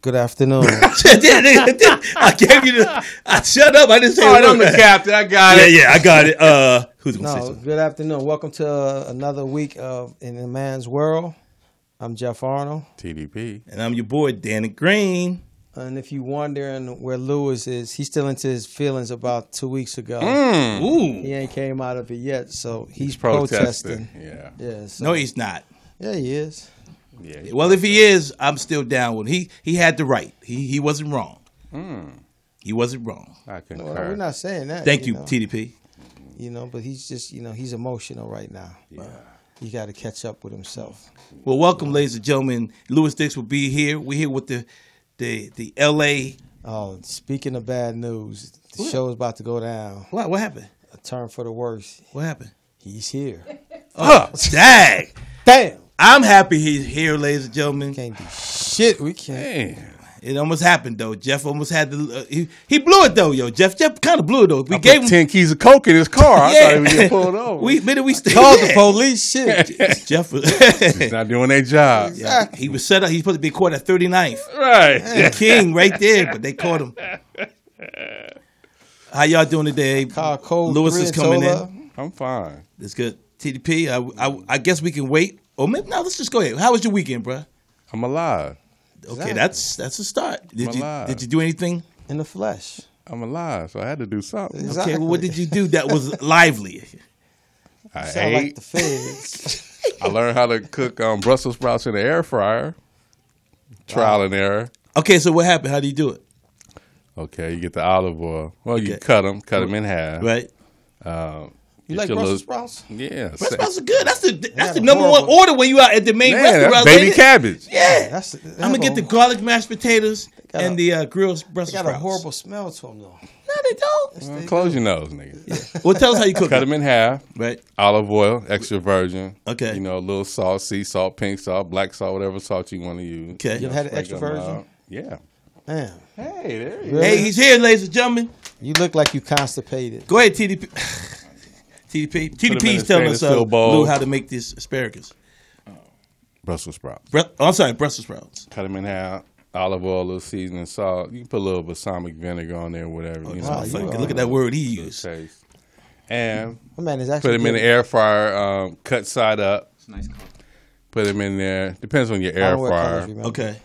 Good afternoon. I gave you the. I shut up. I didn't say. All right, a word. I'm the captain. I got Yeah, it. yeah, I got it. Uh, who's gonna say no, something? good afternoon. Welcome to uh, another week of In the Man's World. I'm Jeff Arnold. TDP. And I'm your boy Danny Green. And if you're wondering where Lewis is, he's still into his feelings about two weeks ago. Mm. Ooh, He ain't came out of it yet, so he's, Protesting. protesting. Yeah. Yeah, so, no, he's not. yeah, he is. Yeah. Well, if he is, I'm still down with him. He he had the right. He he wasn't wrong. He wasn't wrong. Hmm. I concur. Well, we're not saying that. Thank you, know, TDP. You know, but he's just, you know, he's emotional right now. Yeah. You got to catch up with himself. Well, welcome, ladies and gentlemen. Lewis Dix will be here. We're here with the the the L.A. Oh, speaking of bad news, the show's about to go down. What what happened? A turn for the worse. What happened? He's here. Oh, dang! Damn. I'm happy he's here, ladies and gentlemen. Can't do shit. We can't. Damn. It almost happened though. Jeff almost had the uh, he, he blew it though, yo. Jeff Jeff kind of blew it though. We I gave put him ten keys of coke in his car. I thought he would get pulled over. We minute we stayed. Call the police. Shit. Jeff was He's not doing their job. Yeah, he was set up. He's supposed to be caught at 39th. Right. The king right there, but they caught him. How y'all doing today? Call Code Lewis three is and coming told her. in. I'm fine. That's good. TDP, I, I, I guess we can wait. Or maybe no, let's just go ahead. How was your weekend, bruh? I'm alive. Okay, that's that's a start. Did you alive. did you do anything? in the flesh. I'm alive. So I had to do something. Exactly. Okay, well, what did you do that was lively? I Sound like ate. the feds. I learned how to cook um, Brussels sprouts in the air fryer. Trial and error. Okay, so what happened? How do you do it? Okay, you get the olive oil. Well, you Okay. cut them, cut them in half. Right. Um, you get like your Brussels little- sprouts? Yeah, That's sa- supposed to good. That's the that's the a number one horrible- order when you out at the main Man, that's restaurant. baby ain't it? cabbage. Yeah. That's. they I'm have gonna get a- the garlic mashed potatoes got and a- the uh, grilled They Brussels got a sprouts. horrible smell to them though. No, they don't. Well, close your nose, nigga. Well, tell us how you cook Cut it. them in half. Right. Olive oil, extra virgin. Okay. You know, a little salt, sea salt, pink salt, black salt, whatever salt you want to use. Okay. You ever had an extra Sprinkle 'em virgin? out. Yeah. Damn. Hey, there you Really? Hey, he's here, ladies and gentlemen. you look like you constipated. Go ahead, TDP. TDP. TDP in is a telling us, stainless uh, steel bowl. Lou, how to make this asparagus. Brussels sprouts. Bre- oh, I'm sorry, Brussels sprouts. Cut them in half. Olive oil, a little seasoning, salt. You can put a little balsamic vinegar on there, whatever. you know, wow, for you Fuck, are- Oh, look at that word he the used. taste. And My man is put actually. them in the getting- air fryer, um, cut side up. It's a nice color. Put them in there. Depends on your I air don't wear fryer. colors, remember. Okay.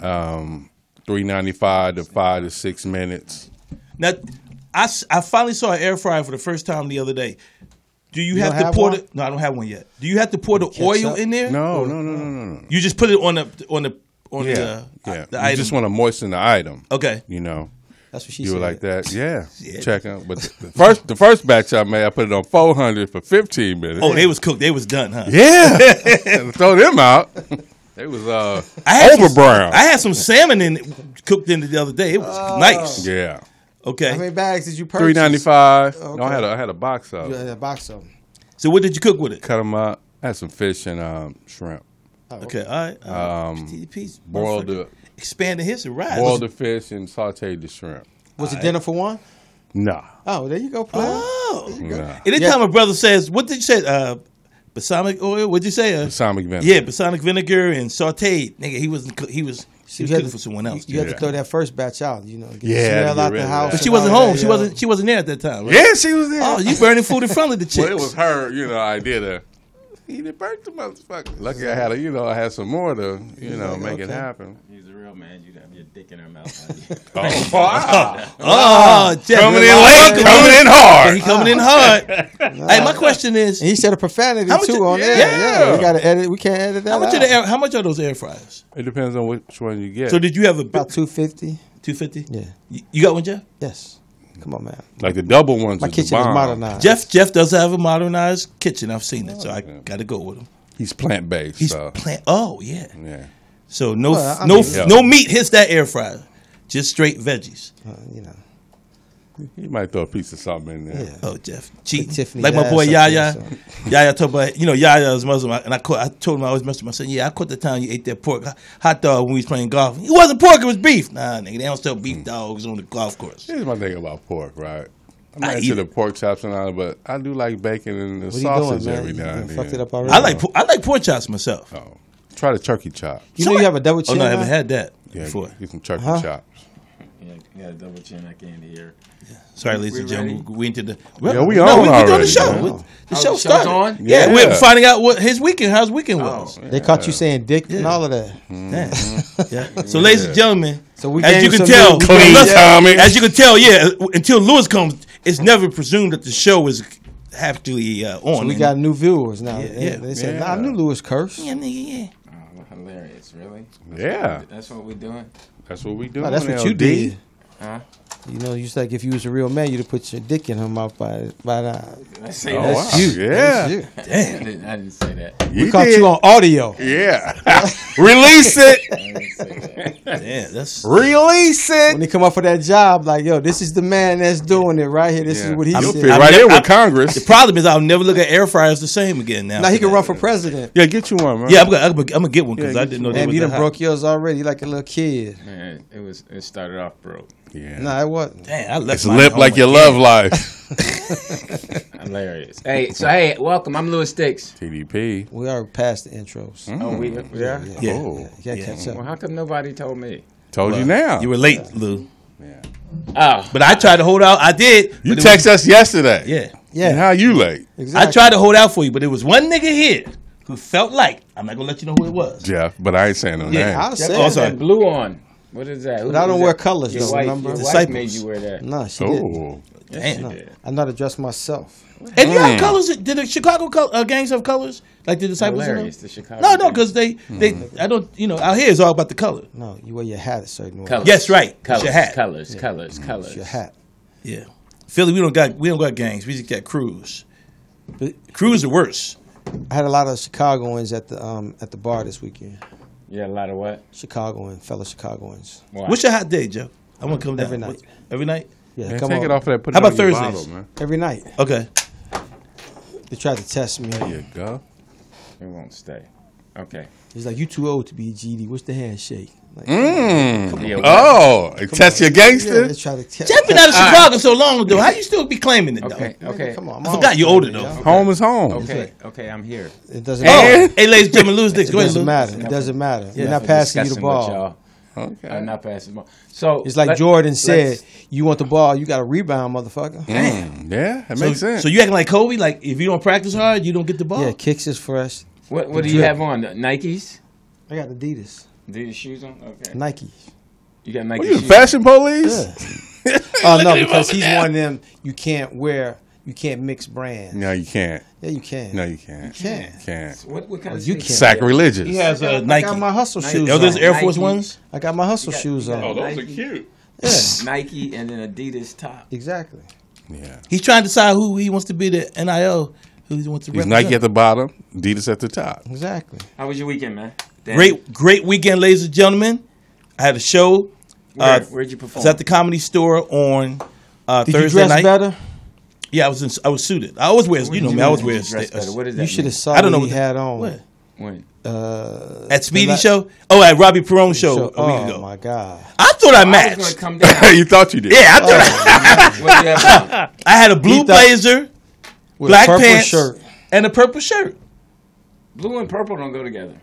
um, three ninety five to five to six minutes. Now, I, s- I finally saw an air fryer for the first time the other day. Do you, You have don't to have pour one? the? No, I don't have one yet. Do you have to pour the Ketchup? oil in there? No, no, no, no, no, no. You just put it on the on the uh, on Yeah, the, yeah. the you item. just want to moisten the item. okay. You know, That's what she do said. it like that. Yeah, Yeah. check them. But the the first, the first batch I made, I put it on four hundred for fifteen minutes. Oh, they was cooked. They was done, huh? yeah, throw them out. They was uh, I had over some- brown. I had some salmon in it, cooked in it the other day. It was nice. yeah, Okay. Oh. How many bags did you purchase? Oh. three ninety five. Okay. No, I had a, I had a box of. You had them. a box of them. so what did you cook with it? Cut them up. I had some fish and um, shrimp. Okay. All right. Uh, All right. Um, TDP's boiled motherfucker. the- Expanding his horizons. Boiled the fish and sautéed the shrimp. Was it dinner for one? Nah, Oh, there you go, player. Oh. nah. Anytime Yeah. a brother says, "What did you say?" Uh, balsamic oil. What'd you say? Uh, Balsamic vinegar. Yeah, balsamic vinegar and sauteed. Nigga, he wasn't. cook- He was. She was You had cooking to- for someone you- else. You, had Yeah. to throw that first batch out, you know. Get the Yeah, smell you out really the house. had but she and wasn't all home. that, She yeah. wasn't. She wasn't there at that time. Right? Yeah, she was there. Oh, you burning food in front of the chicks. Well, it was her, you know, idea to he did birth the motherfucker. Lucky I had, a, you know, I had some more to, you know, like, make it okay. happen. He's a real man. You have your dick in her mouth. man. Oh, wow. Oh, Jeff, coming in oh, late, he coming in Yeah, hard. he coming in hard. hey, my question is, And he said a profanity How much too you- on there. yeah. Yeah. we gotta edit. We can't edit that. how much are out. the air, how much are those air fryers? It depends on which one you get. So did you have a About two fifty. two fifty? Yeah. You you got one, Jeff? Yes. Come on, man. like the double ones. My the kitchen is bomb. modernized. Jeff Jeff does have a modernized kitchen. I've seen it, so I got to go with him. He's plant based. He's so, plant. Oh yeah. yeah. So no Well, I no mean- Yeah. no meat hits that air fryer. Just straight veggies. Uh, you know. You might throw a piece of something in there. Yeah. Oh, Jeff, cheating. Tiffany like my Yas boy up there, Yaya. Yaya talked about you know Yaya is Muslim, and I caught, I told him I was Muslim. I said, yeah, I caught the time you ate that pork hot dog when we was playing golf. It wasn't pork; it was beef. Nah, nigga, they don't sell beef dogs on the golf course. Hmm. Here's my thing about pork, right? I'm I not eat into the it. pork chops and all, but I do like bacon and the What are you sausage doing, man? every You now done and then. fucked it up already. I like po- I like pork chops myself. Oh, try the turkey chop. You know you have a double Oh chin. no, I now? haven't had that Yeah, before. get some turkey Huh? chops. yeah, you got a double chin. I can't hear. Sorry, ladies We and gentlemen, ready? we into the Yeah, we no, on we, we doing already, the show. man. We- The Oh, show the show's started. on? Yeah, Yeah. we're finding out what his weekend, how his weekend was. They caught you saying dick and all of that. Damn. Mm-hmm. Mm-hmm. Yeah. So, ladies and gentlemen, So we as gave you can some tell, new- Clean unless- comics. as you can tell, yeah, until Lewis comes, it's never presumed that the show is actually uh, on. So we got new viewers now. Yeah, they, yeah. they said, Yeah. nah, I knew Lewis cursed. yeah, nigga, yeah. Oh, hilarious, really? Yeah, That's what we're doing. that's what we do. Nah, that's what you LD. did. Huh? You know, you just like if you was a real man, you'd have put your dick in her mouth by by now. I say Oh, that. wow. you. Yeah, You. I, didn't, I didn't say that. You We caught did. you on audio. Yeah. Release it. I didn't say that. Damn, that's. Release When it. they come up for that job, like, yo, this is the man that's doing it right here. This Yeah. is what he You'll said. fit I'm right ne- there I'm- with Congress. The problem is, I'll never look at air fryers the same again. Now, now he can after run that. for president. Yeah, get you one, man. Yeah, I'm gonna, I'm gonna, I'm gonna get one because Yeah, I get didn't you know they Damn, was you that done hot. broke yours already like a little kid. Man, it was. It started off broke. Yeah. Nah, it wasn't. Damn, I left It's mine lip at like home your again. love life. Hilarious. Hey, so hey, welcome. I'm Lewis Dix. TDP. We are past the intros. Oh, we we are. Yeah. Mm. Oh, You gotta Yeah. catch Well, up. how come nobody told me? told you now. You were late, Lou. Oh, But I tried to hold out. I did. You but it was- text us yesterday. Yeah. Yeah. And how you late, Exactly. I tried to hold out for you, but it was one nigga here who felt like I'm not gonna let you know who it was. Jeff? But I ain't saying no Yeah, name. I'll say Oh, it. sorry. that blue on. What is that? Who But I don't is wear that? colors, Your though, wife, remember? your wife Disciples. made you wear that. Nah, she didn't. Oh, Yes, Damn. she did. I know how to dress myself. And you Mm. have colors. Did the Chicago col- uh, gangs have colors like the disciples? in them? Hilarious. The Chicago. No, no, Bears. because they, Hmm. they, I don't, you know, out here it's all about the color. No, you wear your hat a certain way. Colors. Yes, right. It's Colors, your hat. colors, colors, colors. Mm. It's your hat. Yeah, Philly, we don't got, we don't got gangs. We just got crews. But- Crews are worse. I had a lot of Chicagoans at the um at the bar this weekend. You got a lot of what? Chicagoan, fellow Chicagoans. Why? What's your hot day, Joe? I want to come down Every night. Every night. Yeah, man, come take on. it off of that. Put How it on about your Thursdays? bottle, man. Every night. Okay. They tried to test me. There you go. It won't stay. Okay. He's like, you too old to be GD. What's the handshake? Like, Yeah, Mm. what- Oh, test your yeah, gangster. they tried to test Jeff been out of Chicago so long though. How you still be claiming it though? Okay. Okay. Come on. I'm I forgot you're old, older though. Home is home. Okay. Okay. I'm here. It doesn't matter. Oh, hey, ladies and gentlemen, Louis Dix. It Go ahead, doesn't Lou. matter. It doesn't matter. We're not Nothing passing you the disgusting with ball. y'all. Okay. I'm not passing the ball. So It's like let- Jordan said, let's- you want the ball, you got to rebound, motherfucker. Mm, yeah, that So, makes sense. so you acting like Kobe? Like if you don't practice hard, you don't get the ball. Yeah, kicks is fresh. What, what do you drip. have on? Nikes? I got Adidas. Do your shoes on? Okay. Nike. You got Nike what are you, shoes. fashion police? Oh, no, because he's one of them you can't wear, you can't mix brands. No, you can't. Yeah, you can. No, you can't. can. Can't. What, what kind Well, of you shoes? can't. Sacrilegious. He has uh, I Nike. got my hustle Nike. shoes Are those on. Air Force Nike. Ones? I got my hustle You got- shoes you got- on. those are cute. Yeah, Nike and an Adidas top. exactly. Yeah. He's trying to decide who he wants to be the NIL, who he wants to He's represent. Nike at the bottom, Adidas at the top. Exactly. How was your weekend, man? Damn. great, great weekend, ladies and gentlemen. I had a show. Where, uh, where'd you perform? It's at the Comedy Store on uh, Did Thursday you dress night. better? Yeah, I was in, I was suited. I always wear What you did know me. I always do? Did wear you dress a- better? What does that You should mean? have saw I don't what know he what the- had on. What? When? Uh, at Speedy Like- Show. Oh, at Robbie Perone show, so- a week oh ago. my god! I thought I I was gonna matched. come down. Oh. you thought you did. yeah, I thought I- What you have on? I, had a blue He thought- blazer, With a black purple pants, shirt. and a purple shirt. Blue and purple don't go together.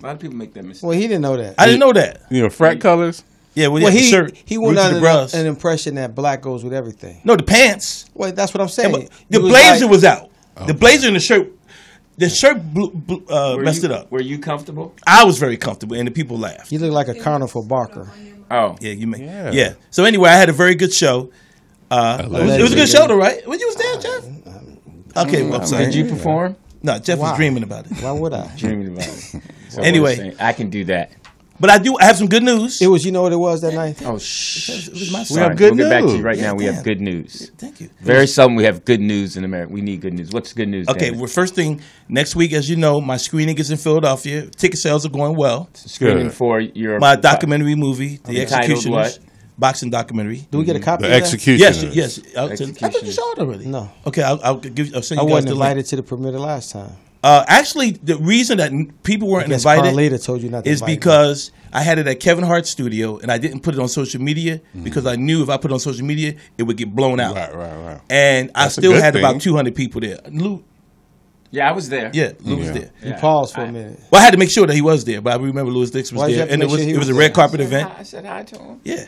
A lot of people make that mistake. Well, he didn't know that. I didn't know that. You know, frat colors. Yeah, well, well, yeah, the he shirt, he went Roots of the under Bros. the- an impression that black goes with everything. no, the pants. Well, that's what I'm saying. Yeah, but the You blazer like- was out. The blazer and the shirt, the shirt blew, blew, uh, Were messed you- it up. Were you comfortable? I was very comfortable, and the people laughed. You look like a carnival barker. Oh, Yeah, you may. Yeah. Yeah. So anyway, I had a very good show. Uh, it, was, it was a good show, though, right? When you was there, Jeff? Mm-hmm. Okay, well, I'm sorry. did you perform? No, Jeff Wow. was dreaming about it. Why would I? Dreaming about it. So Anyway. we're saying, I can do that. But I do. I have some good news. It was. You know what it was that night. Oh shh! It was my We son. have good We'll get back to you news. right now. We damn. have good news. Thank you. Very seldom we have good news in America. We need good news. What's good news? Okay, David? well, first thing next week, as you know, my screening is in Philadelphia. Ticket sales are going well. screening Good. for your My documentary movie, Entitled The Executioners, what? Mm-hmm. boxing documentary. Do we get a copy? The of that? execution. Yes, yes. I'll- I thought you Executioners. saw it already. No. Okay, I'll, I'll give. you- I'll send I you guys wasn't the link. invited to the premiere the last time. Uh, actually, the reason that n- people weren't Yes, invited Carlita told you not to is invite me. because I had it at Kevin Hart's studio and I didn't put it on social media Mm-hmm. because I knew if I put it on social media, it would get blown out. Right, right, right. And I That's a still good had about thing. 200 people there. Lou, Yeah, I was there. yeah, Lou was Yeah. there. You paused for a I- minute. Well, I had to make sure that he was there, but I remember Louis Dix was Why'd you there, have to and it make was sure he it was was a there? red carpet event. I said hi to him. Yeah.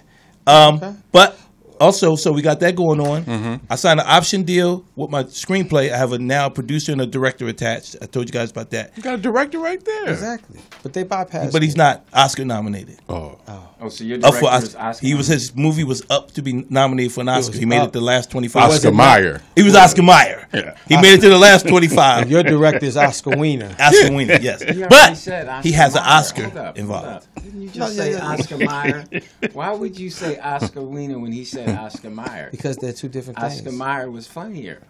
Um, But also, so we got that going on. Mm-hmm. I signed an option deal with my screenplay. I have a now producer and a director attached. I told you guys about that. You got a director right there. Exactly. But they bypassed. But he's me. not Oscar nominated. Oh, Oh, so your up director for was Oscar. Oscar. He was his movie was up to be nominated for an Oscar. was He made up. it the last twenty five. Oscar Meyer. He was Oscar Meyer. Yeah. He made it to the last twenty five. Your director is Oscar Wiener. Oscar winner, yes. You already said But Oscar he has an Mayer. Hold Oscar up, hold involved. up. Didn't you No, just yeah, say yeah. Oscar Meyer? Why would you say Oscar Wiener when he said Oscar Meyer? Because they're two different Oscar things. Meyer was funnier.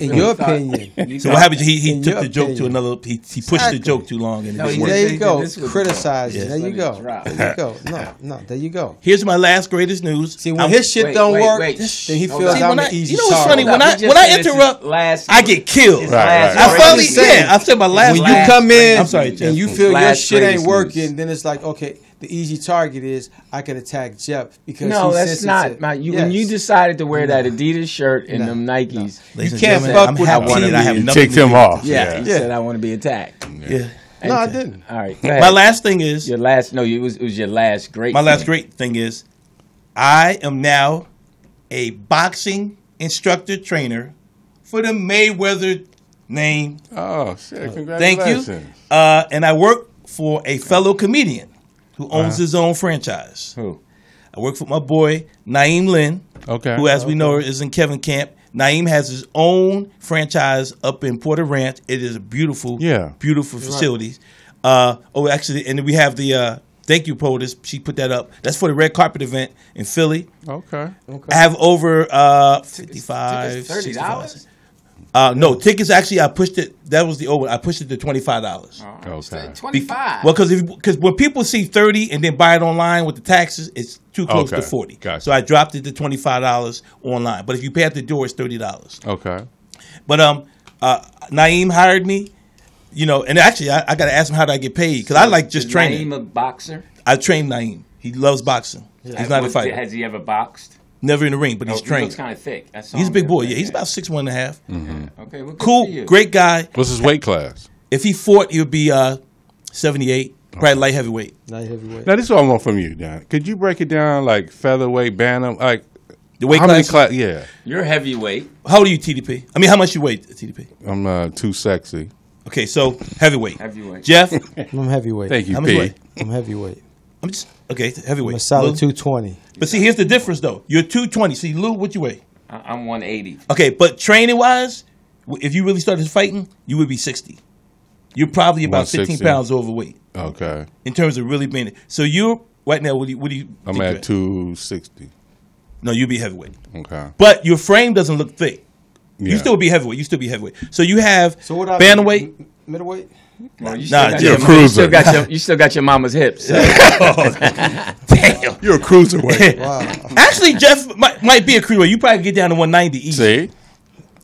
In your opinion. So what happened? He, he In took your the joke to opinion. another. He, he pushed the Exactly. joke too long, and it No, didn't he work. did. There you go. This was- Criticize. Yes. There you go. Let it There you go. No, no. There you go. Here's my last greatest news. See, when I'm- his shit Wait, don't wait, work, wait. then he Hold feels I'm up. See, when an I- easy you know what's target. funny? When I- when I interrupt, last I get killed. his Right, last right. I finally, greatest- yeah, I've said my last. when last you come in I'm sorry, Jeff. and you feel your Last shit ain't greatest working, news. then it's like, okay, the easy target is I can attack Jeff because No, he's that's not sensitive. my. You, When Yes. you decided to wear that Adidas shirt and No, them Nikes, Ladies you and can't gentlemen, fuck I'm with happy TV. that I have you nothing kicked to him do- off. yeah, you Yeah. said I want to be attacked. Yeah. No, I didn't. All right, My last thing is your last no, it was it was your last great. My last thing. great thing is, I am now a boxing instructor trainer for the Mayweather name. Uh, Oh shit! Thank Congratulations. you. Uh, and I work for a fellow comedian who owns Uh-huh. his own franchise. Who? I work for my boy Naeem Lynn, Okay. who, as we know, is in Kevin Camp. Naeem has his own franchise up in Porter Ranch. It is a beautiful, Yeah. beautiful facilities. Uh, oh, actually, and then we have the uh, thank you, POTUS. She put that up. That's for the red carpet event in Philly. Okay. I have over uh, 55 tickets $30? 65. Uh, no, tickets actually, I pushed it. That was the old one. I pushed it to $25. Okay. Twenty five. Well, because because when people see thirty and then buy it online with the taxes, it's too close to Okay, forty. gotcha. So I dropped it to twenty five dollars online. But if you pay at the door, it's thirty dollars. Okay. But um, uh, Naeem hired me. You know, and actually, I, I got to ask him how do I get paid because I like just training. a boxer. I train Naeem. He loves boxing. He's not a What- fighter. Has he ever boxed? Never in the ring, but he's Oh, He trained. looks kind of thick. I saw he's a him big the boy. other Yeah, day. he's about six one and a half. Mm-hmm. Okay, well, good for Cool, you. great guy. What's his weight class? If he fought, he would be uh, seventy eight, probably light heavyweight. Not heavyweight. Now this is what I want from you, Don. Could you break it down like featherweight, bantam, like The weight how many class. class? Yeah, You're heavyweight. how old are you, TDP? I mean, how much you weigh, TDP? I'm uh, too sexy. Okay, so heavyweight. Heavyweight. Jeff, I'm heavyweight. Thank you, How much P. weight? I'm heavyweight. I'm just okay. I'm Heavyweight. a solid Lou. 220. But see, here's the difference though. You're 220. See, Lou, what you weigh? I- I'm 180. Okay, but training wise, w- if you really started fighting, you would be 60. You're probably about 15 160. pounds overweight Okay, in terms of really being. So you're right now. What do you? What do you I'm think you're at two sixty. No, you'd be heavyweight. Okay, But your frame doesn't look thick. Yeah. You still be heavyweight. You still be heavyweight. So you have So what I bantamweight. m- middleweight? Well, you Nah, still got you're your a Oh, mom- you cruiser. still got your you still got your mama's hips. so- Damn. you're a cruiserweight. Wow. Actually, Jeff might, might be a cruiserweight. You probably get down to 190 easy. See, Uh-huh.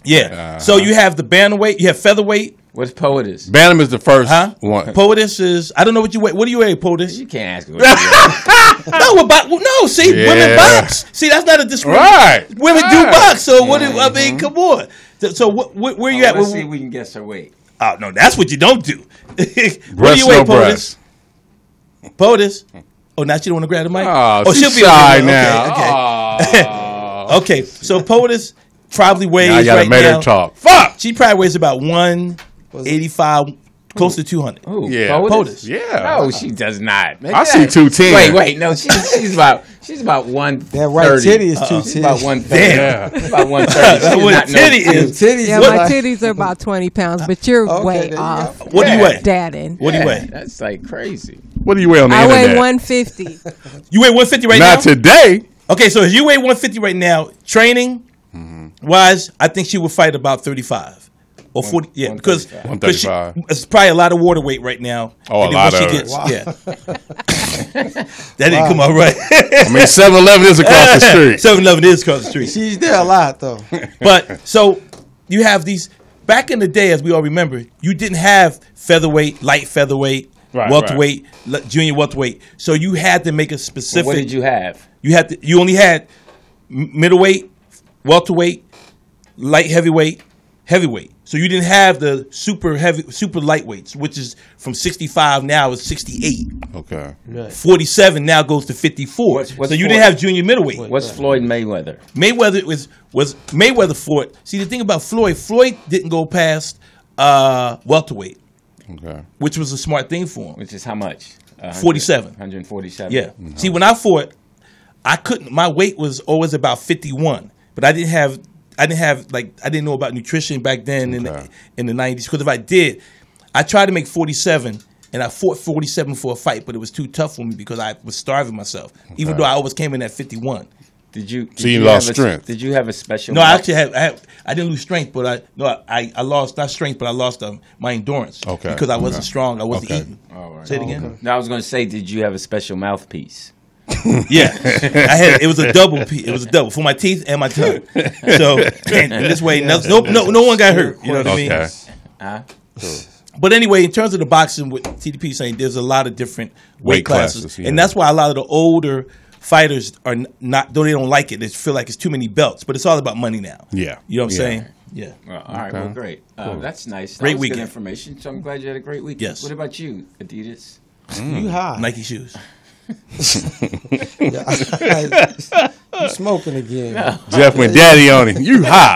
Yeah. so you have the bantamweight, you have featherweight, What's poetess? bantam is the first huh? one. POTUS is I don't know what you weigh. What do you weigh, POTUS? You can't ask me. What you are. no, about no. See, women Yeah. box. See, that's not a discrimination. Right. Women do Right. box. So what? do- I mean, come on. So, so what, where, where you at? Mm-hmm. Oh, Let's Well, see if we can guess her weight. Oh no, that's what you don't do. what do Breast you no wait, breast. POTUS? POTUS. Oh, now she don't want to grab the mic. Oh, oh she's over shy there. now. Okay, okay. Aw. Okay, so POTUS probably weighs now you gotta right make now. her talk. Fuck. She probably weighs about one eighty-five, close to two hundred. Who? Yeah. POTUS? Yeah. No, she does not. Make I see that- 210. Wait, wait, no, she, she's about she's about one. Uh-uh. That right titty is two She's about titties. one thirty. Yeah. About one thirty. That's what a titty is. titties. Yeah, is my like- titties are about 20 pounds, but you're Okay, there way you go. off. What do you weigh? Dadding. What do you weigh? That's like crazy. What do you weigh on the I internet? weigh 150. You weigh one fifty right Not now. today. okay, so if you weigh one fifty right now, training wise, I think she would fight about thirty-five. Or forty, yeah, because 135. because she- 135. it's probably a lot of water weight right now. Oh, a And then lot once of she it. gets, Yeah, that didn't come out right. I mean, 7 Eleven is across the street. Seven Eleven is across the street. She's there a lot though. But so you have these back in the day, as we all remember, you didn't have featherweight, light featherweight, Right, welterweight, le- junior welterweight. So you had to make a specific. What did you have? You had to. You only had m- middleweight, welterweight, light heavyweight, heavyweight. So you didn't have the super heavy, super lightweights, which is from sixty five now is sixty eight. okay. Forty seven now goes to fifty four. What's- what's So you for- didn't have junior middleweight. What's Floyd Mayweather? Mayweather was was Mayweather fought. See the thing about Floyd, Floyd didn't go past uh, welterweight, Okay. which was a smart thing for him. Which is how much? 47. 147. Yeah. Mm-hmm. See when I fought, I couldn't. My weight was always about fifty one, but I didn't have I didn't have like I didn't know about nutrition back then in the, Okay. in the nineties. Because if I did, I tried to make forty seven. And I fought 47 for a fight, but it was too tough for me because I was starving myself, even Okay. though I always came in at 51. Did you? Did So you lost have a- strength. Did you have a special? No, I mark? actually had, I had I didn't lose strength, but I no I, I lost not strength, but I lost um, my endurance. Okay. Because I wasn't Okay. strong, I wasn't Okay. eating. All right. Say it again. No, I was going to say, did you have a special mouthpiece? Yeah, I had it was a double. P, it was a double for my teeth and my tongue. So in this way, no, no no no one got hurt. You know what I mean? Okay. Huh? But anyway, in terms of the boxing with TDP saying, there's a lot of different weight, Weight classes, classes, yeah. and that's why a lot of the older fighters are n- not though they don't like it. They feel like it's too many belts, but it's all about money now. Yeah. you know what Yeah. I'm saying? Yeah. Well, all right. Well, great. Uh, That's nice. That Great was weekend. Good information. So I'm glad you had a great weekend. Yes. Mm. What about you, Adidas? You high? Nike shoes. you smoking again? Jeff went daddy on him. You high.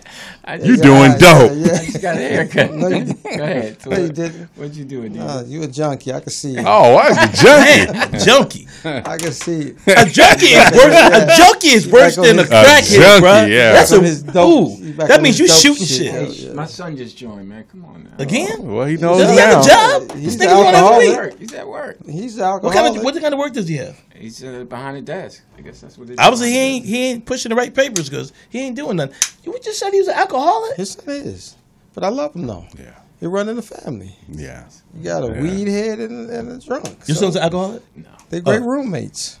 Yeah. I just, You got- doing Yeah, dope. yeah, I just got a haircut. No, you didn't. Go ahead. So No, you what- didn't. What'd you do, Adidas? Uh, you a junkie? I can see. You. Oh, I was junkie. Man, junkie. I can see. You. A junkie is worse. A junkie is worse Back on than a his- crackhead, junkie, bro. yeah. That's Back a on his dope- ooh, he's back That on means you his dope shooting shit. shit, Hell yeah. My son just joined, man. Come on now. again. Well, he Does knows he have a now. job? This He's nigga's one alcoholic. every He's at week. work. He's at work. He's alcoholic. What kind of what kind of work does he have? He's uh, behind the desk. I guess that's what it is. Obviously, he ain't he ain't pushing the right papers because he ain't doing nothing. You just said he was an alcoholic. His son is, but I love him though. Yeah. He running the family. Yeah. You got a Yeah. weed head and, a- and a drunk. Your So son's an alcoholic. they're great oh. roommates.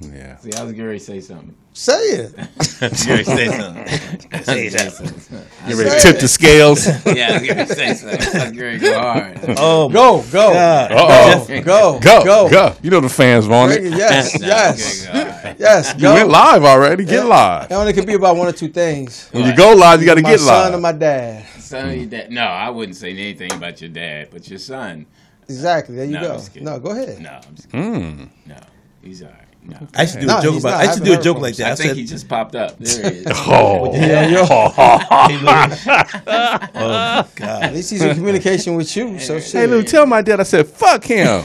Yeah. See, I was Gary say something. Say it. say something. Say You ready to tip the scales? Yeah, I was Gary say something. I was Gary go hard. Oh my Go, go, God. Uh-oh. Jeff, go, Go, go, go, You know the fans want Bring it. it. Yes, yes, yes. You Go. went live already. Yeah. Get live. It only could be about one or two things. When you go live, you got to my get son live. and my dad. Son, your dad. No, I wouldn't say anything about your dad, but your son. Exactly. There you No, I'm go. just kidding. No, go ahead. No, I'm just kidding. Mm. No, he's all right. No. I used to do No, a joke he's about. not. I used to I do a haven't joke heard like that. I, I think said, he just popped up. There he is. Oh. "Oh God, At least he's in communication with you. So shit. Hey, Lou, tell my dad I said, fuck him. All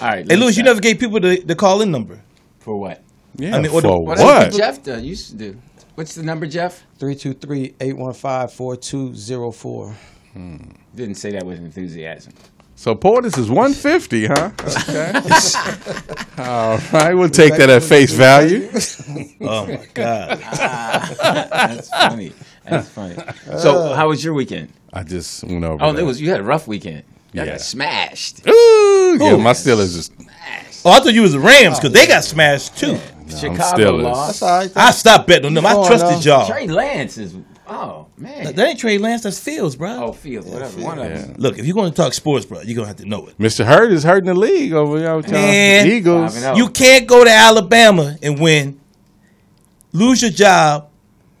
right. hey Louis, you stop. never gave people the, the call in number. for what? Yeah, I mean, for what? what- What, Jeff done, used to do. What's the number, Jeff? 323-815-4204. Hmm. Didn't say that with enthusiasm. So Portis is 150, huh? Okay. All right, we'll take that at face value. Uh, Oh my God." That's funny. That's funny. So, Uh, how was your weekend? I just went over. Oh, there. it was you had a rough weekend. You Yeah. got smashed. Ooh, yeah, my Steelers is. Oh, I thought you was the Rams because they got smashed too. Chicago Steelers. That's lost. all right. I stopped betting on them. I Oh, trusted no. y'all. Trey Lance is. Oh man. That ain't Trey Lance. That's Fields, bro. oh, Fields. Whatever. One of them. Look, if you're going to talk sports, bro, you're going to have to know it. Mr. Hurd is hurting the league over y'all with y'all Man. Eagles. Five and oh. You can't go to Alabama and win, lose your job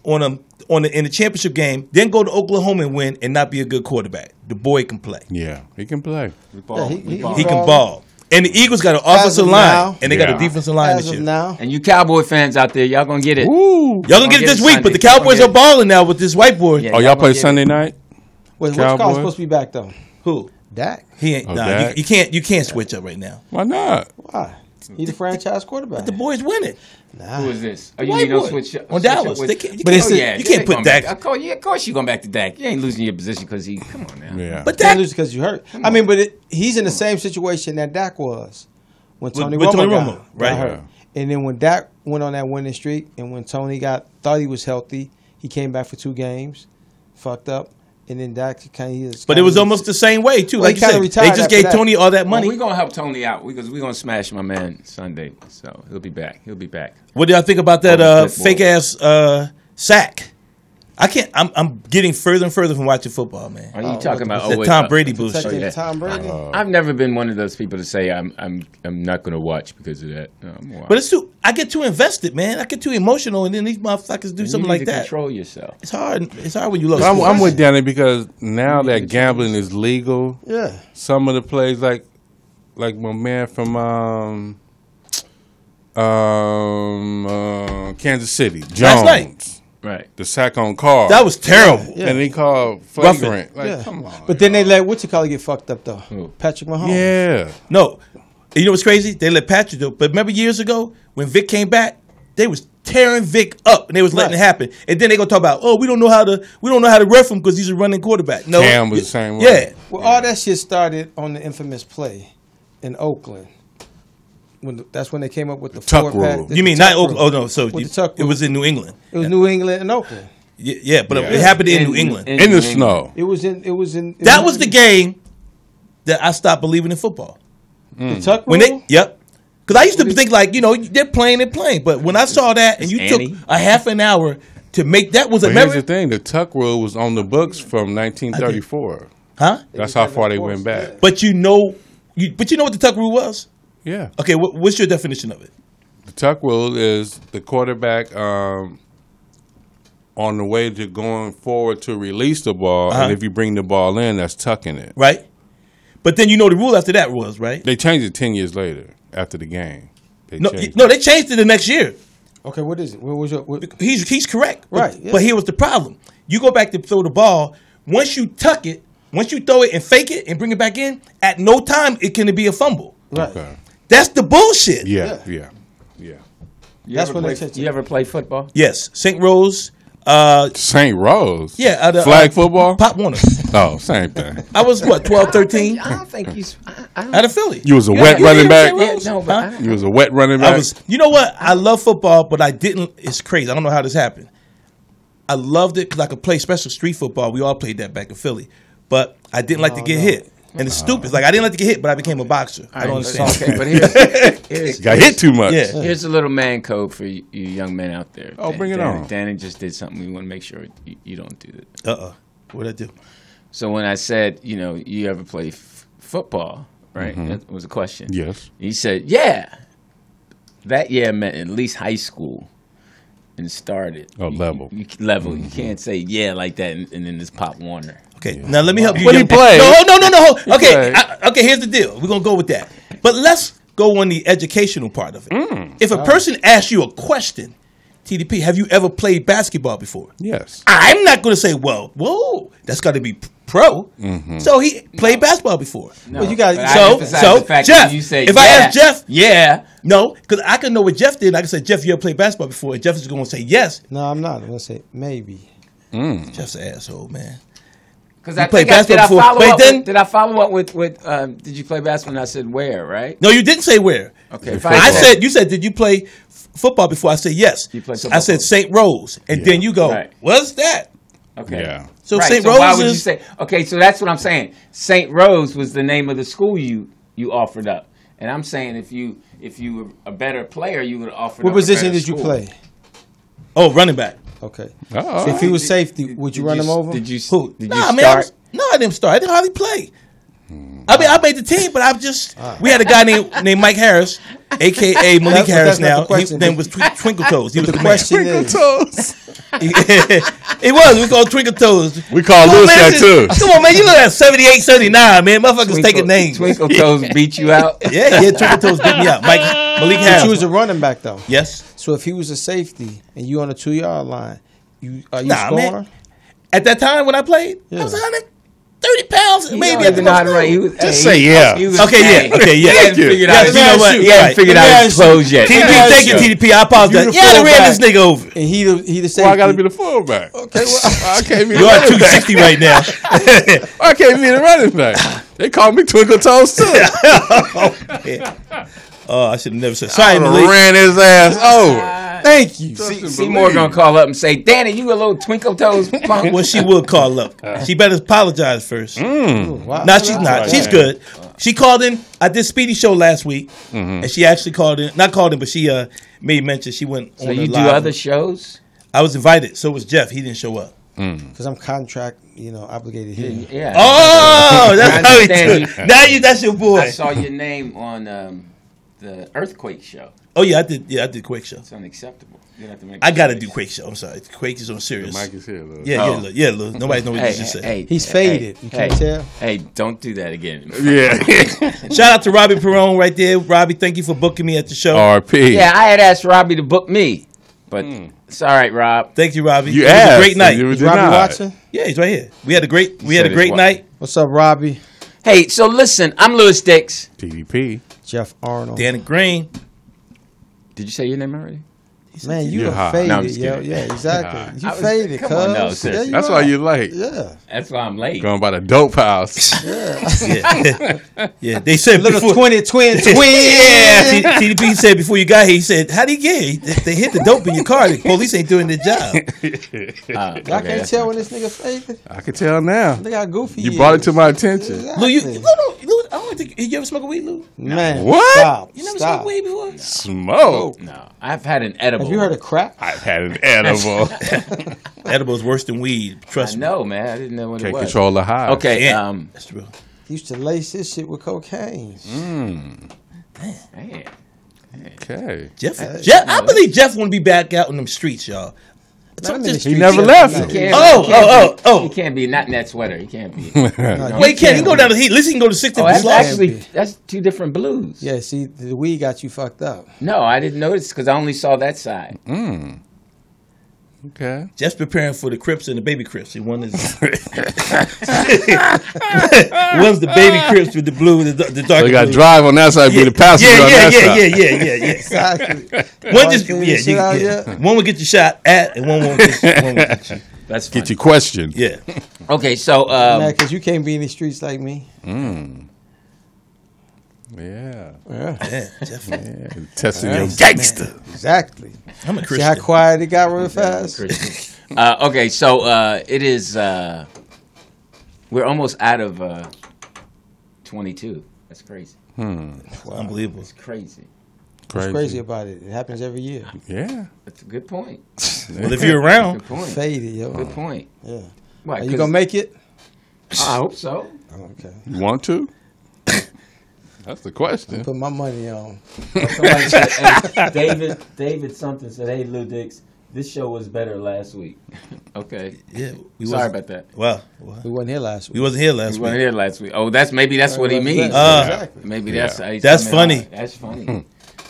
on a on the, in the championship game, then go to Oklahoma and win and not be a good quarterback. The boy can play. Yeah, he can play. We ball, he- we he- ball. He Ball. can ball. And the Eagles got an offensive of line now- and they got a Yeah. defensive line As this of year. now, and you Cowboy fans out there, y'all gonna get it. Ooh. Y'all gonna get it this week, but the Cowboys are balling now with this white boy. Yeah. Oh, y'all Y'all play gonna get Sunday night? wait, what's Cowboys. Carl supposed to be back though? Who? Dak. He ain't. Oh, nah, you, Dak. you can't. You can't switch up right now. Why not? Why? He's the franchise quarterback. The boys winning. Nah. Who is this? Oh, you White mean no boy. switch up- on switch Oh, up Dallas. with- They can't, you But can't, it's the- you can't they're put going Back. Dak. Of course, yeah, of course you're going back to Dak. You ain't losing your position because he. Come on now. Yeah. But Can't Dak. lose because you hurt. I mean, but it, he's in the same situation that Dak was when Tony with Romo, Tony got- Romo, got right. hurt. And then when Dak went on that winning streak, and when Tony got thought he was healthy, he came back for two games, fucked up, and then Dak kind of. But it was almost the same way too. Well, Like he you kinda said, they retired just after gave that. Tony all that Money. Well, money. we're gonna help Tony out because we're gonna smash my man Sunday. So he'll be back. He'll be back. What do y'all think about that Oh, uh, football. fake ass uh, sack? I can't. I'm, I'm getting further and further from watching football, Are man. you Oh, talking about The Uh, oh, wait, Tom uh, Brady Protecting bullshit. Oh, yeah. Tom Brady. I've never been one of those people to say I'm I'm I'm not gonna watch because of that. Um, No, I'm But it's too. I get too invested, man. I get too emotional, and then these motherfuckers do something like that. Control yourself. It's hard. It's hard when you love. I'm, sports. I'm with Danny because now that gambling is legal, yeah. some of the plays like like my man from um um uh, Kansas City, Jones, night. Right. the sack on Carr. That was terrible. Yeah. and he called Roughing. flagrant. Like, yeah. come on. but then they let what you call it get fucked up though. Who? Patrick Mahomes. yeah, Oh. No, you know what's crazy? They let Patrick do. it. But remember years ago when Vic came back, they was tearing Vic up and they was letting Right. it happen. And then they gonna talk about, oh, we don't know how to, we don't know how to ref him because he's a running quarterback. No, Cam was the same way. Yeah, Well, all that shit started on the infamous play in Oakland. When the, that's when they came up with the, tuck four rule. pack. you mean not? Oakland? Oh no, so With you- the tuck it was in New England. It was New England and Oakland. Yeah, yeah but Yeah. it happened in, New England. in the snow. It was in. It was in. It that was the game that I stopped believing in football. Mm. Mm-hmm. The tuck When rule? they, yep. Because I used to think like you know they're playing and playing, but when I saw that and you Annie. took a half an hour to make that was a But here's the memory, thing: the Tuck rule was on the books from 1934. huh? That's how far they went back. But you know, you but you know what the tuck rule was. Yeah, Okay, what, what's your definition of it? the Tuck rule is the quarterback um, on the way to going forward to release the ball, Uh-huh. and if you bring the ball in, that's tucking it. Right. But then you know the rule after that was right. They changed it ten years later after the game. They No, changed. no, they changed it the next year. Okay, what is it? What was your? What, He's he's correct. But, Right, yeah. But here was the problem. You go back to throw the ball. Once you tuck it, once you throw it and fake it and bring it back in, at no time it can be a fumble. right. Okay. That's the bullshit. Yeah, yeah, yeah. You That's ever when they play- touched it. You ever play football? Yes. St. Rose. Uh, St. Rose. yeah. out of, Flag uh, football. Pop Warner. Oh, same thing. I was what 12, 13? I don't think you. s- I, I don't out of Philly. You was a wet you running didn't back. say Yeah, no, but I Huh? don't- You was a wet running back. I was, you know what? I love football, but I didn't. It's crazy. I don't know how this happened. I loved it because I could play special street football. We all played that back in Philly, but I didn't like to get hit. And it's Uh-huh. stupid. Like I didn't like to get hit, but I became a boxer. I don't understand. Okay, but here's, here's, got hit too much. Yeah. here's a little man code for you, you young men out there. Oh, Dan- bring it Dan- on. Danny just did something. We want to make sure you, you don't do it. Uh uh. What'd I do? So when I said, you know, you ever play f- football, right? That was a question. Mm-hmm. Yes. He said, yeah. That yeah meant at least high school and started. Oh, You- level. Mm-hmm. You, you- level. You can't say yeah like that and, and then it's Pop Warner. Okay, now let me help you. But he young- played. No, oh, no, no, no. hold- Okay, played. I, okay. Here's the deal. We're gonna go with that, but let's go on the educational part of it. Mm. If a person asks you a question, TDP, have you ever played basketball before? Yes. I'm not going to say, well, whoa, that's got to be pro. Mm. Mm-hmm. So he played basketball before. No, Well, you got- but I so- emphasize so, the fact that Jeff, you say, if I yeah, ask Jeff- yeah, No, because I can know what Jeff did. I can say, Jeff, you ever played basketball before? And Jeff is going to say yes. Mm. No, I'm not. I'm gonna say maybe. Mm. Jeff's an asshole, man. because I played think I, did I basketball before. follow Wait, up. then- with, did I follow up with with? Um, did you play basketball? And I said where, right? No, you didn't say where. Okay, if I said, you said, did you play f- football before? I said yes. You played I football. said St. Rose, and Yeah. then you go, Right. what's that? okay. Yeah. So Right, St. why Rose would you is say okay? So that's what I'm saying. St. Rose was the name of the school you you offered up, and I'm saying if you if you were a better player, you would offer. What position did you play? oh running back. Okay. Oh, if he was safety, would you run him over? Did you Who? did you nah, man. I start? was- no, I didn't start. I didn't hardly play. I mean, I made the team, but I'm just. We had a guy named named Mike Harris, aka Malik but Harris. that's not Now the question. his name was Twi- Twinkle Toes. He was The the, man. question is, it was. We called Twinkle Toes. We call Come on, Lewis man, that this too. is- Come on, man. You look at 78, 79, man. Motherfuckers taking names. Twinkle Toes beat you out. Yeah, yeah. Twinkle Toes beat me up. Mike Malik but Harris. you was a running back though. yes. So if he was a safety and you on a two yard line, you are you Nah, scoring? man. At that time when I played, I was Yeah. 130 pounds, maybe He at the didn't know how to most. run. He was, Just hey, say yeah. he was- Okay, hey, yeah. Okay, yeah. He hadn't you. figured Yes, out. you know what? He Yeah, hadn't right. figured Let me out his ask you. clothes yet. TDP, Let me ask thank you, you. TDP. I apologize. If Yeah, you the I ran this fullback- nigga over. And he the he the safety. Well, I got to be the fullback. Okay, well, I can't be the You are running back. 260 right now. I can't be the running back. They call me Twinkle Toes too. Oh, I should have never said. Sorry, I done Malik. ran his ass over. Thank you. Trust and Seymour believe. gonna call up and say, "Danny, you a little twinkle toes punk." Uh. Well, she will call up. She better apologize first. Mm. Wow. No, she's not. She's good. She called in. I did Speedy Show last week, Mm-hmm. and she actually called in. Not called in, but she uh, made mention. She went. so on you the do live. other shows? Hmm. I was invited. So was Jeff. He didn't show up. Because I'm contract, you know, obligated here. Yeah. Oh, that's how he understand do. you. it. Now you. That's your I boy. saw your name on um, the earthquake show. Oh yeah, I did. Yeah, I did Quake Show. It's unacceptable. You have to make. I gotta do Quake Show. I'm sorry. Quake is on serious. Mike is here. Look. Yeah, Oh. yeah, look, yeah, look. Nobody knows what Hey, you just hey, said. hey, He's hey, faded. You hey, can't tell? Hey, don't do that again. Yeah. Shout out to Robbie Perone right there. Robbie, thank you for booking me at the show. RP. Yeah, I had asked Robbie to book me, but it's all right, Rob. Thank you, Robbie. Hmm. You it was asked. a great night. You Is Robbie denied. watching? yeah, he's right here. We had a great we said had a he's great wa- night. What's up, Robbie? Hey, so listen, I'm Lewis Dix. TDP. Jeff Arnold. Danny Green. Did you say your name already? Man, you You're are hot. faded. No, I'm just yo. kidding. Yeah, hot. exactly. You I was- faded, come on, no, cuz. seriously. you That's are. why you like Yeah. That's why I'm late. going by the dope house. Yeah. yeah. They said Little before, twin, twin, Yeah, twin. T- TDP said before you got here, he said, "How do you get here? They- They hit the dope in your car. The police ain't doing their job." Uh, okay, Y'all can't that's tell fine. when this nigga faded. I can tell now. Look how goofy You he brought it is. to my attention. Lou, you, Lou, Exactly. don't, Lou, I don't think you ever smoke weed, Lou. Man, What? Stop. You never stop. smoked weed before. Smoke. No, I've had an edible. Have you heard of crack? I've had an edible. Edible's worse than weed. I Trust me. know, man. I didn't know what it Can't was. control the high. Okay, Damn. um, That's real. He used to lace this shit with cocaine. man. Mm, Okay. Jeff, Uh, Jeff, I believe Jeff want to be back out in them streets, y'all. Not in the just- streets, never yeah, left. no. He Can't- Oh, he can't oh, be- oh, oh. He can't be not in that sweater. He can't be. That's Wait, can he go down to heat? At least he can go to 60 Oh, that's Can't actually be. that's two different blues. Yeah, see, the weed got you fucked up. No, I didn't notice because I only saw that side. Mm. okay. Jeff's preparing for the Crips and the Baby Crips. He one is one's the Baby Crips with the blue, the, the dark. They got blue. drive on that side, be the passenger yeah, on yeah, that yeah, side. yeah, yeah, yeah, yeah. Exactly. One just yeah, Arcane shit you, out yeah. here. One will get you shot at, and one won't get you. One will get you. That's fine. Get your question. Yeah, Okay, so Man, um, because you can't be in the streets like me. Mm, Yeah. Yeah, yeah, definitely. yeah. Testing your gangster. exactly. I'm a See how Christian. quiet it got real fast? uh, okay, so uh, it is. Uh, we're almost out of uh, twenty-two. That's crazy. Hmm. Unbelievable. It's crazy. Crazy. Crazy about it. It happens every year. Yeah. That's a good point. Well, if you're around, Good point. Faded, yo. Good point. Yeah. Why? Are you 'cause- gonna make it? I hope so. Okay. You want to? That's the question. Put my money on. Somebody said, hey, David, David something said, "Hey, Lou Dix, this show was better last week." okay, yeah, we sorry wasn't- about that. Well, well, We wasn't here last we week. wasn't here We last weren't week. here last week. Oh, that's maybe that's what he means. Uh, exactly. maybe that's how he's That's coming funny. Hmm. out. That's funny.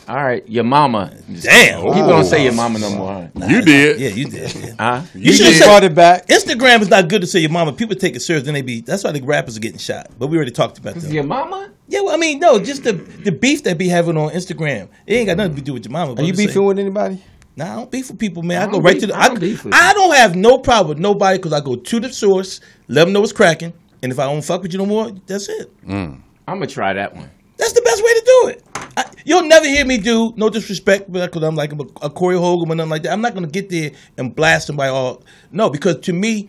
All right, your mama. Damn. Oh. People don't say your mama no more. You did. Yeah, you did. yeah. Huh? You should have did. said Brought it back. Instagram is not good to say your mama. People take it serious, then they be. That's why the rappers are getting shot. But we already talked about that. Your mama? Yeah, well, I mean, no, just the the beef that be having on Instagram. It ain't got nothing to do with your mama. Are you beefing with anybody? Nah, I don't beef with people, man. I, I go don't right beef- to the. I I, don't beef with I don't have no problem with nobody because I go to the source, let them know what's cracking, and if I don't fuck with you no more, that's it. Mm, I'm gonna try that one. That's the best way to do it. I, you'll never hear me do no disrespect because I'm like a, a Corey Hogan or nothing like that. I'm not gonna get there and blast somebody all. No, because to me,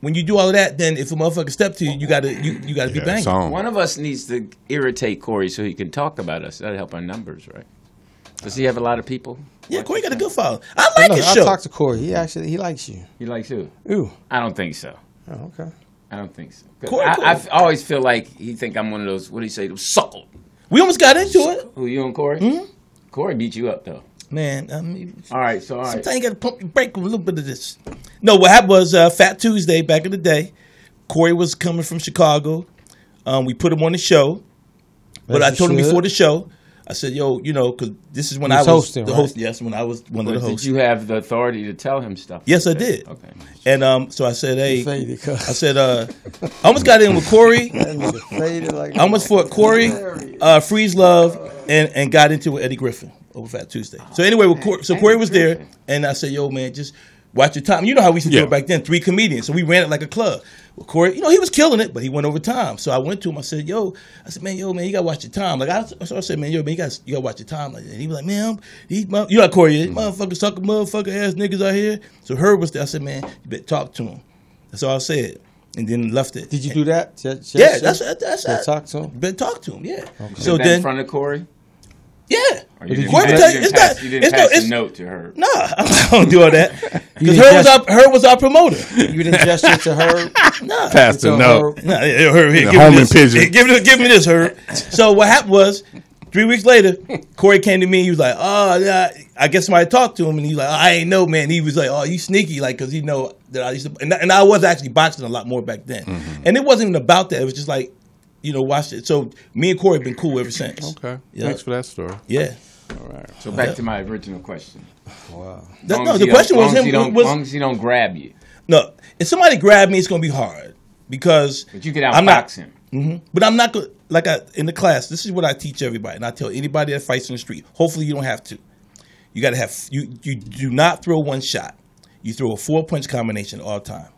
when you do all of that, then if a motherfucker step to you, you gotta you, you gotta be Yeah, banging. song. One of us needs to irritate Corey so he can talk about us. That'll help our numbers, right? Does he have a lot of people? Yeah, Corey got a good follow. I like No, his I show. talked to Corey. He actually he likes you. He likes who? Ooh. I don't think so. Oh, okay. I don't think so. Cool, I, cool. I f- always feel like he think I'm one of those. What do you say? Those suckle. We almost got into it, Hmm? Who you and Corey? Corey beat you up though. man. I mean, All right, so all right. Sometimes you got to pump your brake with a little bit of this. No, what happened was uh, Fat Tuesday back in the day. Corey was coming from Chicago. Um, we put him on the show, but As I you told him should. before the show. I said, "Yo, you know, because this is when He I was was hosting, the right? host. Yes, when I was one of But the hosts. did you have the authority to tell him stuff? yes, I did. Okay. And um, so I said, "Hey, Faded, I cuz. said, uh, I almost got in with Corey. That nigga faded like I almost fought Corey, uh, Freeze Love, and, and got into it with Eddie Griffin over Fat Tuesday. So anyway, with Cor- so Eddie Corey was there, Griffin. and I said, "Yo, man, just watch your time." You know how we used to do Yeah. it back then. Three comedians, so we ran it like a club. Well, Corey, you know, he was killing it, but he went over time. So I went to him. I said, "Yo," I said, "Man, yo, man, you gotta watch your time." Like I, so I said, "Man, yo, man, you gotta, you gotta watch your time." Like, that. and he was like, "Man, I'm, he, my, you know, how Corey, is. motherfuckers sucker, motherfucker ass niggas out here." So Herb was there. I said, "Man, you better talk to him." That's all I said, and then left it. Did you do that? Ch- ch- Yeah, ch- that's Said that's that's talk to him. Been talk to him, yeah. So So that in then, front of Corey. yeah. Or you didn't Corey pass- tell you you, didn't it's pass- not, you didn't it's no, pass a it's, note to her. nah, I don't do all that. Because didn't her was our her was our promoter. You didn't gesture to her. Nah, Passed So it up. her- nah, yeah, her here, The give me homing this. pigeon. Hey, give me give me this, her. so what happened was, three weeks later, Corey came to me. He was like, "Oh, yeah, I guess somebody talked to him," and he was like, "I ain't know, man." He was like, "Oh, you sneaky," like because he know that I used to, and, and I was actually boxing a lot more back then, Mm-hmm. and it wasn't even about that. It was just like, you know, watch it. So me and Corey been cool ever since. Okay. Yeah. Thanks for that story. Yeah. All right. So back to my original question. Wow. That- Long no, as the he question don't- was long as he him. don't- was, long as he don't grab you, no, if somebody grabbed me, it's gonna be hard because. but you could I'm not- outbox him. Mhm. But I'm not good. Like I, in the class, this is what I teach everybody, and I tell anybody that fights in the street. Hopefully, you don't have to. You got to have you. You do not throw one shot. You throw a four punch combination all the time.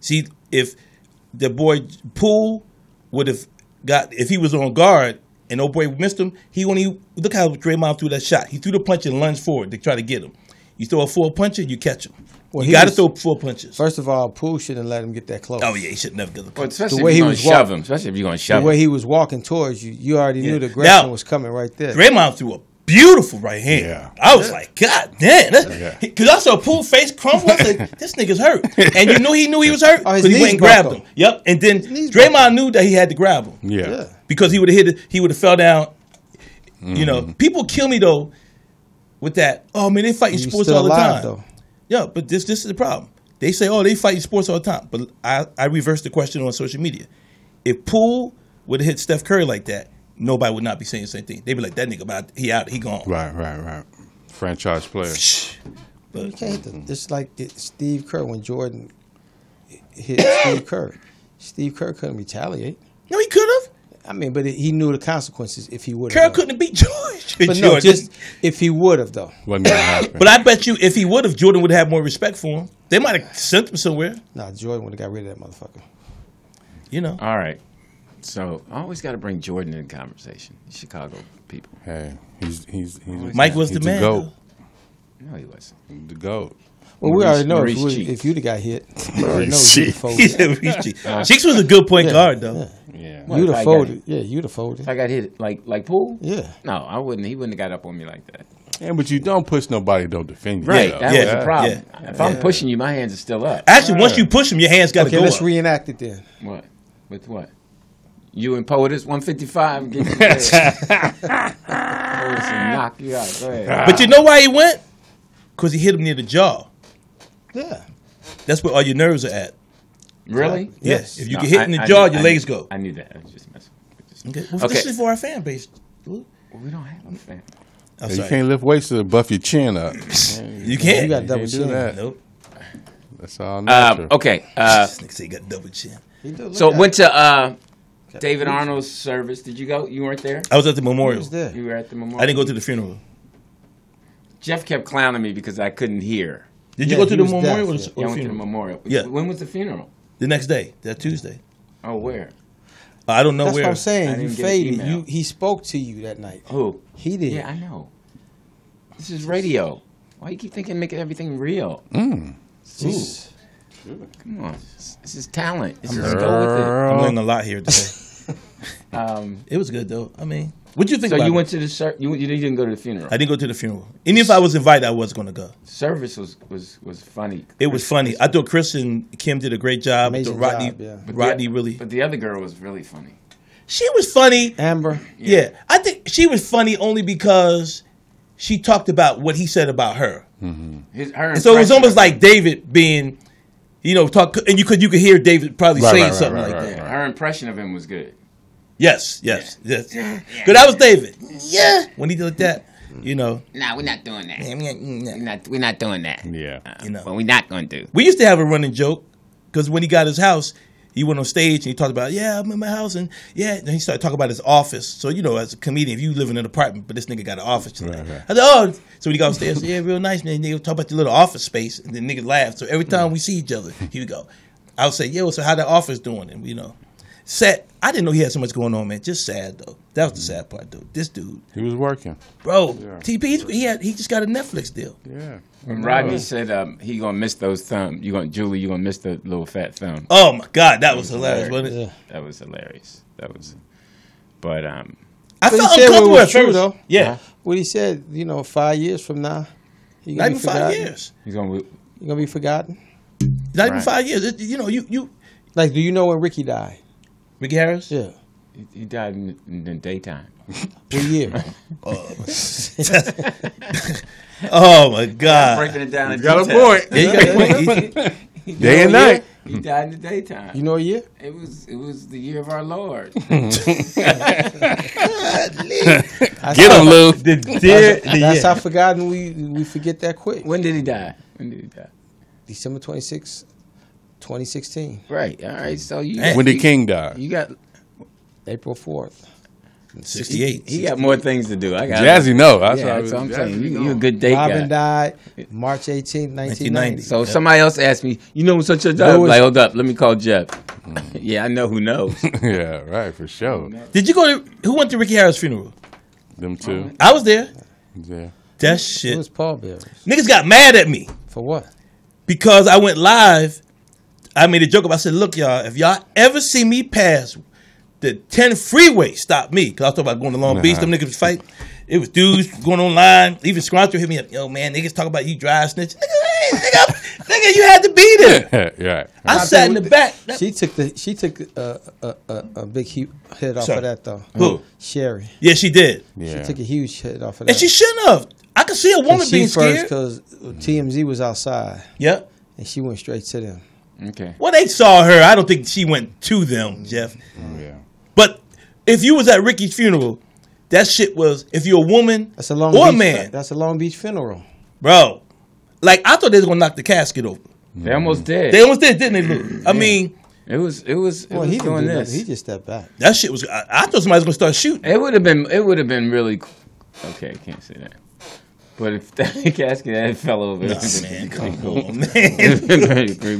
See if the boy Poole would have got if he was on guard and old boy missed him. He only look how Draymond threw that shot. He threw the punch and lunged forward to try to get him. You throw a four puncher, you catch him. Well, you he got to was- throw four punches. First of all, Pooh shouldn't let him get that close. Oh yeah, he should never get the Well, especially way if he you're going was to walk- shove him. Especially if you're going to The shove way him. he was walking towards you, you already Yeah. knew the aggression Now- was coming right there. Draymond threw a beautiful right hand. Yeah. I was like, God damn, Yeah. because I saw Poole face crumble. I was like, this nigga's hurt, and you knew he knew he was hurt Oh, his because knees he went and grabbed buckled. him. Yep, and then knees Draymond knew that he had to grab him Yeah. Yeah. because he would have hit. He would have fell down. You Mm-hmm. Mm-hmm. know, people kill me though with that. Oh man, they fight in You sports still all the alive, time. though. Yeah, but this this is the problem. They say, oh, they fight in sports all the time. But I, I reversed the question on social media. If Poole would have hit Steph Curry like that, nobody would not be saying the same thing. They'd be like, that nigga, about he out, he gone. Right, right, right. Franchise player. You can't hit Mm-hmm. them. It's like it- Steve Kerr when Jordan hit Steve Kerr. Steve Kerr couldn't retaliate. No, he could have. I mean, but he knew the consequences if he would Curry have. couldn't have beat George. But no, just if he would have though. Wasn't gonna happen. but I bet you if he would have, Jordan would have had more respect for him. They might have sent him somewhere, Nah, Jordan would have got rid of that motherfucker. you know. All right. So I always got to bring Jordan in the conversation. Chicago people. hey, he's he's he's Mike was he's the man, goat. No, he wasn't. The goat. Well, we Maurice- already know if, Maurice you would- Cheeks. if you'd have got hit, we already know Maurice you'd have Cheeks. folded. Yeah, he's cheap. Cheeks was a good point guard, though. Yeah. What? You'd If I have got folded. Yeah, you'd have folded. If I got hit like like pool. Yeah. No, I wouldn't. He wouldn't have got up on me like that. And but you don't push nobody, don't defend you. Right, though. That was Yeah. the problem. If I'm pushing you, my hands are still up. Actually, once you push him, your hands got to Okay, go let's up. reenact it then. What? With what? You and Poetus 155 get you there. Poetus will knock you out. Go Ah. ahead. but you know why he went? Because he hit him near the jaw. Yeah. That's where all your nerves are at. Really? Yes. If you No, get hit I- in the I jaw, knew- your I legs knew- go. I knew that. I was just messing. Just- Okay. Well, Okay. This is for our fan base. Lou. We don't have a fan. I'm You sorry. can't lift weights to buff your chin up. You can't. You got double Can't do chin. that. Nope. That's all Um, natural. okay. Uh, This nigga say he got double chin. He do look so at went it. to uh, David Arnold's service. Did you go? You weren't there. I was at the He memorial. was there. You were at the memorial. I didn't go to the funeral. Jeff kept clowning me because I couldn't hear. Did Yeah, you go to he the was deaf, memorial or yeah. the, Yeah, I or the went to the funeral? memorial. Yeah. When was the funeral? The next day, that Tuesday. Oh, where? Uh, I don't know That's where. what I'm I saying. didn't You get an faded. email. You he spoke to you that night. Who? He did. Yeah, I know. This is radio. Why you keep thinking making everything real? Mm. Jeez. Come on. This is talent. This is go with it. I'm Girl. learning a lot here today. Um, It was good though. I mean, what you think? so about you it? went to the ser- you, you didn't go to the funeral. I didn't go to the funeral. And if I was invited, I was gonna go. Service was was was funny. It was funny. I thought Chris and Kim did a great job. I Amazing thought Um, Rodney, job, yeah. But the- Rodney really. But the other girl was really funny. She was funny. Amber. Yeah. I think she was funny only because she talked about what he said about her. His her. So it was impression- almost like David being, you know, talk and you could you could hear David probably Right, saying right, right, something right, like right. that. Yeah, her impression of him was good. Yes, yes, yes. But that was David. Yeah. When he did that, you know, Nah, we're not doing that. we not, we're not doing that. Uh, Yeah. You know. we're not going to. used to have a running joke because when he got his house, he went on stage and he talked about, yeah, I'm in my house and yeah. Then he started talking about his office. So you know, as a comedian, if you live in an apartment, but this nigga got an office. Right, Right, right. I said, oh. So when he got on stage, yeah, real nice man. Nigga talk about the little office space, and the nigga laughed. So every time we see each other, he would go, I would say, yo, so how the office doing? And you know, sad. I didn't know he had so much going on, man. Just sad though. That was the sad part though. This dude. He was working. Bro, Yeah. TP, he had he just got a Netflix deal. Yeah. And Rodney said um, he gonna miss those thumb. You gonna Julie, you gonna miss the little fat thumb. Oh my God, that was hilarious, wasn't it? Yeah. That was hilarious. That was, but um, I But he felt said what uncomfortable was at true, first. though. Yeah, What he said, you know, five years from now, you're not gonna be even five forgotten. years. he's gonna. You're gonna be forgotten. Not even Right. five years. It- you know, you you Like, do you know when Ricky died? Ricky Harris. Yeah. He, he died in, in the daytime. What year? Oh my God. it down. You Got a point. Yeah, you got a point. Day and night. He died in the daytime. you know a year? it was it was the year of our Lord. That's Get how- him, Lou. The dear- the That's year. how forgotten we we forget that quick. when did he die? When did he die? December 26, 2016, Right. All right. So you Man. When the king died. you got April 4th. Sixty-eight. he got more things to do. I got Jazzy, no. That's Yeah, what I that's was- what I'm Jazzy saying. You, know. you a good date Robin guy. died March 18, 1990. 1990. So if somebody else asked me, you know, such a Who job. was- Like, hold up, let me call Jeff. yeah, I know who knows. Mm. yeah, right, for sure. Did you go to who went to Ricky Harris' funeral? Them two. I was there. Yeah. That It shit. was Paul Bearers. Niggas got mad at me For what? because I went live. I made a joke about. I said, "Look, y'all, if y'all ever see me pass the ten freeway, stop me." Because I was talking about going to Long Beach. Them niggas was fighting. It was dudes going online. Even Scranton hit me up. Yo, man, niggas talk about you drive snitch. Nigga, nigga, nigga, you had to be there. yeah. I sat in the back. That- She took the she took a a, a, a big hu hit off Sorry. of that though. Who? Sherry. yeah, she did, Yeah. She took a huge hit off of that. and she shouldn't have. I could see a And woman she being first scared. because TMZ was outside Yep. and she went straight to them. Okay. Well, they saw her. I don't think she went to them, Jeff. yeah. But if you was at Ricky's funeral, that shit was. If you're a woman That's a long or a beach, man, That's a Long Beach funeral. bro, like I thought they was gonna knock the casket over. They almost did. They almost did, didn't they, Lou? I mean, it was it was it Well, was he didn't doing do this. nothing. He just stepped back. that shit was. I, I thought somebody was gonna start shooting. It would have been. It would have been really. Okay, I can't say that. But if that casket had fell over, Nah, man, come on, man.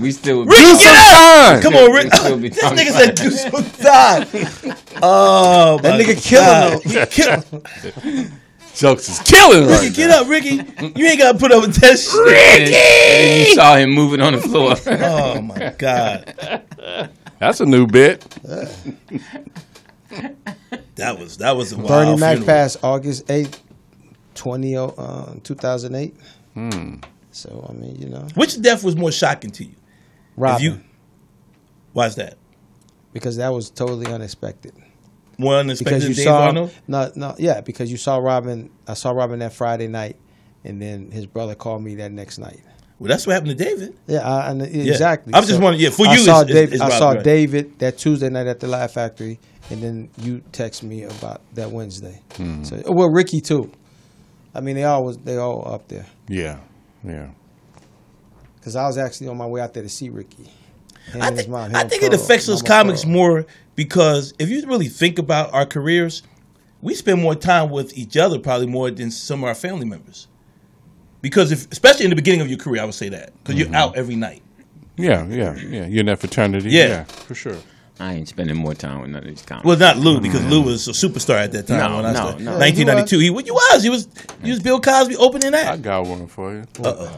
we still would be- Rick, Do some time. Come on, We'd Rick. still be this talking nigga about said do some time. Oh, That my nigga killed him. God. Kill him. Jokes is killing Ricky, right get now. up, Ricky. You ain't got to put up with that shit. And then you saw him moving on the floor. Oh, my God. That's a new bit. That was, that was a wild Bernie Mac funeral. passed August 8th, 20, uh, 2008. So, I mean, you know. Hmm. Which death was more shocking to you? If Robin. you, why's that? because that was totally unexpected. More Because unexpected you than Dave saw Arnold? no, no, yeah, because you saw Robin. I saw Robin that Friday night, and then his brother called me that next night. Well, that's what happened to David. Yeah, I, and exactly. I was just wondering, yeah, for I you, saw it's- it's- David. it's I Robin, saw right. David that Tuesday night at the Live Factory, and then you text me about that Wednesday. Hmm. So, oh, well, Ricky too. I mean, they all was they all up there Yeah. Yeah. because I was actually on my way out there to see Ricky. Him I and his think, mom, him I and think it Pearl, affects us Mama comics Pearl. more because if you really think about our careers, we spend more time with each other probably more than some of our family members. Because if, especially in the beginning of your career, I would say that because you're out every night. Yeah. Yeah. Yeah. You're in that fraternity. Yeah. For sure. I ain't spending more time with none of these comics. Well, not Lou because Lou was a superstar at that time. No, when I no, started. no. 1992. He, was- you was. He was. He was Bill Cosby opening I that. got one for you.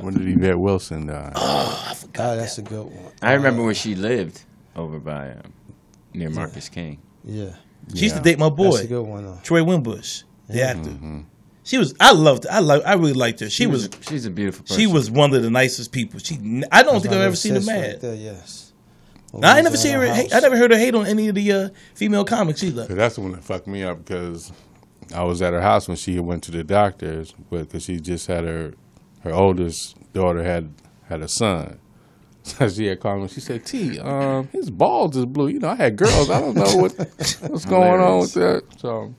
When did Yvette Wilson uh, die? Oh, that's a good one. I remember where she lived over by um, near uh, Marcus King. Yeah. She used to date my boy. That's Mm-hmm. a good one. Though. Troy Wimbush, the actor. She was. I loved. I love. I really liked her. She, was. Mm-hmm. she's a beautiful person. She was one of the nicest people. She. n- I don't think I've Right, ever seen her sis Right mad. there, yes. I ain't never seen her. House. hate- I never heard her hate on any of the uh, female comics either. Cause that's the one that fucked me up because I was at her house when she went to the doctors, but because she just had her her oldest daughter had had a son. So she had called me. She said, "T, um, his balls is blue. You know, I had girls. I don't know what what's going on with that." So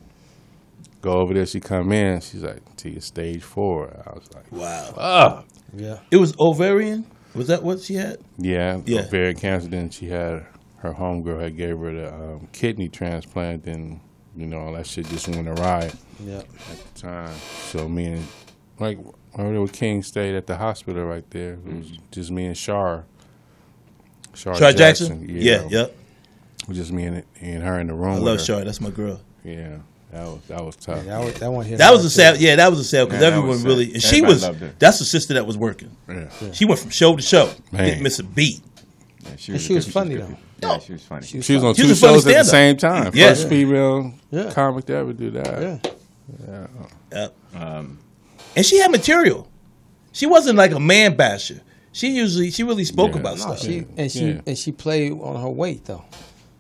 go over there. She come in. She's like, "T, it's stage four. I was like, Wow. "Oh, Yeah. It was ovarian. Was that what she had? yeah, Yeah. ovarian cancer." Then she had her homegirl had gave her the um, kidney transplant, and you know all that shit just went awry. Yeah. time. So me and like my little King stayed at the hospital right there. It was just me and Shar. Shar, Mm. Shar Jackson. Yeah. yeah. Yep. It was just me and and her in the room. I with love her. Char. That's my girl. Yeah, that was that was tough. That, one- that one here. That was a sad. Yeah, that was a sad Man, because that everyone was sad. really. And she Everybody was. loved her. That's the sister that was working. Yeah. She went from show to show. Man. Didn't miss a beat. Yeah, she And a she was good- funny, a good- though. Yeah, she was funny. She was on She two was a funny shows at the stand-up. same time. Yeah. First female Yeah. comic to ever do that. Um, Yeah. Yep. and she had material. She wasn't like a man basher. She usually she really spoke Yeah. about No, No, stuff. she and she Yeah. and she played on her weight though.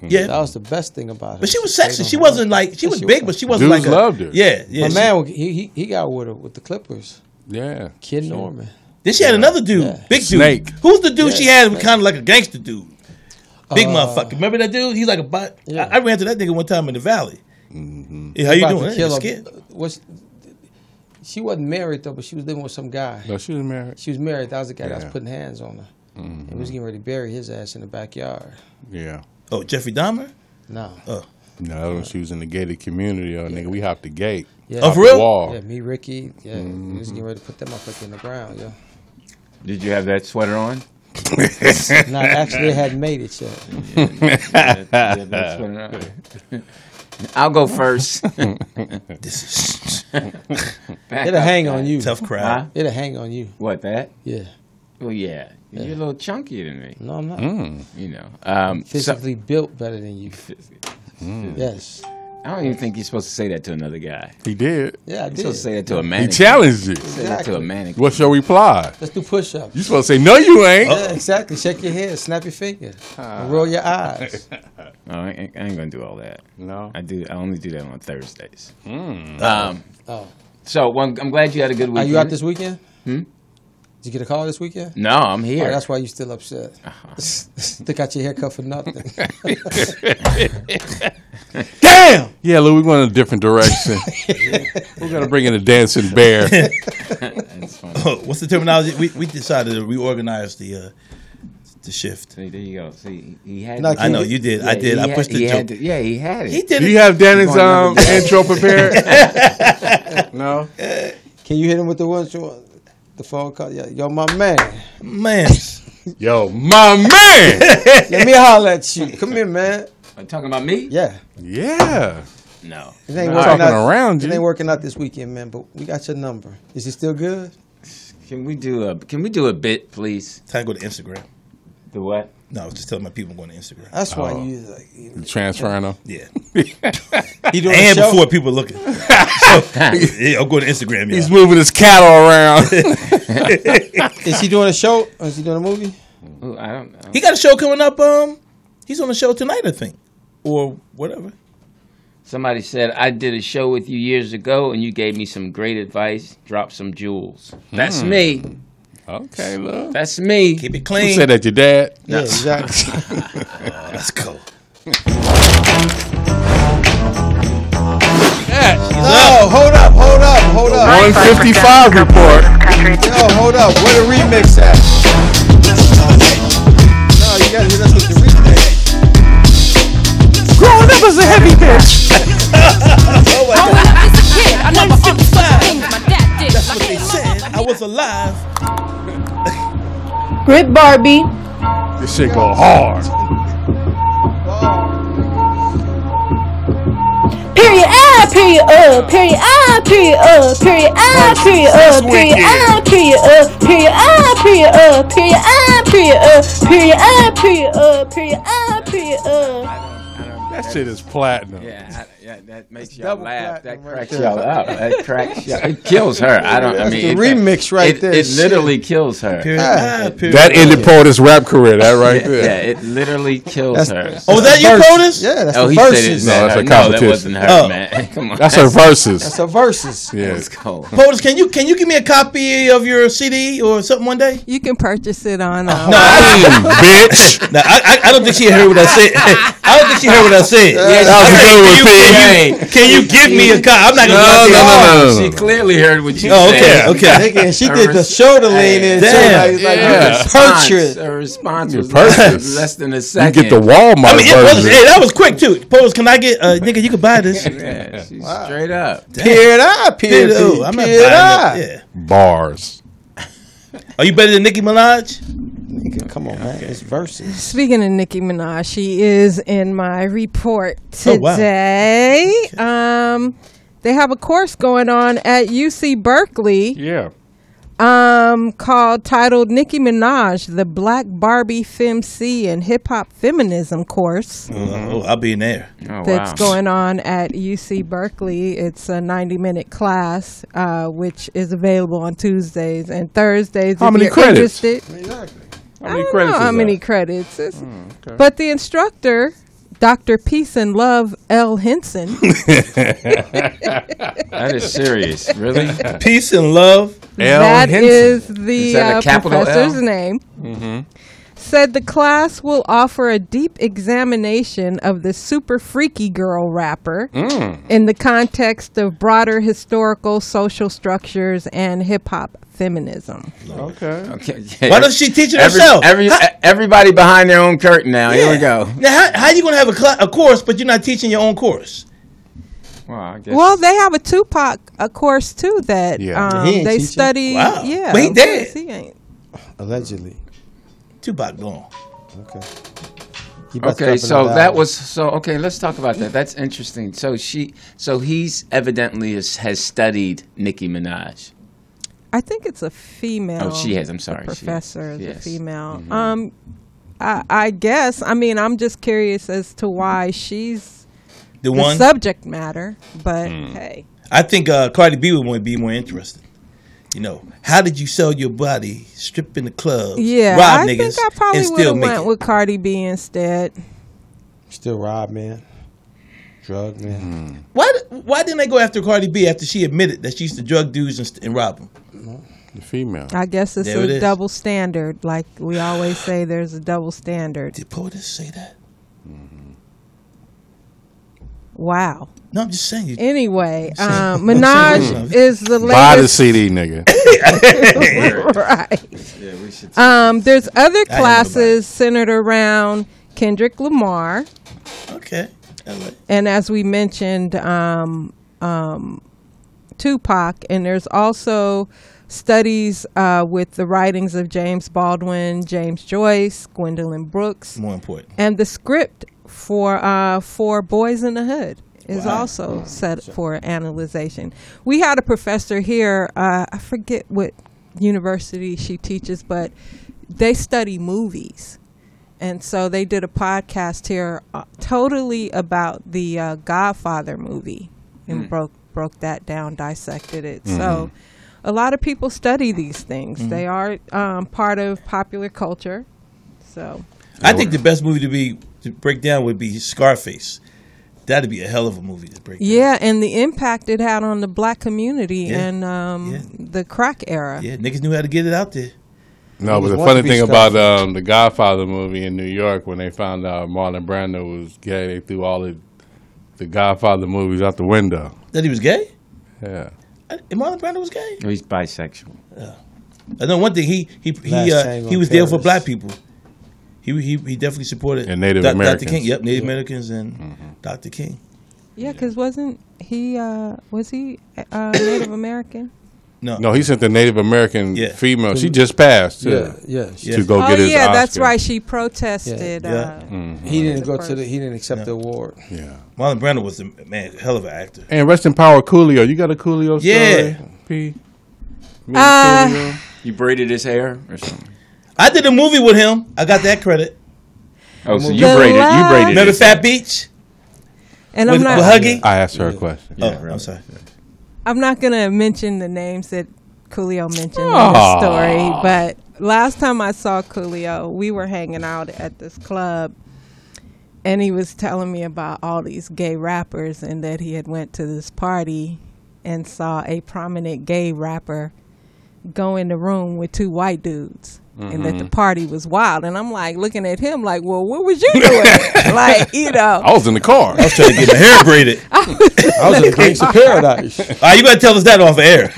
yeah, That was the best thing about her. but she was played sexy. on She her wasn't weight. like she Yeah, was big, but she wasn't Dudes like a, loved her. Yeah, yeah. My she- man, he, he he got with her with the Clippers. Yeah. Kid She- Norman. then she had another dude, Yeah. big Snake. dude. Who's the dude she Yeah, had? Kind of like a gangster dude, big Uh, motherfucker. Remember that dude? He's like a bot. Yeah. Mm-hmm. I, I ran to that nigga one time in the valley. Yeah, how you About to doing? Hey, kill you her- scared? was- she wasn't married though, but she was living with some guy. No, she was married. She was married. That was the guy that was Yeah. Mm-hmm. putting hands on her. And He was getting ready to bury his ass in the backyard. Yeah. Oh, Jeffrey Dahmer. No. Oh, No, that was when she was in the gated community. Oh, nigga, we hopped the gate. Yeah. Oh, for The real? Wall. Mm-hmm. Yeah, me, Ricky. Yeah, we was getting ready to put that motherfucker in the ground. Yeah. Did you have that sweater on? No, actually, they hadn't made it yet. Yeah, that sweater on. I'll go first. this is It'll hang on you. tough crowd. Huh? It'll hang on you. What that? Yeah. Well, yeah. You're a little chunkier than me. No, I'm not. Mm. You know. Um, so- Physically built better than you. Mm. Yes. I don't even think you're supposed to say that to another guy. He did. Yeah, I You're did. supposed to say that to a He mannequin. challenged you. Say that to a Exactly. mannequin. What's your reply? Let's do push-ups. You supposed to say no, you ain't. Ah. Yeah, exactly. Shake your head, snap your finger, and roll your eyes. No, I ain't, I ain't gonna do all that. No. I do. I only do that on Thursdays. Hmm. Um, Oh, so well, I'm, I'm glad you had a good weekend. are you out this weekend? Hmm. Did you get a call this weekend? No, I'm here. Oh, that's why you still upset. Uh-huh. Stick out your haircut for nothing. Damn. Yeah, Lou, we're going in a different direction. we're gonna bring in a dancing bear. That's funny. Oh, what's the terminology? We, we decided to reorganize the uh, the shift. See, there you go. See, he had. No, it. I know you did. I Yeah, did. he I had- pushed he the had joke. it. yeah, he had it. Oh. He did Do it. you have Danny's Going another um, way. intro prepared? no. Can you hit him with the one? The phone call. Yeah, yo, my man. man. Yo, my man. Let me holler at you. Come here, man. Are you talking about me? Yeah. yeah. No. It ain't I'm working talking out. around It you. ain't working out this weekend, man. But we got your number. Is he still good? Can we do a? Can we do a bit, please? Time to go to Instagram. The what? No, I was just telling my people I'm going to Instagram. That's why Oh. you like. You know, Transferring them. Yeah. he doing And a show? before people looking. So, yeah, I'll go to Instagram. He's Yeah. moving his cattle around. Is he doing a show? Or is he doing a movie? Ooh, I don't know. He got a show coming up. Um, He's on a show tonight, I think. Or whatever. Somebody said I did a show with you years ago, and you gave me some great advice. Drop some jewels. That's me. okay, Lou. That's me. Hmm. Keep it You clean. said that your dad. Yeah, exactly. Oh, Let's go. No, Oh, hold up, hold up, hold up. 155 report. Yo, hold up. Where the remix at? No, you gotta hit us with the remix. Growing up as a heavy bitch. Oh, Growing up as a kid, I never understood things my dad did. That's what they said. I was alive. Grip Barbie. This shit go hard. Period. Ah. Period. Uh. Period. Ah. Period. Uh. Period. Ah. Period. Uh. Period. Ah. Period. Uh. Period. Ah. Period. Uh. Period. Ah. Period. Uh. Period. Ah. Period. Uh. Period. Ah. Period. Uh. I don't, I don't That shit is platinum. Yeah, I, yeah, that makes That's y'all double laugh. That platinum right cracks there. y'all up. That cracks y'all. It kills her. I don't. I That's mean, the it- remix right it, there. It Shit. literally kills her. Ah, period. That ended Porter's rap career. That right Yeah, yeah, there. it literally kills That's- her. Oh, was that you, Versus. Cronus? Yeah, that's oh, the he said it. verses. No, No, that's a no, that competition. wasn't her, Oh. man. Come on, That's her That's verses. the verses. Yeah. That's cold. POTUS, can you can you give me a copy of your CD or something one day? You can purchase it on. Um, Damn, bitch. No, I, I, I don't think she heard what I said. I don't think she heard what I said. That was a good one, Can Pete. you, can you give me a copy? I'm not gonna. No, go out there. no, no, no, no, no. She clearly heard what you Oh, okay, said. okay. Nigga, and she Her did the res- shoulder lean in. too. Damn. Like, like, Yeah. you Her can response- purchase. Her response Your was less, purchase. less than a You second. get the Walmart I mean, it was, version. hey, that was quick too. POTUS, can I get uh, nigga? You can buy this. Yeah, she's straight up. Peered eye, peered Oh, eye, I'm not buying peered that. eye. Yeah. Bars. Are you better than Nicki Minaj? Nigga, Come on, man. It's verses. Speaking of Nicki Minaj, she is in my report Oh, wow. today. Um, they have a course going on at UC Berkeley Yeah. um, called titled Nicki Minaj, the Black Barbie FemC and Hip Hop Feminism course Oh, I'll be in there. Oh, that's wow. going on at UC Berkeley. It's a 90 minute class, uh, which is available on Tuesdays and Thursdays. How if many you're credits? Interested. How many I don't credits? is know how that? Hmm, many credits. It's- But the instructor, Dr. Peace and Love L. Henson, That is serious. Really? Peace and love. L. that Henson. is the Is that a uh, capital professor's L? Mm-hmm. name, said the class will offer a deep examination of the super freaky girl rapper Mm. in the context of broader historical, social structures, and hip hop feminism. Okay. Okay. Why doesn't she teach it Every- herself? every- e- everybody behind their own curtain now. Here we Yeah. go. Now, how, how you gonna have a, cla a course, but you're not teaching your own course? Well, I guess Well, they have a Tupac a course too that Yeah. um, He ain't they teaching. study. Wow. Yeah, But he of course dead. He ain't. Allegedly. Tupac gone. Okay. He about to drop Okay, so another that album. was so. Okay, let's talk about that. That's interesting. So she, so he's evidently is, has studied Nicki Minaj. I think it's a female. Oh, she has. I'm sorry, she professor has. is a Yes. Mm-hmm. female. Um, I, I guess. I mean, I'm just curious as to why she's The the one subject matter. But Hmm. hey, I think uh, Cardi B would want to be more interested. You know, how did you sell your body, strip in the club, yeah, rob I niggas, think I and probably would still have make went it? with Cardi B instead. Still rob, man. Drug, man. why, why didn't they go after Cardi B after she admitted that she used to drug dudes and, st- and rob them? The female. I guess it's There it a is. double standard. Like we always say, there's a double standard. Mm-hmm. Did POTUS say that? Wow. No, I'm just saying. You, Anyway, um, Minaj is the Buy the latest. CD, nigga. right. Yeah, we should. Um, there's other know about it. classes centered around Kendrick Lamar. okay. All right. and as we mentioned, um, um, Tupac, and there's also studies uh, with the writings of James Baldwin, James Joyce, Gwendolyn Brooks, More important. and the script for uh, for Boys in the Hood is also set for analyzation. We had a professor here. Uh, I forget what university she teaches, but they study movies, and so they did a podcast here uh, totally about the uh, Godfather movie and Mm. broke broke that down, dissected it. Mm-hmm. So. A lot of people study these things. They are um, part of popular culture. So I think the best movie to be to break down would be Scarface. That'd be a hell of a movie to break. Yeah, and the impact it had on the black community Yeah. and um, Yeah. the crack era. Down. Yeah, niggas knew how to get it out there. No, but the Want to funny be thing Scarface. about um, the Godfather movie in New York, when they found out Marlon Brando was gay, they threw all the, the Godfather movies out the window. That he was gay. Yeah. I- And Marlon Brando was gay. He's bisexual. I know one thing. He he Last he uh, Tango he in was there for Paris. black people. He he he definitely supported And Native Dr. Americans. Mm-hmm. King. Yep, Native Americans and Dr. King. Yeah, because wasn't he? Uh, was he uh, Native American? No, No, he sent the Native American Yeah. female. She just passed too, Yeah, yeah. She- to go oh get his yeah, that's Oscar. Mm-hmm. right. She protested. Yeah. Uh, Mm-hmm. He didn't The go to the. He didn't accept the award. Yeah. Marlon Brando was a man, hell of an actor. And rest in power, Coolio. You got a Coolio story? Yeah. P. Me and Uh, Coolio. You braided his hair or something. I did a movie with him. I got that credit. Oh, so you The braided. You last- braided. Remember his hair. Fat Beach? And With, I'm not with Huggy? I asked her a question. oh, I'm sorry. I'm not gonna mention the names that Coolio mentioned in the Aw. story, but last time I saw Coolio, we were hanging out at this club, and he was telling me about all these gay rappers and that he had went to this party and saw a prominent gay rapper go in the room with two white dudes. And that the party was wild, and I'm like looking at him, like, "Well, what was you doing?" like, you know, I was in the car. I was trying to get my hair braided. I was in the gates of paradise. All right, you better tell us that off air.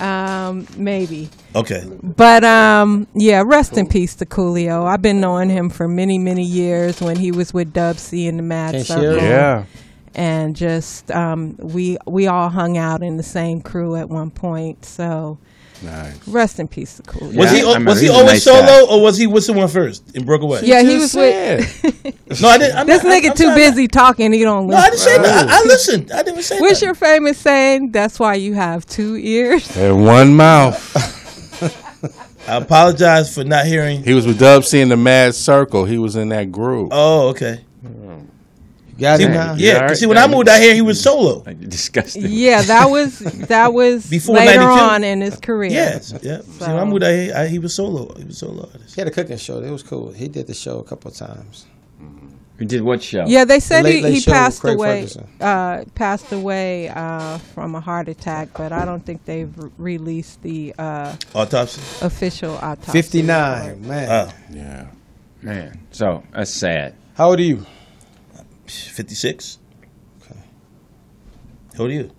um, maybe. Okay. But um, yeah, rest in peace to Coolio. I've been knowing him for many, many years when he was with Dub C in the Mad Can't Circle, share. Yeah. and just um, we we all hung out in the same crew at one point. So Nice. rest in peace to Coolio. Was Yeah, he I remember was he he was a always nice solo guy. or was he with someone first and broke away? yeah, he Just was with. said. No, I didn't. I'm This not- nigga I'm too not- busy talking. He don't No, I listen. didn't say that. I, I listened. I didn't say What's that. your famous saying? That's why you have two ears. and one mouth. I apologize for not hearing. He was with Dub C in the Mad Circle. He was in that group. Oh, okay. Got See, it Dang. now. yeah, 'cause see, when I moved out here, he was solo. Like, disgusting. Yeah, that was that was Before later 92? on in his career. Yes, yeah. See, when I moved out here, I, he was solo. He was solo artist. He had a cooking show. It was cool. He did the show a couple of times. We did what show? Yeah, they said Late he, Late he Show with passed Craig away. Ferguson. Uh, passed away uh, from a heart attack, but I don't think they've re- released the uh, Autopsy. official autopsy. Fifty nine, man. Wow. Yeah. Man, so that's sad. How old are you? 56. Okay. How old are you?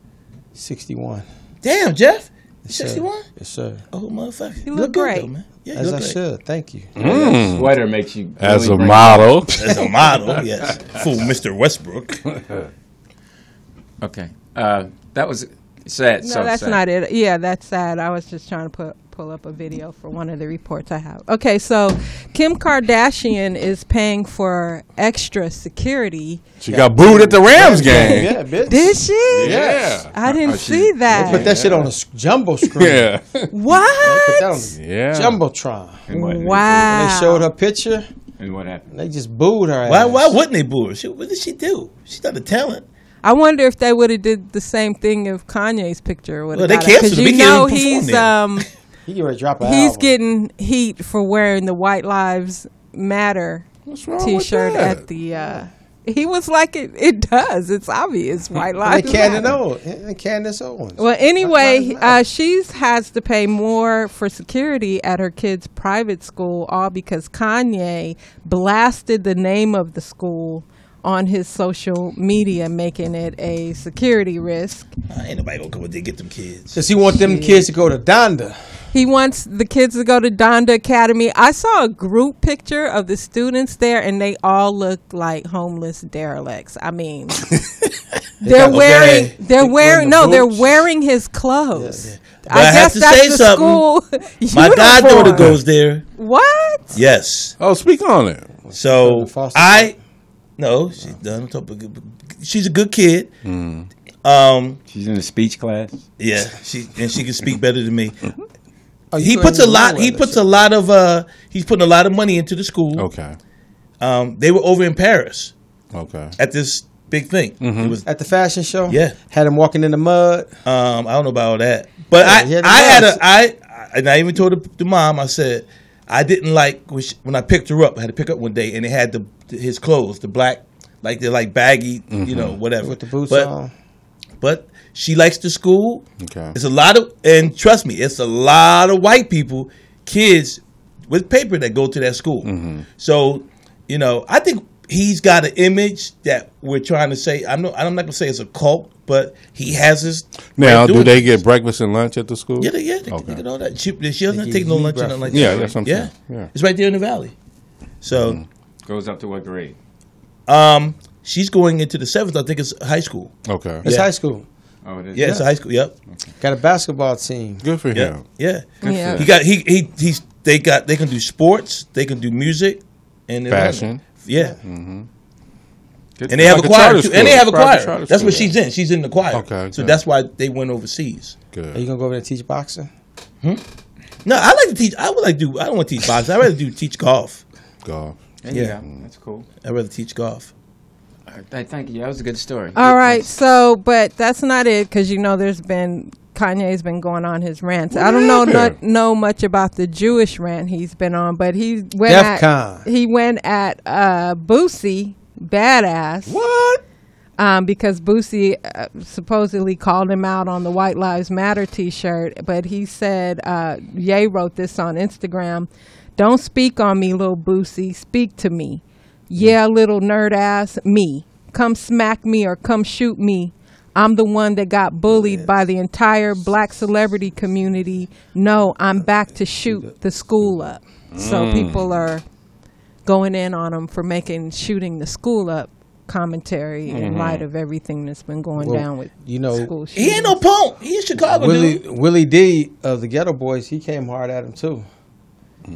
Sixty one. Damn, Jeff. You 61? Yes, sir. Oh, motherfucker. You look good, great. though, man. Yeah, you As look I great. should. Thank you. Sweater makes you As really a bring- model. As a model, Oh, yes. Fool Mr. Westbrook. Okay, uh, that was sad. No, so that's sad. not it. Yeah, that's sad. I was just trying to put pull up a video for one of the reports I have. Okay, so Kim Kardashian is paying for extra security. She got booed at the Rams game. Yeah, bitch. Did she? Yeah. I didn't Oh, she- see They put that. that shit on a s- jumbo screen. Yeah. They put What? that on the Yeah. jumbotron. And what, Wow. And they showed her picture. And what happened? And they just booed her. Why, ass. why wouldn't they boo her? She, what did she do? She's not a talent. I wonder if they would have did the same thing if Kanye's picture would Well, have. they canceled it. You We can't know even perform he's there. um He get ready to drop a he's album. getting heat for wearing the White Lives Matter What's wrong T-shirt with that? at the. Uh, he was like, it, it does. It's obvious. White and Lives Candace Matter. Owens. And Candace Owens. Well, anyway, Lives Matter. uh, she's has to pay more for security at her kid's private school, all because Kanye blasted the name of the school on his social media, making it a security risk. Ah, ain't nobody gonna come up there and get them kids. Does he want them kids to go to Donda? He wants the kids to go to Donda Academy. I saw a group picture of the students there, and they all look like homeless derelicts. I mean, they're got- wearing, Okay. they're wearing, the no, they're boots. wearing his clothes. But I have to say something. school. My goddaughter uniform. goes there. What? Yes. Oh, speak on it. So Foster I no, she's done. Top of good- She's a good kid. Hmm. Um, She's in a speech class. yeah, she and she can speak better than me. Oh, you He couldn't puts a even lot. know He that puts shit. a lot of. uh He's putting a lot of money into the school. Okay. Um, they were over in Paris Okay. at this big thing. It was. at the fashion show. Yeah. had him walking in the mud. Um, I don't know about all that, but Yeah, he had a I, I had nice- a. I and I even told the, the mom. I said I didn't like when, she, when I picked her up. I had to pick her up one day, and they had the his clothes, the black, like they're like baggy, you know, whatever. with the boots but, on. but she likes the school. Okay. It's a lot of, and trust me, it's a lot of white people, kids with paper that go to that school. Mm-hmm. So, you know, I think he's got an image that we're trying to say. I'm not, I'm not gonna say it's a cult, but he has his. Now, way of do doing they things. get breakfast and lunch at the school? Yeah, they, yeah, they, Okay. they get all that. She, she They doesn't give take no you lunch or nothing like breakfast. Yeah, that. that's what I'm yeah. saying. Yeah. Mm-hmm. it's right there in the valley. So, Goes up to what grade? um, she's going into the seventh. I think it's high school. Okay. It's Yeah. high school. Oh, it is. Yeah, it's a high school. Yep. Got a basketball team. Good for Yeah. him. Yeah. Yeah. He got he he he's they got they can do sports, they can do music, and they're Fashion. running. Yeah, Mm-hmm. Good- and they it's have Mm. like a choir charter too. school. And they have a Private choir. charter That's what school. she's in. She's in the choir. Okay, So okay. that's why they went overseas. Hmm? Are you Good. gonna go over there and teach boxing? No, I like to teach. I would like to. do I don't want to teach boxing. I would rather do teach golf. Golf. There you Yeah. go. That's cool. I would rather teach golf. Th- Thank you. That was a good story. All right, so but that's not it because you know there's been Kanye's been going on his rants. I don't know not, know much about the Jewish rant he's been on, but he went at DEFCON. he went at uh, Boosie, badass. What? um, because Boosie uh, supposedly called him out on the White Lives Matter T-shirt, but he said, uh, "Ye wrote this on Instagram. Don't speak on me, little Boosie. Speak to me. Yeah, little nerd ass me. Come smack me or come shoot me. I'm the one that got bullied by the entire black celebrity community. No, I'm back to shoot the school up. So people are." going in on him for making shooting the school up commentary in light of everything that's been going Well, down with you know, school He ain't no shootings. punk. He in Chicago, Willie dude. Willie D of the Ghetto Boys, he came hard at him too.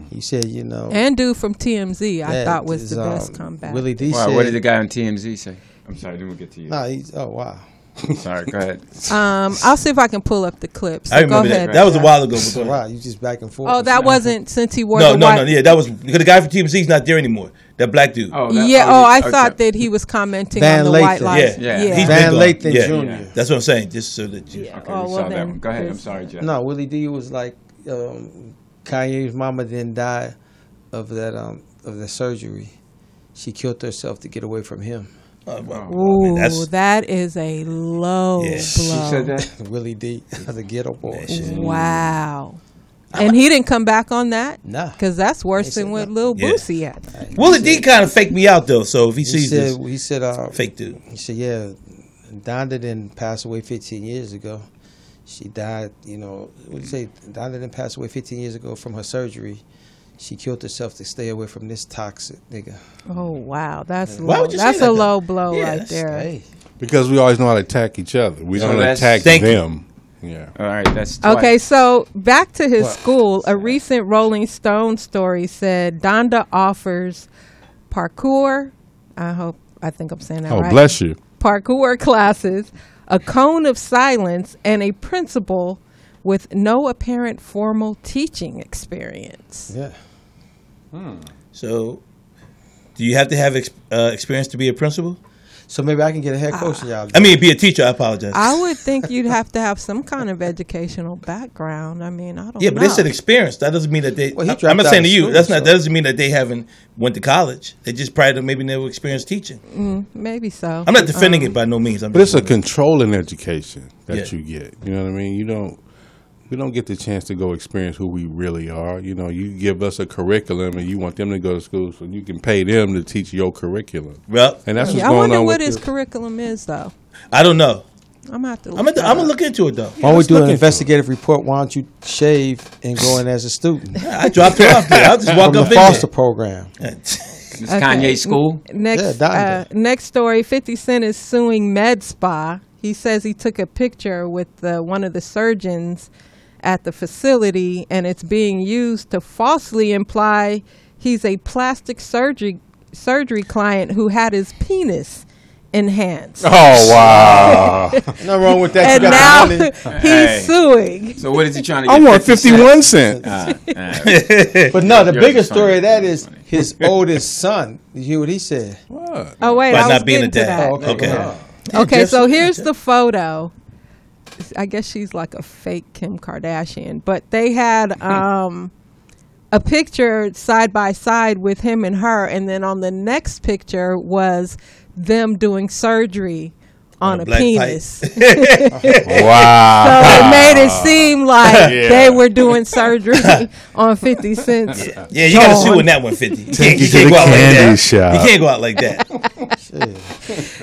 He said, you know, and dude from TMZ I that thought was is, the best um, comeback. Willie D Wow, said, what did the guy on TMZ say? I'm sorry, didn't get to you. Nah, he's oh wow. Sorry, go ahead. um, I'll see if I can pull up the clip. So I go remember ahead. that. That was a while ago. So but go ahead. wow, you just back and forth. oh, that wasn't since he wore No, the no, white. no. Yeah, that was the guy from TMZ's not there anymore. That black dude. Oh, that- Yeah. Oh, you- I okay. thought that he was commenting Van on the white Lathan. lives. Yeah, yeah. he's Van big Lathan on- yeah. Jr. That's what I'm saying. Just so that you. Yeah. Okay, Oh, we well saw that then, one. Go ahead. I'm this- sorry, Jeff. No, Willie D was like um, Kanye's mama didn't die of that um, of the surgery. She killed herself to get away from him. Oh, wow. Ooh, That's- that is a low Yeah. She She blow. said that. Willie D of the Ghetto Boys. shit. Wow. And he didn't come back on that Nah. because that's worse said than what Lil Yeah. Boosie had. Willie D kind of faked me out though. So if he He sees said, this, he said, uh, fake dude. he said, yeah, Donda didn't pass away 15 years ago. She died, you know, what do you say? Donda didn't pass away 15 years ago from her surgery. She killed herself to stay away from this toxic nigga. Oh wow, that's Why low. would you say that's that, a though? low blow Yeah, right that's- there. Hey, Because we always know how to attack each other. We So don't that's- attack Thank you. them. Yeah. All right, that's twice. Okay, so back to his school. A recent Rolling Stone story said Donda offers parkour. I hope I think I'm saying that Oh, right. bless you. Parkour classes, a cone of silence, and a principal with no apparent formal teaching experience. yeah. Hmm. So, do you have to have ex- uh, experience to be a principal? So maybe I can get a head coaching job. I mean, be a teacher. I apologize. Ah. I would think you'd have to have some kind of educational background. I mean, I don't yeah, know. but they said experience. That doesn't mean that they. Well, he I- I'm dropped not out saying of to you. school, that's not. so- That doesn't mean that they haven't went to college. They just probably maybe never experienced teaching. Mm, Maybe so. Um, I'm not defending it by no means. I'm But it's just- a controlling education that Yeah. you get. You know what I mean? You don't we don't get the chance to go experience who we really are. You know, you give us a curriculum and you want them to go to school so you can pay them to teach your curriculum. well, And that's what's Yeah, I going wonder on what with his the- curriculum is, though. I don't know. I'm gonna have to. Look I'm gonna that I'm up. gonna look into it though. Why don't we let's do look an into it. investigative report? Why don't you shave and go in as a student from I dropped her off there. I'll just walk the up foster program? in there. This Okay. Kanye school. Next, Yeah, uh, Donda. next story. Fifty Cent is suing Med Spa. He says he took a picture with uh, one of the surgeons at the facility, and it's being used to falsely imply he's a plastic surgery surgery client who had his penis enhanced. Oh wow. Nothing wrong with that. and You now got the money. he's Hey. suing. So what is he trying to? I get want 50 fifty one cent. Ah, cent? Uh, uh, But no, the Yours is biggest funny. story of that Yours is is funny. his oldest son. You hear what he said? What? Oh wait, By I was not being getting a to dad. that. Oh, Okay. Okay. wow. Okay, Jeff- so here's the photo. I guess she's like a fake Kim Kardashian, but they had Hmm. um, a picture side by side with him and her, and then on the next picture was them doing surgery on, a a black pipe. penis. so Wow. it made it seem like Yeah. they were doing surgery on 50 Cent's. Yeah, you gotta John. sue in that one fifty. You can't, you it to can't the go out like candy that. shop. You can't go out like that.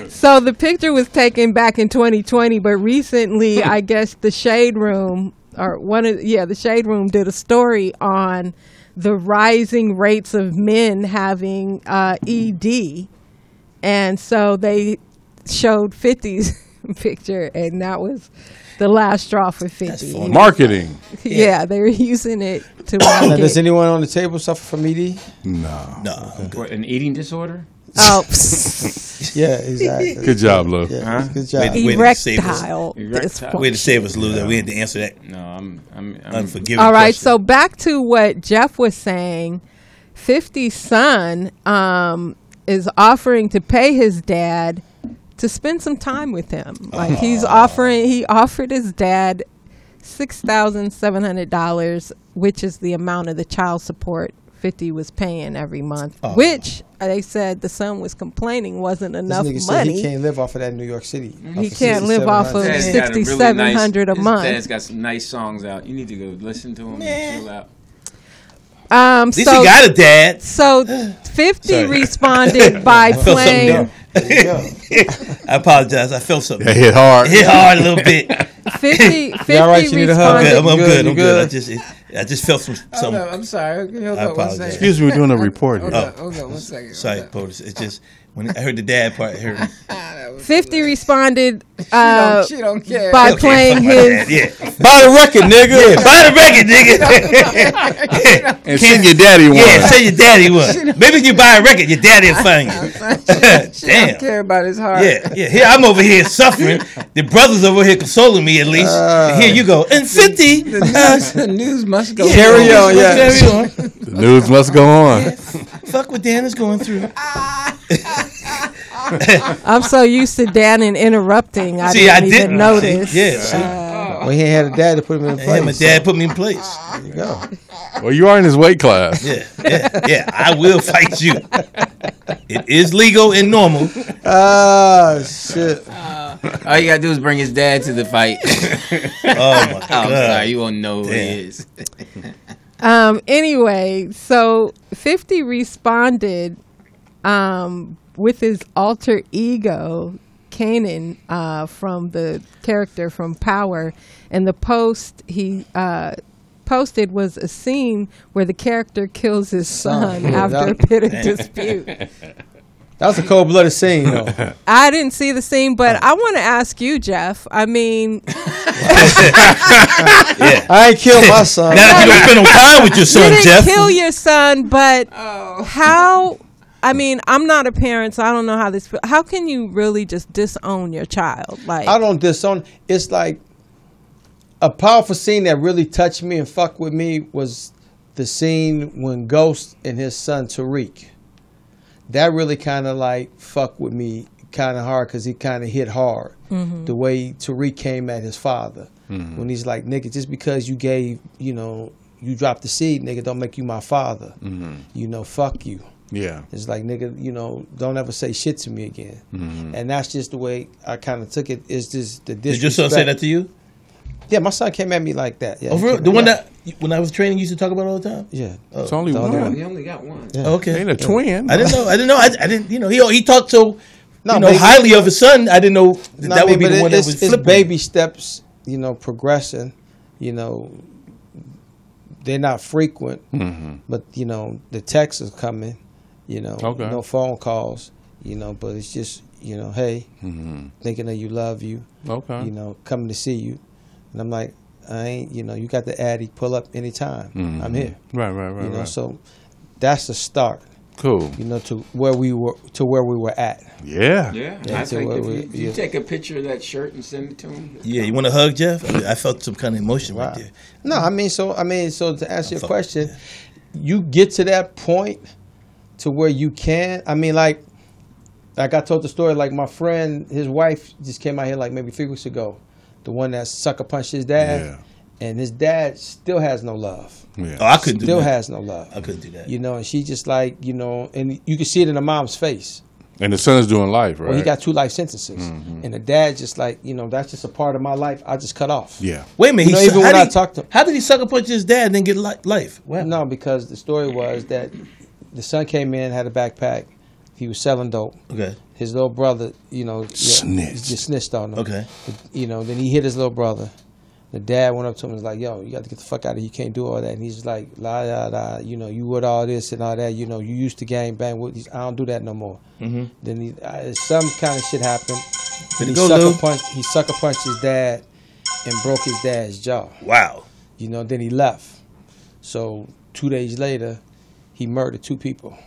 So the picture was taken back in 2020, but recently, I guess the Shade Room or one of yeah, the Shade Room did a story on the rising rates of men having uh, ED, and so they showed 50's picture, and that was the last straw for 50. Marketing. Yeah, they were using it to Now, does market. anyone on the table suffer from E ED? No. No, I'm good. what, an eating disorder? oh, Yeah, exactly. Good job, Lou. Yeah, Huh? good job. Wait, wait, save us. erectile. Erectile. Way to save us, Lou. That we had to answer that No, I'm. I'm. I'm unforgiving. All right, question. so back to what Jeff was saying. 50 Son um, is offering to pay his dad to spend some time with him. Like he's offering, he offered his dad six thousand seven hundred dollars, which is the amount of the child support fifty was paying every month. Which uh, they said the son was complaining wasn't This enough nigga said money. he can't live off of that in New York City. He can't live off of- Dad's got a really 6,700 a nice- month. His dad's got some nice songs out. You need to go listen to him and chill out. Um, At least he so got a dad. so fifty Sorry. responded by felt something playing. there. I apologize. I felt something. That hit hard. Hit hard a little bit. 50, 50 all right? You need a hug? responded. Good, I'm, I'm You good. good, I'm you good. I good? just, it, I just felt some, some. Oh, I'm sorry. Hold I up one apologize. second. Excuse me, we're doing a report here. Hold on one second. Sorry, POTUS. It's just when I heard the dad part. I heard, 50 responded uh, don't care. by Okay, playing fuck my his. dad, yeah. Buy the record, nigga. Buy the record, nigga. And send your daddy one. yeah, say your daddy was. Maybe if you buy a record, your daddy'll find you. Damn. care about his heart. Yeah, yeah. Here I'm over here suffering. The brothers over here consoling me at least. Uh, And here you go. And fifty. uh, the news must go. Carry on, yeah. carry on. The news must go on. Fuck what Dan is going through. I'm so used to Dan and interrupting. I See, didn't I even didn't Oh. notice. See, yeah, see. When he had a dad to put him in Yeah, my place. dad put me in place. There you go. Well, you are in his weight class. Yeah, yeah, yeah. I will fight you. It is legal and normal. Ah, shit. Uh, All you gotta do is bring his dad to the fight. Oh I'm my sorry, god. you won't know who Damn. he is. Um, anyway, so 50 responded um, with his alter ego, Kanan, uh, from the character from Power. And the post he uh, posted was a scene where the character kills his son yeah, after a that- bitter dispute. That was a cold blooded scene, though. I didn't see the scene, but I want to ask you, Jeff. I mean, I ain't killed my son. Now that you don't spend no time with your you son, didn't Jeff. kill your son, but Oh. how? I mean, I'm not a parent, so I don't know how this. How can you really just disown your child? Like, I don't disown. It's like a powerful scene that really touched me and fucked with me was the scene when Ghost and his son Tariq. That really kind of like fucked with me kind of hard because he kind of hit hard Mm-hmm. the way Tariq came at his father Mm-hmm. when he's like, "Nigga, just because you gave, you know, you dropped the seed, nigga, don't make you my father. Mm-hmm. You know, fuck you." Yeah. It's like, nigga, you know, don't ever say shit to me again. And that's just the way I kind of took it. Is just the disrespect. Mm-hmm. Did your son say that to you? Yeah, my son came at me like that. Yeah, Oh, he for real? came The at- one that when I was training, you used to talk about all the time. Oh. Yeah. It's only Don't do one. You only got one. Okay. Ain't a twin. I didn't know. I didn't know. I, I didn't. You know, he he talked so No, you know maybe- highly of his son. I didn't know that, No, I that would mean, be but the it- one that it's- was it's flipping. baby steps, you know, progression. You know, they're not frequent, Mm-hmm. but you know, the texts are coming. You know, Okay. no phone calls. You know, but it's just you know, hey, thinking that you love you. Mm-hmm. Okay. you know, coming to see you. And I'm like, I ain't, you know, you got the addy, pull up anytime. I'm here. Mm-hmm. Right, right, right, You know, right. so that's the start, cool. you know, to where we were to where we were at. Yeah. Yeah, Yeah, I so think what if you, we- if you yeah. take a picture of that shirt and send it to him. Yeah, you want to hug Jeff? I, I felt some kind of emotion right there. No, I mean, so I mean, so to answer your fuck- question, you get to that point to where you can. I mean, like, like I told the story. Like my friend, his wife just came out here like maybe three weeks ago, the one that sucker punched his dad, and his dad still has no love. Yeah. Oh, I couldn't do Still that. has no love. I couldn't do that. You know, and she just like, you know, and you can see it in the mom's face. And the son's doing life, right? Mm-hmm. Well, he got two life sentences. And the dad just like, you know, that's just a part of my life I just cut off. yeah. Wait a minute. You know, he, even how when did I he- talked to- how did he sucker punch his dad and then get li- life? Wow. No, because the story was that the son came in, had a backpack. He was selling dope. Okay. His little brother, you know, yeah, Snitched. just snitched on him. Okay. You know, then he hit his little brother. The dad went up to him and was like, yo, you got to get the fuck out of here. You can't do all that. And he's just like, la, la, la, you know, you with all this and all that. You know, you used to gang bang. With these. I don't do that no more. Mm-hmm. Then he, uh, some kind of shit happened. Did he, it go sucker low? punched, he sucker punched his dad and broke his dad's jaw. Wow. You know, then he left. So two days later, he murdered two people.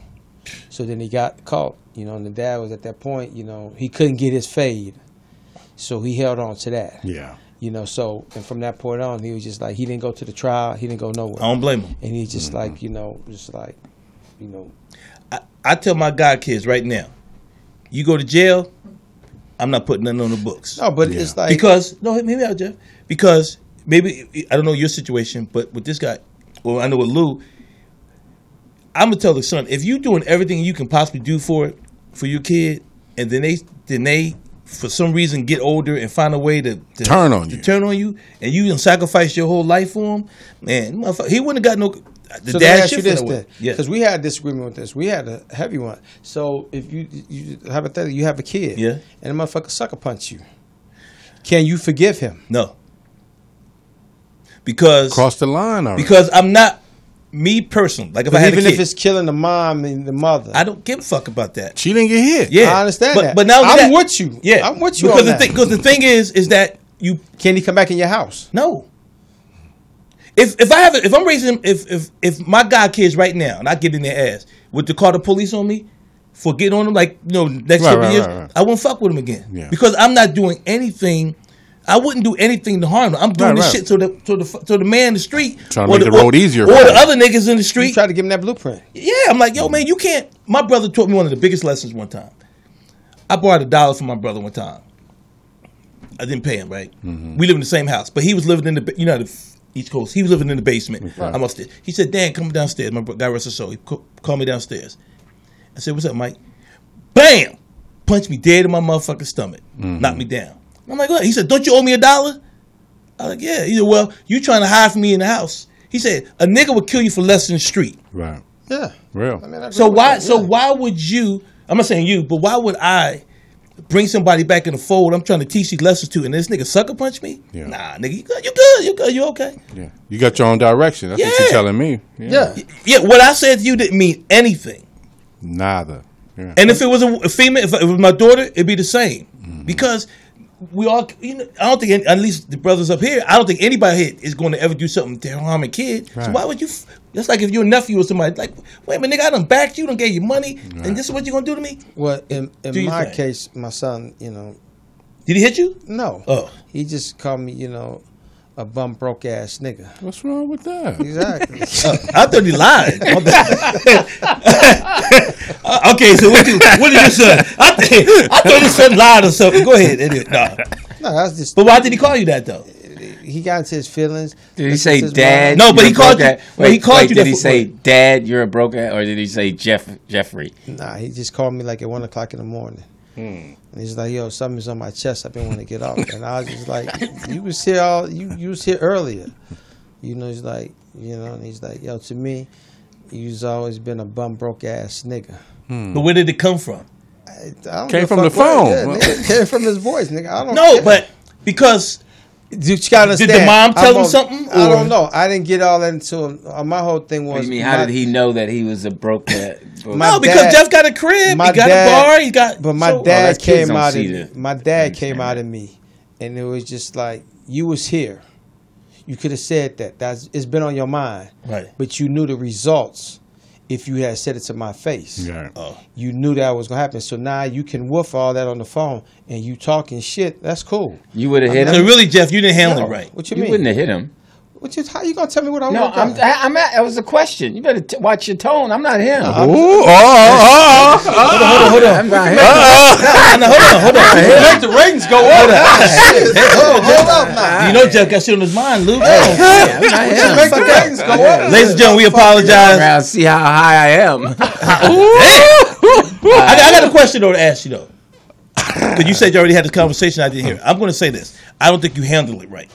So then he got caught, you know, and the dad was at that point, you know, he couldn't get his fade. So he held on to that. Yeah. You know, so and from that point on he was just like he didn't go to the trial, he didn't go I nowhere. don't blame him. And he just like, you know, just like, you know, I, I tell my god kids right now, you go to jail, I'm not putting nothing on the books. No, but it's like because no, maybe out, Jeff. Because maybe I don't know your situation, but with this guy, well, I know with Lou, I'm gonna tell the son if you doing everything you can possibly do for it for your kid, and then they then they for some reason get older and find a way to, to Turn on to you. turn on you, and you done sacrifice your whole life for him, man, motherfucker, he wouldn't have got no. The so let me dad ask you shit this finna then, work. Yeah. because we had a disagreement with this. We had a heavy one. So if you you hypothetically you have a kid, Yeah. and a motherfucker sucker punch you, can you forgive him? No. Because Cross the line already. because I'm not me personally. Like if I But had even a kid, if it's killing the mom and the mother, I don't give a fuck about that. she didn't get hit. Yeah, I understand but, that. But now I'm that, with you. Yeah, I'm with you Because on the that. thing, because the thing is, is that you can he come back in your house? no. If if I have a- if I'm raising if if if my god kids right now and I get in their ass with the call the police on me for getting on them like you know next Right, couple right, years right, right. I won't fuck with them again Yeah. because I'm not doing anything. I wouldn't do anything to harm them. I'm doing Right, this right. shit to the to the to the man in the street, Trying to or make the road easier or for the them. other niggas in the You street. try to give him that blueprint. Yeah, I'm like, yo, man, you can't. My brother taught me one of the biggest lessons one time. I borrowed a dollar from my brother one time. I didn't pay him, right? We live in the same house, but he was living in the, ba- you know, the f- East Coast. He was living in the basement. I'm upstairs. He said, Dan, come downstairs. My bro- guy rest his soul. He ca- called me downstairs. I said, what's up, Mike? Bam! Punched me dead in my motherfucking stomach. Knocked me down. I'm like, what? He said, don't you owe me a dollar? I was like, yeah. He said, well, you trying to hide from me in the house. He said, a nigga would kill you for less than the street. Right. Yeah. Real. I mean, I agree So with why? that, So yeah. why would you? I'm not saying you, but why would I bring somebody back in the fold? I'm trying to teach these lessons to, and this nigga sucker punch me? Yeah. Nah, nigga, you good? You good? You good? You okay? yeah. You got your own direction. That's what Yeah. you're telling me. Yeah. Yeah. What I said to you didn't mean anything. Neither. Yeah. And if it was a, a female, if it was my daughter, it'd be the same because. We all, you know, I don't think, any, at least the brothers up here, I don't think anybody here is going to ever do something to harm a kid. So Right. why would you? f- That's like if your nephew or somebody, like, wait a minute, nigga, I done backed you, done gave you money, and this is what you gonna do to me? Well, in, Do in you my think? case, my son, you know, Did he hit you? no, Oh. he just called me, you know, a bum broke ass nigga. What's wrong with that? Exactly. I thought he lied. My bad. Uh, okay, so what, you, what did your son? I, th- I thought your son lied or something. Go ahead. Anyway, nah. no, that's just. But why did he call you that though? He got into his feelings. Did he This say is his mind. dad? No, but you're he a called broke you- ass- but he called you Did that he for- say dad? You're a broken, or did he say Jeff Jeffrey? Nah, he just called me like at one o'clock in the morning. Hmm. And he's like, "Yo, something's on my chest. I've been wanting to get up." And I was just like, "You was here all. You you was here earlier." You know, he's like, you know, and he's like, "Yo, to me, you's always been a bum broke ass nigga." But where did it come from? I, I don't Hmm. Came give a from the fuck what- yeah, phone. nigga, it came from his voice, nigga. I don't. No, care. but because you gotta Did the understand, mom tell I'm him on- something, I or- don't know. I didn't get all into him. Uh, My whole thing was. I mean, how my- did he know that he was a broke? broke My no, because dad- Jeff got a crib, he my got dad- a bar, he got. But my so- Oh, dad that's kids came don't out. see Of, that. my dad came out of me, and it was just like you was here. You could have said that. That's it's been on your mind, Right. But you knew the results if you had said it to my face. Yeah. Oh. You knew that was gonna happen. So now you can woof all that on the phone, and you talking shit. That's cool. you would have hit So him. really, Jeff, you didn't handle No, it right. What you, You mean? wouldn't have hit him. What you? How you gonna tell me what I No, want? I'm. I- I'm. At, that was a question. You better t- watch your tone. I'm not him. Ooh, oh, oh, ah, oh, oh. hold on. I'm not him. No, hold on, hold on. Let the ratings go up. hold up now. You know, Jeff got shit on his mind, Lou. Ladies I'm not him. Make the ratings go up. and gentlemen, we apologize. Around, see how high I am. I, I got a question though to ask you though. Because you said you already had this conversation, I didn't hear. it. I'm going to say this: I don't think you handled it right.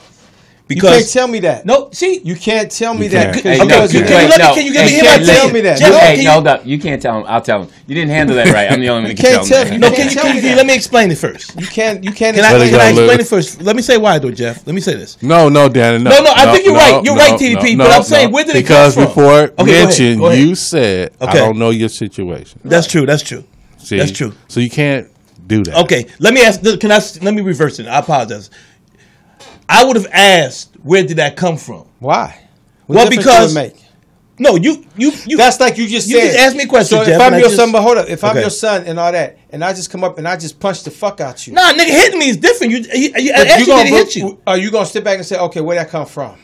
You can't Because tell me that. no, see, you can't tell me You that. can't. Hey, because- no, because you you can't- wait, let me- no, can you give me hey, him my can't let tell him- me that. Jeff, No, hey, can no, you- no, you can't tell him. I'll tell him. You didn't handle that right. I'm the only one who can't can tell tell him. me. no, that. You can can't you, tell can me you- that. let me explain it first. You can't. You can't. Can I, Let it can go, I explain Lou. it first? Let me say why though, Jeff. Let me say this. No, no, Danny. No, No, no, I no, think you're no, right. You're no, right, TDP, no, but I'm no, saying no. where did it because come from? before Okay, go ahead, mentioned, go ahead. you said Okay. I don't know your situation. That's true. That's true. See, That's true. So you can't do that. Okay, let me ask. Can I? Let me reverse it. I apologize. I would have asked where did that come from. Why? What Well, difference does because- it make? No, you, you, you. That's like you just You said. just asked me a question, So Jeff, if I'm and I your just- son, but hold up, if I'm Okay. your son and all that, and I just come up and I just punch the fuck out you, nah, nigga hitting me is different. You, you, you I If asked you gonna did it hit you. Are you gonna sit back and say, okay, where that come from?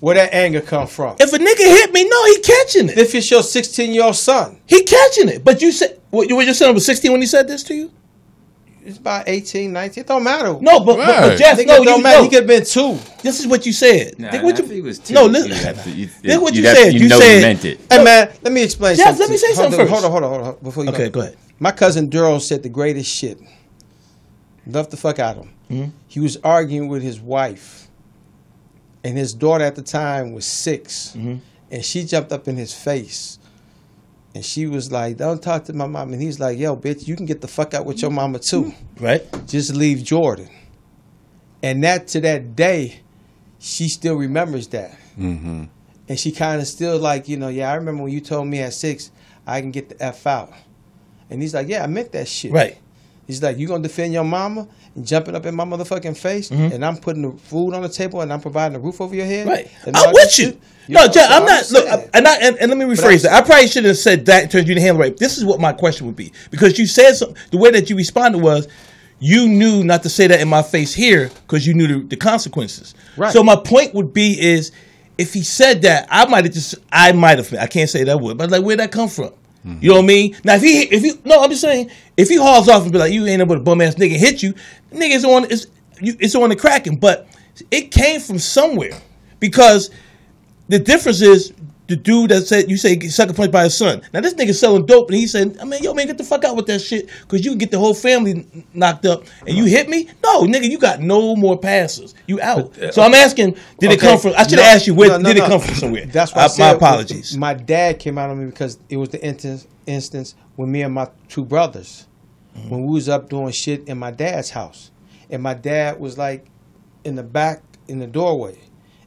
Where that anger come from? If a nigga hit me, no, he catching it. If it's your 16 year old son, He catching it. But you said, what, you- what your son was 16 when he said this to you? it's about 18, 19. It don't matter. No, but, but, but Right. Jeff, Nigga, no, it don't you, matter. no. He could have been two. This is what you said. Nah, Think nah, what you, if he was two, no, you'd listen. have to- you'd- Think what you you'd have- said. you You know you said meant it. Hey, man, let me explain Jeff, something. let me say Hold something on, first. Hold on, hold on, hold on. Before you Okay, go ahead. My cousin Daryl said the greatest shit. Love the fuck out of him. Mm-hmm. He was arguing with his wife, and his daughter at the time was 6 Mm-hmm. and she jumped up in his face, and she was like, "Don't talk to my mom." And he's like, "Yo, bitch, you can get the fuck out with your mama too. Right? Just leave Jordan." And that to that day, she still remembers that Mm-hmm. and she kind of still like you know yeah i remember when you told me at six i can get the f out and he's like yeah i meant that shit Right. he's like you gonna defend your mama and jumping up in my motherfucking face and i'm putting the food on the table and i'm providing a roof over your head Mm-hmm. Right. And all I'm that with you. shit? No, know, Jeff, so I'm not. just Look, saying. I- and, I, and, and let me rephrase that. I probably shouldn't have said that in terms of you didn't handle it right. This is what my question would be because you said some, the way that you responded was you knew not to say that in my face here because you knew the, the consequences. Right. So my point would be is if he said that, I might have just I might have. I can't say that would, but like where'd that come from? You know what I mean? Now if he if you no, I'm just saying if he hauls off and be like you ain't able to bum ass nigga hit you, niggas on it's you, it's on the cracking, but it came from somewhere because the difference is the dude that said you say sucker punched by his son. Now this nigga selling dope, and he said, "I mean, yo man, get the fuck out with that shit, cause you can get the whole family n- knocked up." And you hit me? No, nigga, you got no more passes. You out. so I'm asking, did it uh, Okay. come from? I should have No, asked you where no, no, did it no. come from somewhere. That's why I- I said my w- apologies. My dad came out on me because it was the instance, instance with me and my two brothers Mm-hmm. when we was up doing shit in my dad's house, and my dad was like in the back in the doorway,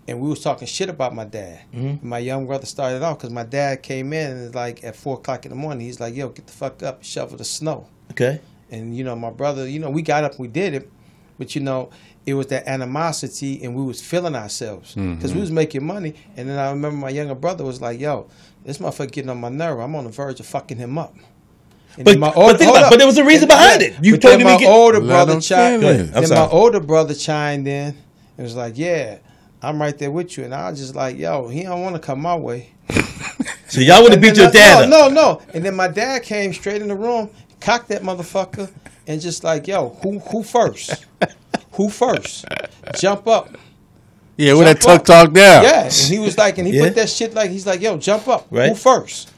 and we was talking shit about my dad. Mm-hmm. My young brother started off because my dad came in and like at four o'clock in the morning, he's like, "Yo, get the fuck up, shovel the snow." okay, And you know, my brother, you know, we got up, we did it, but you know, it was that animosity, and we was feeling ourselves because Mm-hmm. we was making money. And then I remember my younger brother was like, "Yo, this motherfucker getting on my nerve. I'm on the verge of fucking him up." And But- then my but old- think hold about it, up. but there was a reason behind it. You but told then him my to get- older Let brother him chimed. finish. Then I'm my sorry. older brother chimed in and was like, "Yeah, I'm right there with you." And I was just like, "Yo, he don't want to come my way." so y'all would have beat your And I- dad No, up. no, no. And then my dad came straight in the room, cocked that motherfucker, and just like, yo, who who first? who first? Jump up. Yeah, with that Jump tuck up. talk down. Yeah. And he was like, and he Yeah. put that shit like, he's like, yo, jump up. Who Right. first?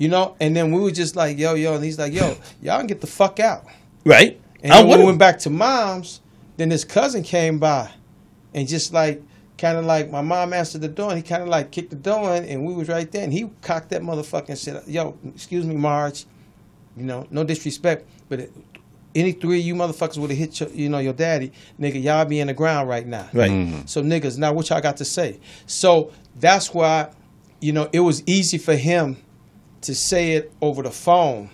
You know? And then we were just like, yo, yo. And he's like, yo, y'all can get the fuck out. Right? And I then when we would went back to mom's, then his cousin came by and just like kind of like my mom answered the door and he kind of like kicked the door in and we was right there and he cocked that motherfucker and said, yo, excuse me, Marge, you know, no disrespect, but it, any three of you motherfuckers would have hit your, you know, your daddy, nigga, y'all be in the ground right now. Right. So niggas, now what y'all got to say? So that's why, you know, it was easy for him to say it over the phone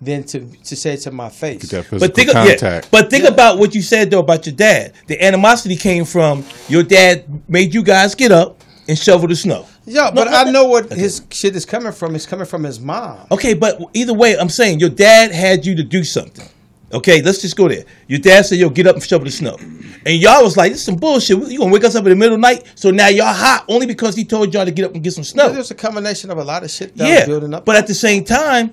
than to to say it to my face. Get that physical But think, contact. yeah, but think about what you said though about your dad. The animosity came from your dad made you guys get up and shovel the snow. Yeah, No, but no, I no. know what his shit is coming from. It's coming from his mom. Okay, but either way, I'm saying your dad had you to do something. Okay, let's just go there. Your dad said, "Yo, get up and shovel the snow," and y'all was like, "This is some bullshit. You gonna wake us up in the middle of the night?" So now y'all hot only because he told y'all to get up and get some snow. There's a combination of a lot of shit that was yeah, building up. but at the same time,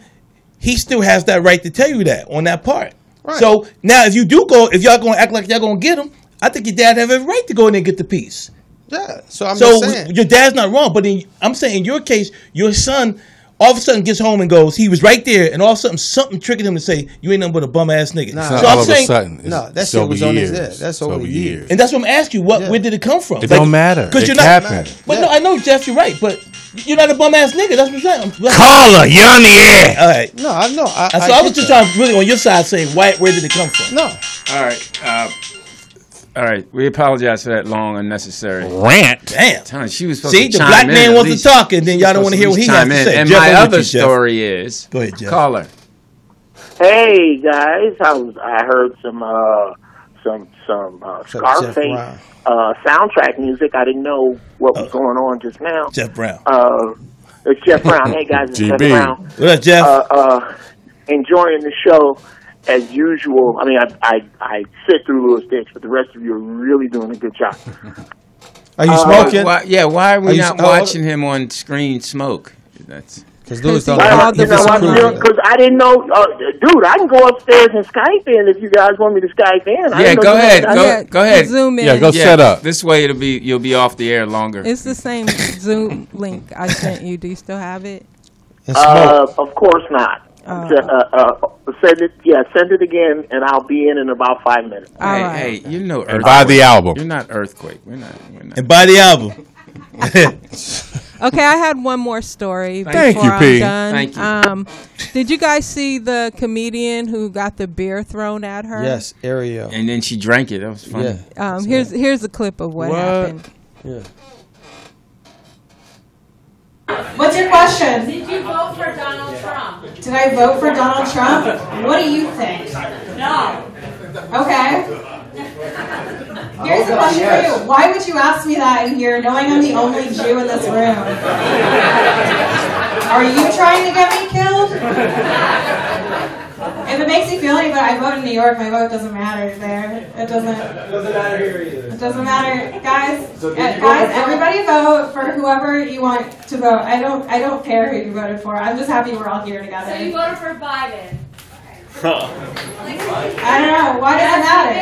he still has that right to tell you that on that part. Right. So now, if you do go, if y'all gonna act like y'all gonna get him, I think your dad have every right to go in there and get the piece. yeah, so I'm So just saying. your dad's not wrong, but in, I'm saying in your case, your son all of a sudden gets home and goes, he was right there, and all of a sudden something triggered him to say, you ain't nothing but a bum ass nigga. Nah. It's So not I'm all of saying- a sudden. It's, No, that it's shit over was on his years. head. That's It's over years. And that's what I'm asking. What? Yeah. Where did it come from? It don't matter. Because It you're not. happened. But no, I know Jeff. You're right. But Mm-hmm. you're not a bum ass nigga. That's what I'm saying. Caller, you're on the air. All right. no, I know. I, And so I, was get just that. trying to really on your side saying, why, where did it come from? No, All right. Uh, all right. We apologize for that long, unnecessary. Rant. Damn. Time. She was supposed See, to the chime black in man at wants least. to talk, and then y'all Supposed don't want to to hear at what he least has chime to in. say. And Jeff, my I'm with other you, Jeff. story is. Go ahead, Jeff. Caller. Hey guys, I was I heard some uh some some uh, Except Jeff Scarface Ryan. uh soundtrack music. I didn't know what was Oh. going on just now. Jeff Brown. Uh, it's Jeff Brown. Hey guys, it's Jeff GB. Brown. What up, Jeff? Uh, uh, enjoying the show as usual. I mean, I I, I sit through Lewis Dix, but the rest of you are really doing a good job. Are you smoking? Uh, Why, yeah, why are we Are you not s- oh, watching him on screen smoke? That's Because Lewis don't Why like not? if You know, it's I'm approved or real not. because I didn't know, uh, dude. I can go upstairs and Skype in if you guys want me to Skype in. I Yeah, didn't know go you ahead. guys- Go- ahead. Zoom in. Yeah, go yeah, set up. This way it'll be you'll be off the air longer. It's the same Zoom link I sent you. Do you still have it? And Uh, smoke. of course not. Oh. Uh, uh, uh, send it, yeah, send it again, and I'll be in in about five minutes. All hey, right. hey, you know And buy the album. You're not earthquake. We're not. We're not. and buy the album. Okay, I had one more story Thank before you, I'm P. done. Thank you. Um, did you guys see the comedian who got the beer thrown at her? Yes, Ariel. And then she drank it. That was funny. Yeah. Um, here's here's a clip of what, What? happened. Yeah. What's your question? Did you vote for Donald Trump? Did I vote for Donald Trump? What do you think? No. Okay. Here's a question for you. Why would you ask me that in here, knowing I'm the only Jew in this room? Are you trying to get me killed? If it makes you feel any better, I vote in New York. My vote doesn't matter there. It doesn't. Doesn't matter here either. It doesn't matter, guys. So did Uh, eh, you vote guys, for- everybody vote for whoever you want to vote. I don't. I don't care who you voted for. I'm just happy we're all here together. So you voted for Biden. I don't know. Why does it matter?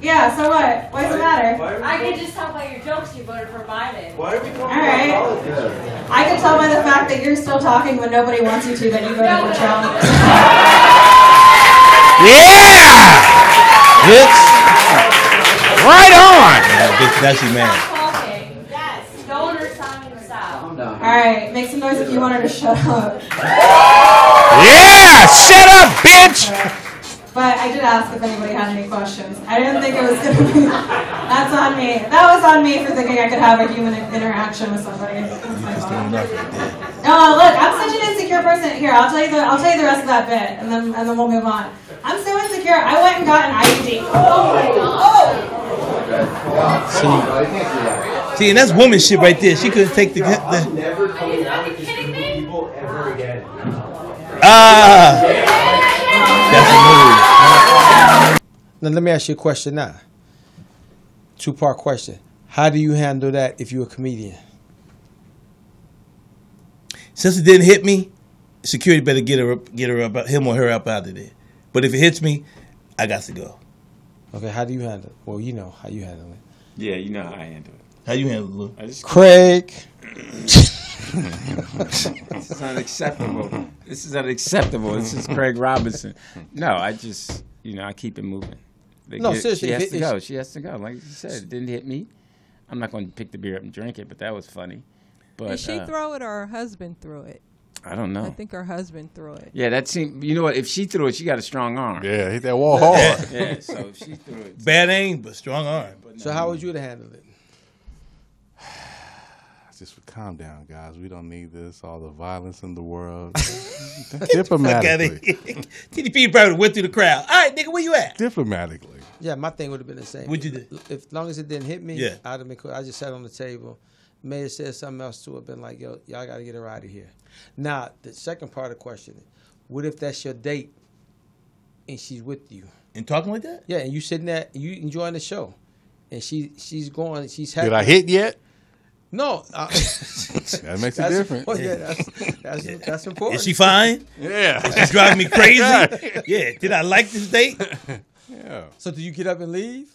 Yes, Yeah, so what? Why does it matter? you did. I could just tell by your jokes you voted for Biden. Why are we talking All right. about politics? I can tell by the fact that you're still talking when nobody wants you to that you voted for Trump. Yeah! Bitch, Right Nah, bitch, now she mad. Stop talking. Yes. Don't understand yourself. All right. Make some noise if you want her to shut up. on! Yeah! Shut up, bitch! But I did ask if anybody had any questions. I didn't think it was going to be. That's on me. That was on me for thinking I could have a human interaction with somebody. That's my fault. No, look, I'm such an insecure person. Here, I'll tell you the I'll tell you the rest of that bit, and then and then we'll move on. I'm so insecure. I went and got an IUD. Oh my god. See, and that's woman shit right there. She couldn't take the, I'm the never coming out Are with you these kidding me? people ever again. ah. That's a move. Now let me ask you a question now. Two part question. How do you handle that if you're a comedian? Since it didn't hit me, security better get her up, get her up, him or her up out of there. But if it hits me, I got to go. Okay, how do you handle it? Well, you know how you handle it. Yeah, you know how I handle it. How you handle it? Lou? I just Craig. This is unacceptable. this is unacceptable. This is Craig Robinson. No, I just, you know, I keep it moving. They No, get- seriously, She has if to it- if- go. She has to go. Like you said, it didn't hit me. I'm not going to pick the beer up and drink it, but that was funny. But Did she uh, throw it or her husband threw it? I don't know. I think her husband threw it. yeah, that seemed. You know what? If she threw it, she got a strong arm. Yeah. Yeah, hit that wall hard. so if she threw it. Bad aim, but strong arm. So how would you have handled it? Just calm down, guys. We don't need this. All the violence in the world. Fuck out of diplomatically. here. TDP probably went through the crowd. Ah! All right, nigga, where you at? Diplomatically. Yeah, my thing would have been the same. What'd you do? If- If long as it didn't hit me, Yeah. I'd have been cool. I just sat on the table. Mayor said something else to have been like, yo, y'all got to get her out of here. Now, the second part of the question is, what if that's your date and she's with you? And talking like that? Yeah, and you sitting there, you enjoying the show. And she she's going, she's happy. Did I hit yet? No. uh, I, That makes a that's- difference. Well, yeah, that's, that's, that's important. Is she fine? Yeah. She's driving me crazy. Yeah. Did I like this date? yeah. so do you get up and leave?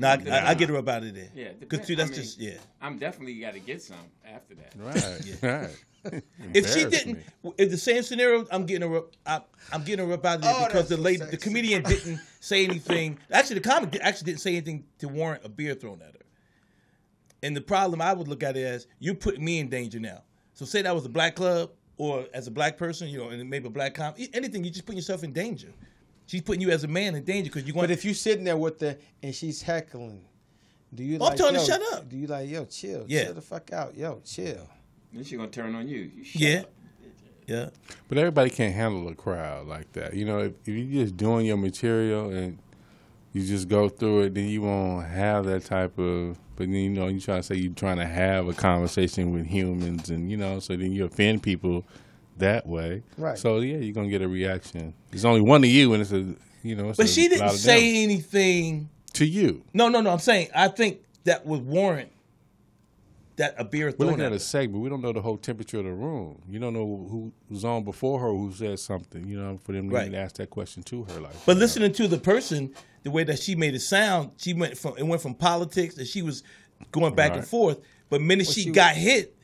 No, I, I, I get her up out of there. Yeah, Cause see, depend- that's I mean- just yeah. I'm definitely got to get some after that. Right. Right. If she Embarrassed didn't, me. if the same scenario, I'm getting her up. I, I'm getting her up out of Oh, there because the lady, the comedian didn't say anything. Actually, the comic di- actually didn't say anything to warrant a beer thrown at her. And the problem I would look at it as you put me in danger now. So say that was a black club or as a black person, you know, and maybe a black com, anything. You just putting yourself in danger. She's putting you as a man in danger because you want. But if you sitting there with her and she's heckling, do you? I'm like, telling her yo, shut up. Do you like yo chill? Yeah. Chill the fuck out, yo chill. Then she's gonna turn on you. You shut yeah, up. yeah. But everybody can't handle a crowd like that. You know, if, if you're just doing your material and you just go through it, then you won't have that type of. But then you know, you try to say you're trying to have a conversation with humans, and you know, so then you offend people that way. Right. So yeah, you're gonna get a reaction. There's only one of you, and it's a you know. It's But a she lot didn't of say them. anything. to you. No, no, no. I'm saying I think that would warrant that a beer is We're throwing looking at at a us. segment. We don't know the whole temperature of the room. You don't know who was on before her, who said something. You know, for them to Right. even ask that question to her, like. But listening to the person, the way that she made it sound, she went from it went from politics and she was going back and Right. forth. But minute Well, she, she- got hit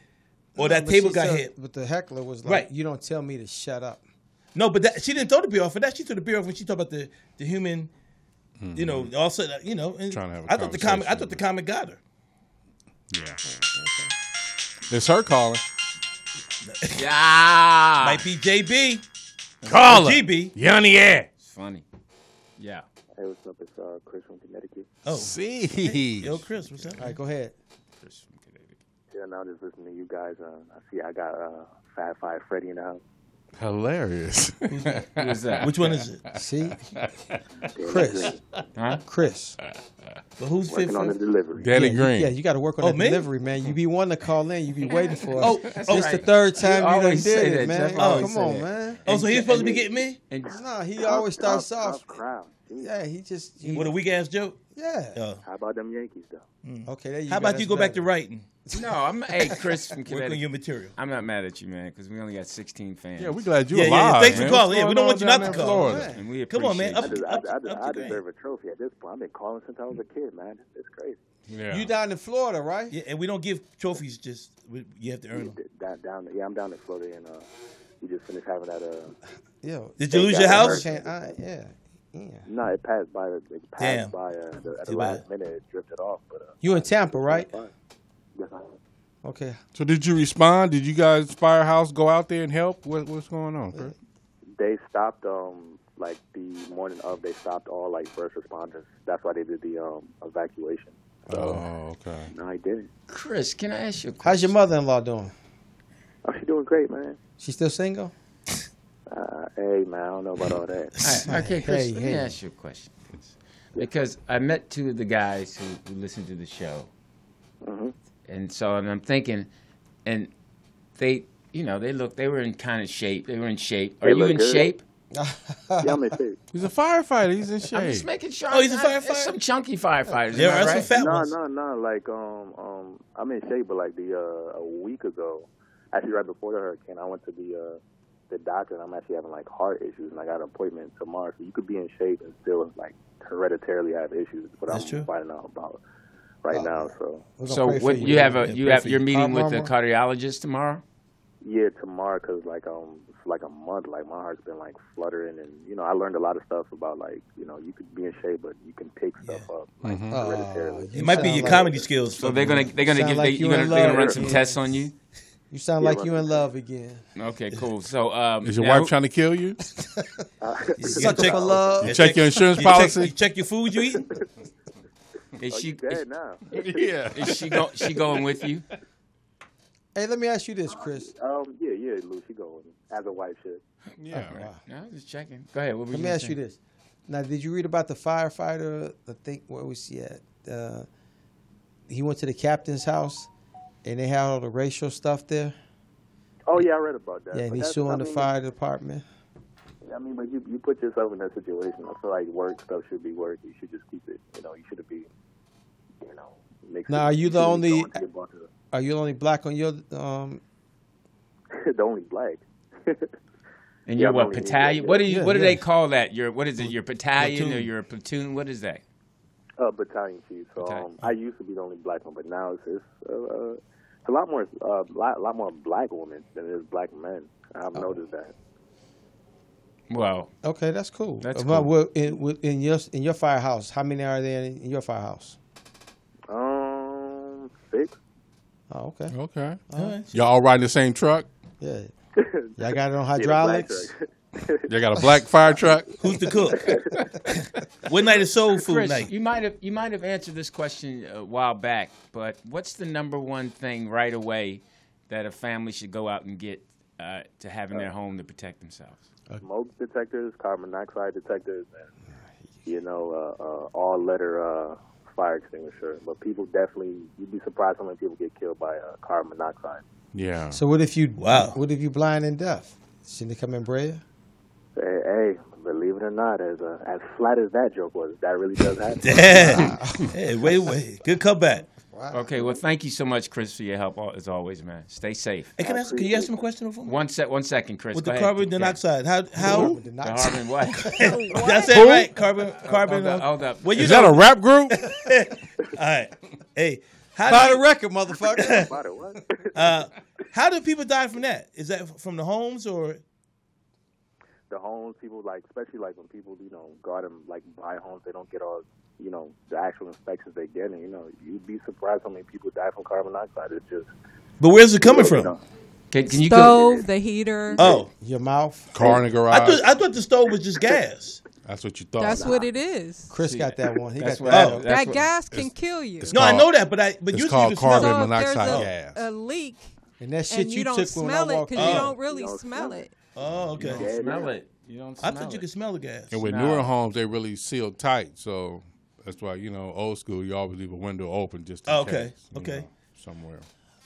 or that But table she got said- hit. But the heckler was like, Right. "You don't tell me to shut up." No, but that she didn't throw the beer off of that. She threw the beer off when she talked about the, the human you know, also that, you know, Mm-hmm. and Trying to have a I thought the comic I conversation thought the comic got her. Yeah. It's her calling. Yeah. Might be JB. Call her. GB. You on the air. It's funny. Yeah. Hey, what's up? It's uh, Chris from Connecticut. Oh. See. Yo, Chris, what's up? All right, go ahead. Yeah, now just listening to you guys. Uh, I see I got uh, Fat Five Freddy in the house. Hilarious. Who's that? Which one is it? See, Daily Chris, Green, Huh? Chris. But who's fit working on the for delivery. Daddy yeah, you- Green. yeah, you got to work on Oh, the me? delivery, man. You be wanting to call in, you be waiting for us. Oh, it's oh, the right. third He time you done always say did it, that, man. Jeff Oh, always come say on, that. man. Oh, so he's supposed to be getting me? And Nah, he always starts Tough- off. tough crowd. Jeez. Yeah, he just. he- With a weak ass joke? yeah. Uh, How about them Yankees though? Mm. Okay, there you how go. about you go back to writing? no, I'm hey Chris from Work on your Connecticut. material. I'm not mad at you, man, because we only got 16 fans. yeah, we glad you Yeah, yeah, yeah. alive. Thanks for man. calling. What's Yeah, we going don't on want you down not to there in call. Florida? Man. and we Come on, man. appreciate I, you. Up- des- I, des- I, up- des- up I to deserve a trophy at this point. I've been calling since I was a kid, man. It's crazy. Yeah. You down in Florida, right? Yeah, and we don't give trophies just we, you have to earn them. D- Down, down, yeah, I'm down in Florida, and uh, we just finished having that. Uh, Yeah. Did you Hey, lose guys, your I house? Chan- I- uh, yeah. Yeah. no, it passed by. The, it passed Damn. by uh, the, at the Too last bad. minute. It drifted off, but uh, You in Tampa, right? fine. Yes, I- Okay. So did you respond? Did you guys firehouse go out there and help? What, what's going on? Chris? they stopped um like the morning of they stopped all like first responders that's why they did the um evacuation Oh, okay. no i didn't Chris, can I ask you a question? How's your mother-in-law doing? oh she's doing great man She still single? uh, hey man i don't know about all that All right, okay, Chris, Hey, let hey. me ask you a question. Chris. Because I met two of the guys who, who listened to the show. Mm-hmm. And so and I'm thinking, and they, you know, they look, they were in kind of shape. They were in shape. Are They you look in good. shape? yeah i'm in shape He's a firefighter. He's in shape. I'm just making sure. Oh, he's a I'm not- there's firefighter? some chunky firefighters. There am I are some right? fat no ones. no no like um um i'm in shape but like the uh a week ago actually right before the hurricane i went to the uh the doctor and i'm actually having like heart issues and i got an appointment tomorrow so you could be in shape and still like hereditarily have issues but That's i'm true. finding out about right now so We're gonna So pray for what, you have a you have you're meeting Hi, with the Mama. cardiologist tomorrow. Yeah, tomorrow 'cause like um for like a month like my heart's been like fluttering and you know I learned a lot of stuff about like you know you could be in shape but you can pick stuff up like Mm-hmm. hereditarily. uh, you It might be sound your like- comedy skills. So they're gonna they're gonna Sound give like they, you you're gonna, in they're gonna love. run some tests on you. You sound Yeah, like you right. in love again. Okay, cool. So um, Is your now- wife trying to kill you? Uh, Sucker for love. You check your insurance you check- policy. you check your food you eat. Is Oh, she you is, dead now? yeah. is she go, she going with you? Hey, let me ask you this, Chris. Um yeah yeah Lucy going as a wife should. Yeah. right. No, I'm just checking. Go ahead. What were Let you me gonna ask you say? this. Now, did you read about the firefighter? I think where was he at? Uh, he went to the captain's house, and they had all the racial stuff there. Oh yeah I read about that. Yeah, But and he's that's- I suing the mean, fire department. I mean but you you put yourself in that situation. I feel like work stuff should be work. You should just keep it. You know you shouldn't be you know. mixing- Now, are you the shouldn't only- be going to your boss and- Are you the only black on your? Um, the only black? And your Yeah, what I'm only- battalion? What do you Yeah, what do yeah. they call that? Your what is it? Your battalion or Platoon. your platoon? What is that? Uh, battalion chief. So Battalion. um, I used to be the only black one, but now it's it's, uh, uh, it's a lot more a uh, lot, lot more black women than it is black men. I've noticed that. Well, okay, that's cool. That's About cool. what- in, with- in your in your firehouse, how many are there in your firehouse? Um, six. Oh, okay. Okay. All right. Y'all all riding the same truck? Yeah. Y'all got it on Yeah, the black hydraulics. guy. They got a black fire truck. Who's the cook? what night is soul food Chris, night? you might have you might have answered this question a while back, but what's the number one thing right away that a family should go out and get uh, to have in their home to protect themselves? Smoke detectors, carbon monoxide detectors, and you know, uh, uh, all letter uh, fire extinguisher. But people definitely, you'd be surprised how many people get killed by uh, carbon monoxide. Yeah. So what if you? Wow. What if you blind and deaf? Shouldn't they come in braille? Hey, hey, believe it or not, as uh, as flat as that joke was, that really does happen. Yeah. hey, wait, wait. Good comeback. Wow. Okay, well, thank you so much, Chris, for your help al- as always, man. Stay safe. Hey, can I ask- can you ask him a question over? One sec, one second, Chris. With Go the ahead. carbon Yeah. dioxide, how how The carbon what? That's it, Who? right? Carbon carbon. uh, Hold up, hold up. Well, you Is that know- a rap group? All right, hey, how Buy do the record, motherfucker. Buy the what? uh, how do people die from that? Is that from the homes or the homes people like especially like when people you know go out and like buy homes they don't get all you know the actual inspections they get and you know you'd be surprised how many people die from carbon dioxide it's just But where's it coming from? Can, can you go- Stove, the heater. Oh, your mouth, Car in the garage. I thought, I thought the stove was just gas. That's what you thought. That's what it is. Chris got that one. He That's got what that. I- one. that's that gas can kill you. it's Oh, No, I know that, but I but it's usually called you smell carbon it. So if there's monoxide a, gas. a leak, And that shit you, you don't took when I smell it walked because in. you don't really You don't smell smell it. Oh, okay. You don't smell it. You don't I smell thought you it. could smell the gas. And with No. newer homes, they really seal tight. So that's why, you know, old school, you always leave a window open just in Oh, okay, case, you okay. know, somewhere.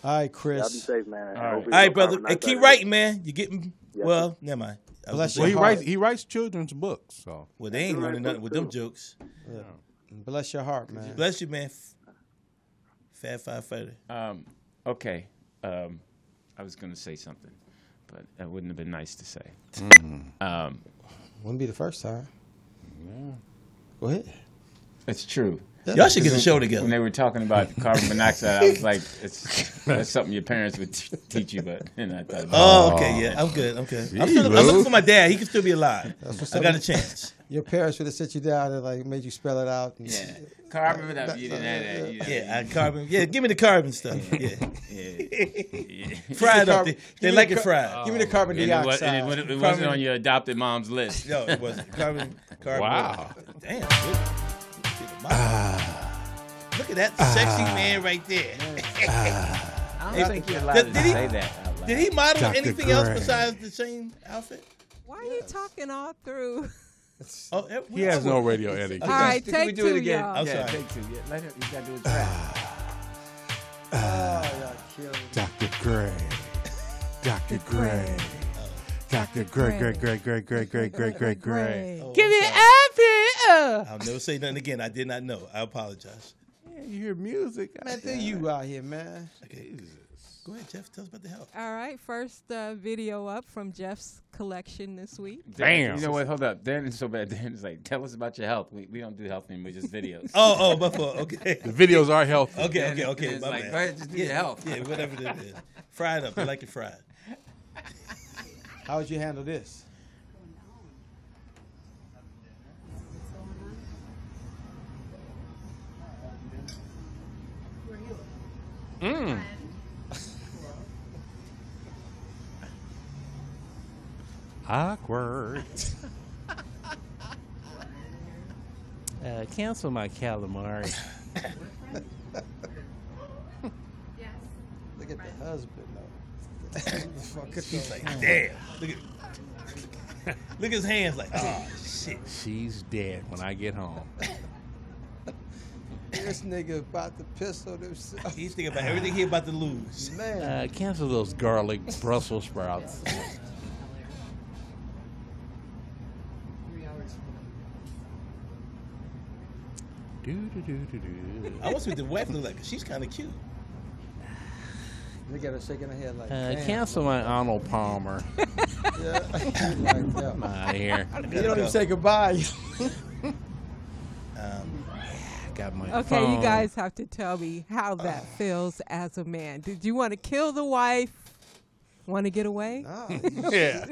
All right, y'all be Chris. safe man All right. All right, brother. And keep writing, man. You getting Yes, well? Never mind. I was Bless just- Well, he heart. writes, he writes children's books. So Well, they ain't You're running right, nothing with them too. jokes. Bless your heart, man. Bless you, man. F- Fat firefighter. Um, okay. Um, I was going to say something, but that wouldn't have been nice to say. Mm. Um, Wouldn't be the first time. Go ahead. it's true. Y'all should get a show together. When they were talking about carbon monoxide, I was like, it's, that's something your parents would t- teach you, but and I thought, Oh, okay, yeah. I'm good. I'm good. I'm, still, I'm looking for my dad. He can still be alive. what's I up. got a chance. Your parents would have sit you down and like made you spell it out. And yeah, carbon monoxide, you didn't have that. You didn't Yeah, I carbon. Yeah, give me the carbon stuff. Yeah, yeah. fried up. Give They, me they the like it car- fried. Give me the carbon Oh, And it, was, dioxide. and it, wa- it wasn't on your adopted mom's list. No, it wasn't. Carbon, carbon. Wow. Damn. Good. Look at that sexy man right there. I don't Ah. think you're allowed Did- to did he- say that out loud. Did he model Dr. anything else Gray. besides the same outfit? Why are you talking all through? Oh, that- he has no radio etiquette. All right, Can we take do it two, again? y'all. I'm yeah, sorry. take two. Yeah, let him, you gotta do it fast. Ah. Ah, Dr. Gray. Dr. Gray. Dr. Gray, Gray, Gray, Gray, Gray, Gray, Gray, Gray, Gray. Oh, Give I'm me sorry. an up. I'll never say nothing again. I did not know. I apologize. Yeah, you hear music. Man, do you out here, man? Go ahead, Jeff. Tell us about the help. All right, first uh, video up from Jeff's collection this week. Damn. You know what? Hold up. Dan is so bad. Dan is like, tell us about your health. We, we don't do health anymore, just videos. Oh, oh, my fault. Okay. The videos are healthy. Okay, okay, And okay. it's My like, bad. go ahead, just do yeah, your health. Yeah, whatever that is. Fry it up. I like it fried. How would you handle this? Awkward. uh, cancel my calamari. Look at the husband, though. He's like, damn. Look at, look at his hands. Like, oh shit. She's dead when I get home. this nigga about to pistol himself. He's thinking about everything he about to lose. Man, Uh, cancel those garlic Brussels sprouts. Do, do, do, do, do. Uh, I want to see what the wife look like. 'cause She's kind of cute. look at her shaking her head like, Uh, damn. cancel my Arnold Palmer. Yeah. like I'm that. out of here. You don't even say goodbye. Um, Got my Okay, phone. um, you guys have to tell me how that feels as a man. Did you want to kill the wife? Want to get away? Nah, Yeah.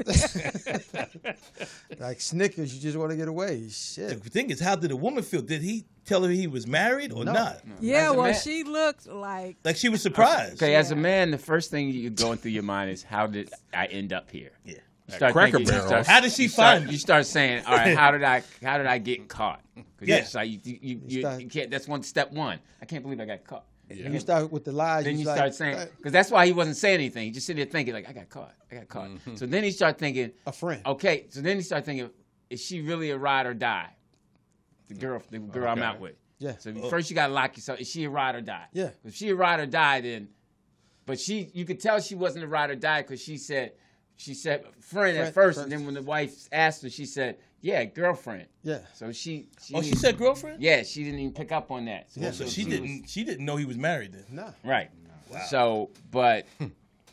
like Snickers, you just want to get away. Shit. the thing is, how did the woman feel? Did he tell her he was married or No. not? Yeah, As a well, man- she looked like Like she was surprised. Okay, as a man, the first thing you're going through your mind is, how did I end up here? Yeah. You start Cracker thinking- you Barrel. start- How did she you start- find You start saying, all right, how did I how did I get caught? 'Cause Yeah. you're just like, you, you, you, You you, start- can't. That's one step one. I can't believe I got caught. You start with the lies. Then you like, uh, start saying because that's why he wasn't saying anything. He just sitting there thinking like I got caught, I got caught. Mm-hmm. So then he started thinking, a friend. okay. So then he started thinking, is she really a ride or die? The girl, the girl I'm Oh, Okay. out with. Yeah. So Oh. first you gotta lock yourself. Is she a ride or die? Yeah. If she a ride or die, then, but she, you could tell she wasn't a ride or die because she said, she said friend, Friend at first, first. and then when the wife asked her, she said, Yeah, girlfriend. Yeah. So she. she Oh, she said girlfriend? Yeah, she didn't even pick up on that. Yeah, so she didn't- She didn't know he was married then. No. Right. So, but,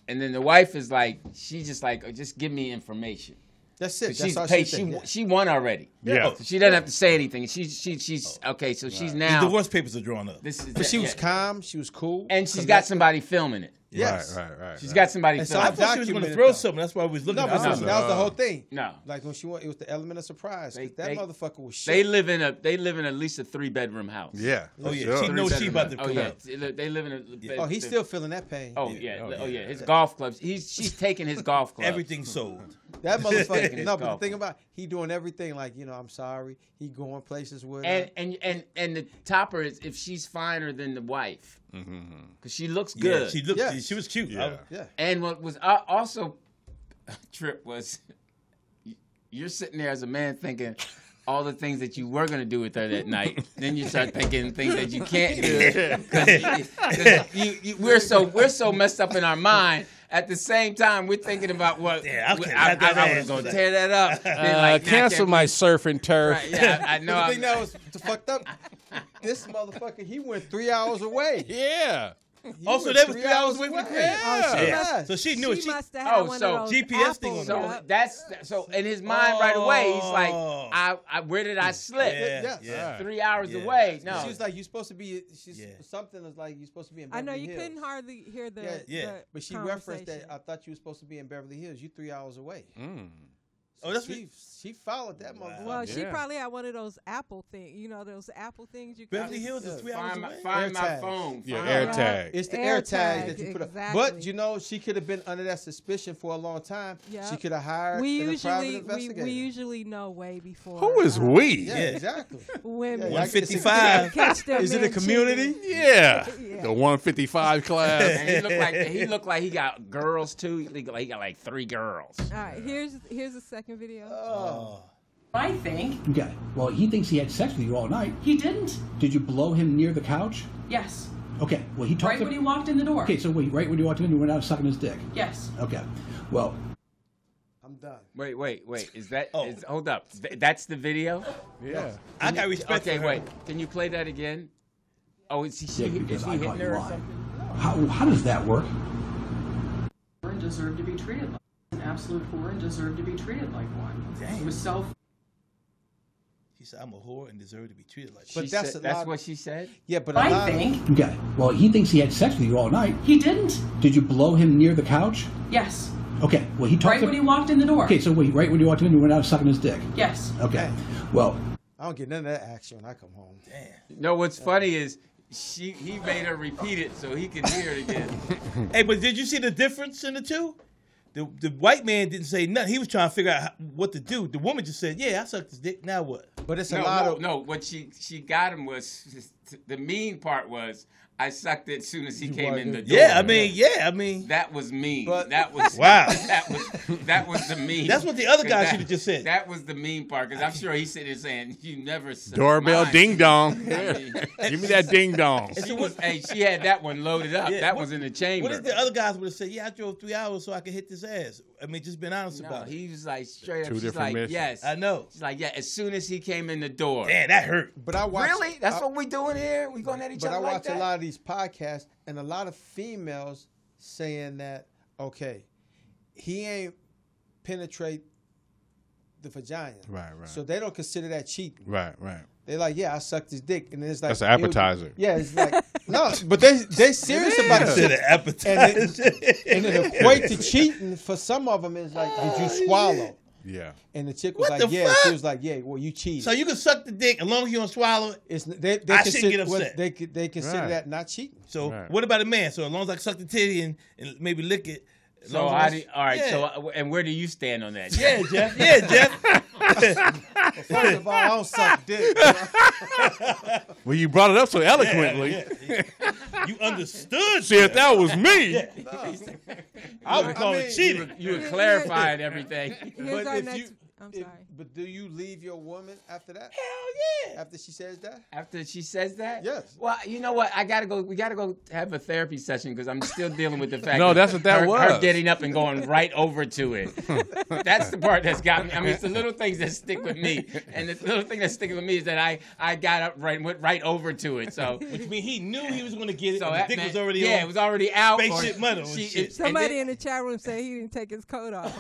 and then the wife is like, she just like, oh, just give me information. That's it. 'Cause That's she's all she paid. She, think, w- yeah. she won already. Yeah. Yeah. So she doesn't have to say anything. She she she's Oh. okay. So she's now The divorce papers are drawn up. This is But she was yeah. calm. She was cool. and she's got somebody filming it. Yes. Right, right, right, She's right. got somebody And so filming. I thought she was gonna throw something. That's why we was No, but No, listen, that was the no. whole thing. Uh, No. Like when she went, it was the element of surprise. 'cause that They- motherfucker was shit. They live in a they live in at least a three bedroom house. Yeah. Oh, yeah. She knows she about to Oh come yeah, out. They li- they live in a. Oh, he's still feeling that pain. Oh yeah, oh yeah. His golf clubs. He's she's taking his golf clubs. Everything sold. That Taking motherfucker. his no, but the golf. thing about he doing everything like you know I'm sorry. He going places with. her. And and and and the topper is if she's finer than the wife, Mm-hmm. because she looks Yeah, good. she looked. She was cute. I- Yeah. And what was al- also trip was y- you're sitting there as a man thinking all the things that you were going to do with her that night. then you start thinking things that you can't do because we're so we're so messed up in our mind. At the same time, we're thinking about what Yeah, I what- could've I, got that I- I was ass. going to tear that up. Then, Uh, like, nah, I cancel can't my be- surf and turf. Right, yeah, I, I know. But the I'm- thing that was t- fucked up. This motherfucker, he went three hours away. Yeah. Also, went that Oh, was three three hours hours away from away. Chris. Yeah. Oh, she must- So she knew she it. must have had one of those GPS Apple thing on Oh, So Yep. that's so in his mind right away. He's like, Oh. I, I where did I slip? Yeah, Yes. yeah. Three hours Yeah. away. No, She was like, "You supposed to be." She's Yeah. something was like, "You supposed to be in." I Beverly know you Hills. couldn't hardly hear the. Yeah. Yeah. the But she referenced that conversation. I thought you were supposed to be in Beverly Hills. You three hours away. Mm. So Oh, that's she, she followed that motherfucker. Well, she Yeah. probably had one of those Apple things. You know, those Apple things you. can Beverly just- Hills is three hours find my, away. find my AirTags. phone. Yeah, find- air right. tag. It's the Air air tags tag, that you put exactly. up. But you know, she could have been under that suspicion for a long time. Yep. She could have hired We an- a private usually we, investigator. we usually know way before. Who is uh, we? yeah, Yeah. exactly. Women. Yeah, One I get fifty to five. Catch them Is it a men community? cheating. Yeah. Yeah. The 155 And class. he looked like he looked like he got girls too. He looked like he got like three girls. All right, here's here's the second video. I think Okay. Well, he thinks he had sex with you all night. he didn't. Did you blow him near the couch? Yes. Okay. Well, he talked. Right when he walked in the door. Okay. So wait. Right when you walked in, you went out sucking his dick. Yes. Okay. Well, I'm done. Wait, wait, wait. Is that? Oh. is- hold up. Th- that's the video. yeah. I got respect Okay, for her. wait. Can you play that again? Oh, is he, yeah, is because he I hitting caught you her or lying. something? How, how does that work? And deserved to be treated like an absolute whore and deserved to be treated like one. Dang. It was self. She said, "I'm a whore and deserve to be treated like." But But she that's that's said, a that's lot- what she said. Yeah, but a I lot of- think Okay. Well, he thinks he had sex with you all night. he didn't. Did you blow him near the couch? Yes. Okay. Well, he talked. Right when he walked in the door. okay. So wait. Right when you walked in, you went out sucking his dick. Yes. Okay. Well, I don't get none of that action when I come home. No, what's funny is she he made her repeat it so he could hear it again. Hey, but did you see the difference in the two? The the white man didn't say nothing. He was trying to figure out how, what to do. The woman just said, "Yeah, I sucked his dick. Now what?" But it's a No, lot no, of no. What she she got him was the mean part was I sucked it as soon as he came walked in in. the door. Yeah, I mean, yeah, I mean, That was mean. But- that was Wow. That was that was the mean. That's what the other guy That- should've just said. That was the mean part because I'm sure he's sitting there saying you never sucked Doorbell mine." ding dong. I mean, Give me that ding dong. she was, hey, she had that one loaded up. Yeah, that what- was in the chamber. what if the other guys would have said, "Yeah, I drove three hours so I could hit this ass"? I mean, just been honest no, about it. he was like straight Two up. She's different like, missions. yes. I know. She's like, yeah. As soon as he came in the door. Man, that hurt. but I watch Really? I- That's what we doing here? We going at each But other I like watch that? a lot of these podcasts and a lot of females saying that, okay, he ain't penetrate the vagina. Right, right. So they don't consider that cheating. Right, right. They're like, yeah, I sucked his dick. And then it's like That's an it would- appetizer. yeah, it's like no, but they they serious about Consider it. appetizer. And it equate to cheating for some of them is like, did you swallow? Yeah. And the chick was What like, the yeah. She fuck? was like, yeah. Well, you cheated. so you can suck the dick as long as you don't swallow it. it's, they, they I consider, shouldn't get well, upset. They could- they consider Right. that not cheating. So Right. what about a man? So as long as I suck the titty and, and maybe lick it. as So long as how I- do? All right. Yeah. So uh, and where do you stand on that? yeah, Jeff. Yeah, Jeff. First of all, I don't suck dick. Well, you brought it up so eloquently. You understood. See, if that was me, I would call I it mean- cheating. You were clarifying everything. Here's But our if next. you- I'm If- sorry. But do you leave your woman after that? Hell yeah. After she says that? After she says that? Yes. Well, you know what? I gotta go. We gotta go have a therapy session because I'm still dealing with the fact. No, that's what that her, was. Her getting up and going right over to it. that's the part that's got me. I mean, it's the little things that stick with me, and the little thing that's sticking with me is that I I got up right went right over to it. So. Which mean he knew he was going to get it. So and the that dick meant- was already yeah, on it was already out, or Spaceship Metal. she- and shit. it- Somebody in the chat room said he didn't take his coat off.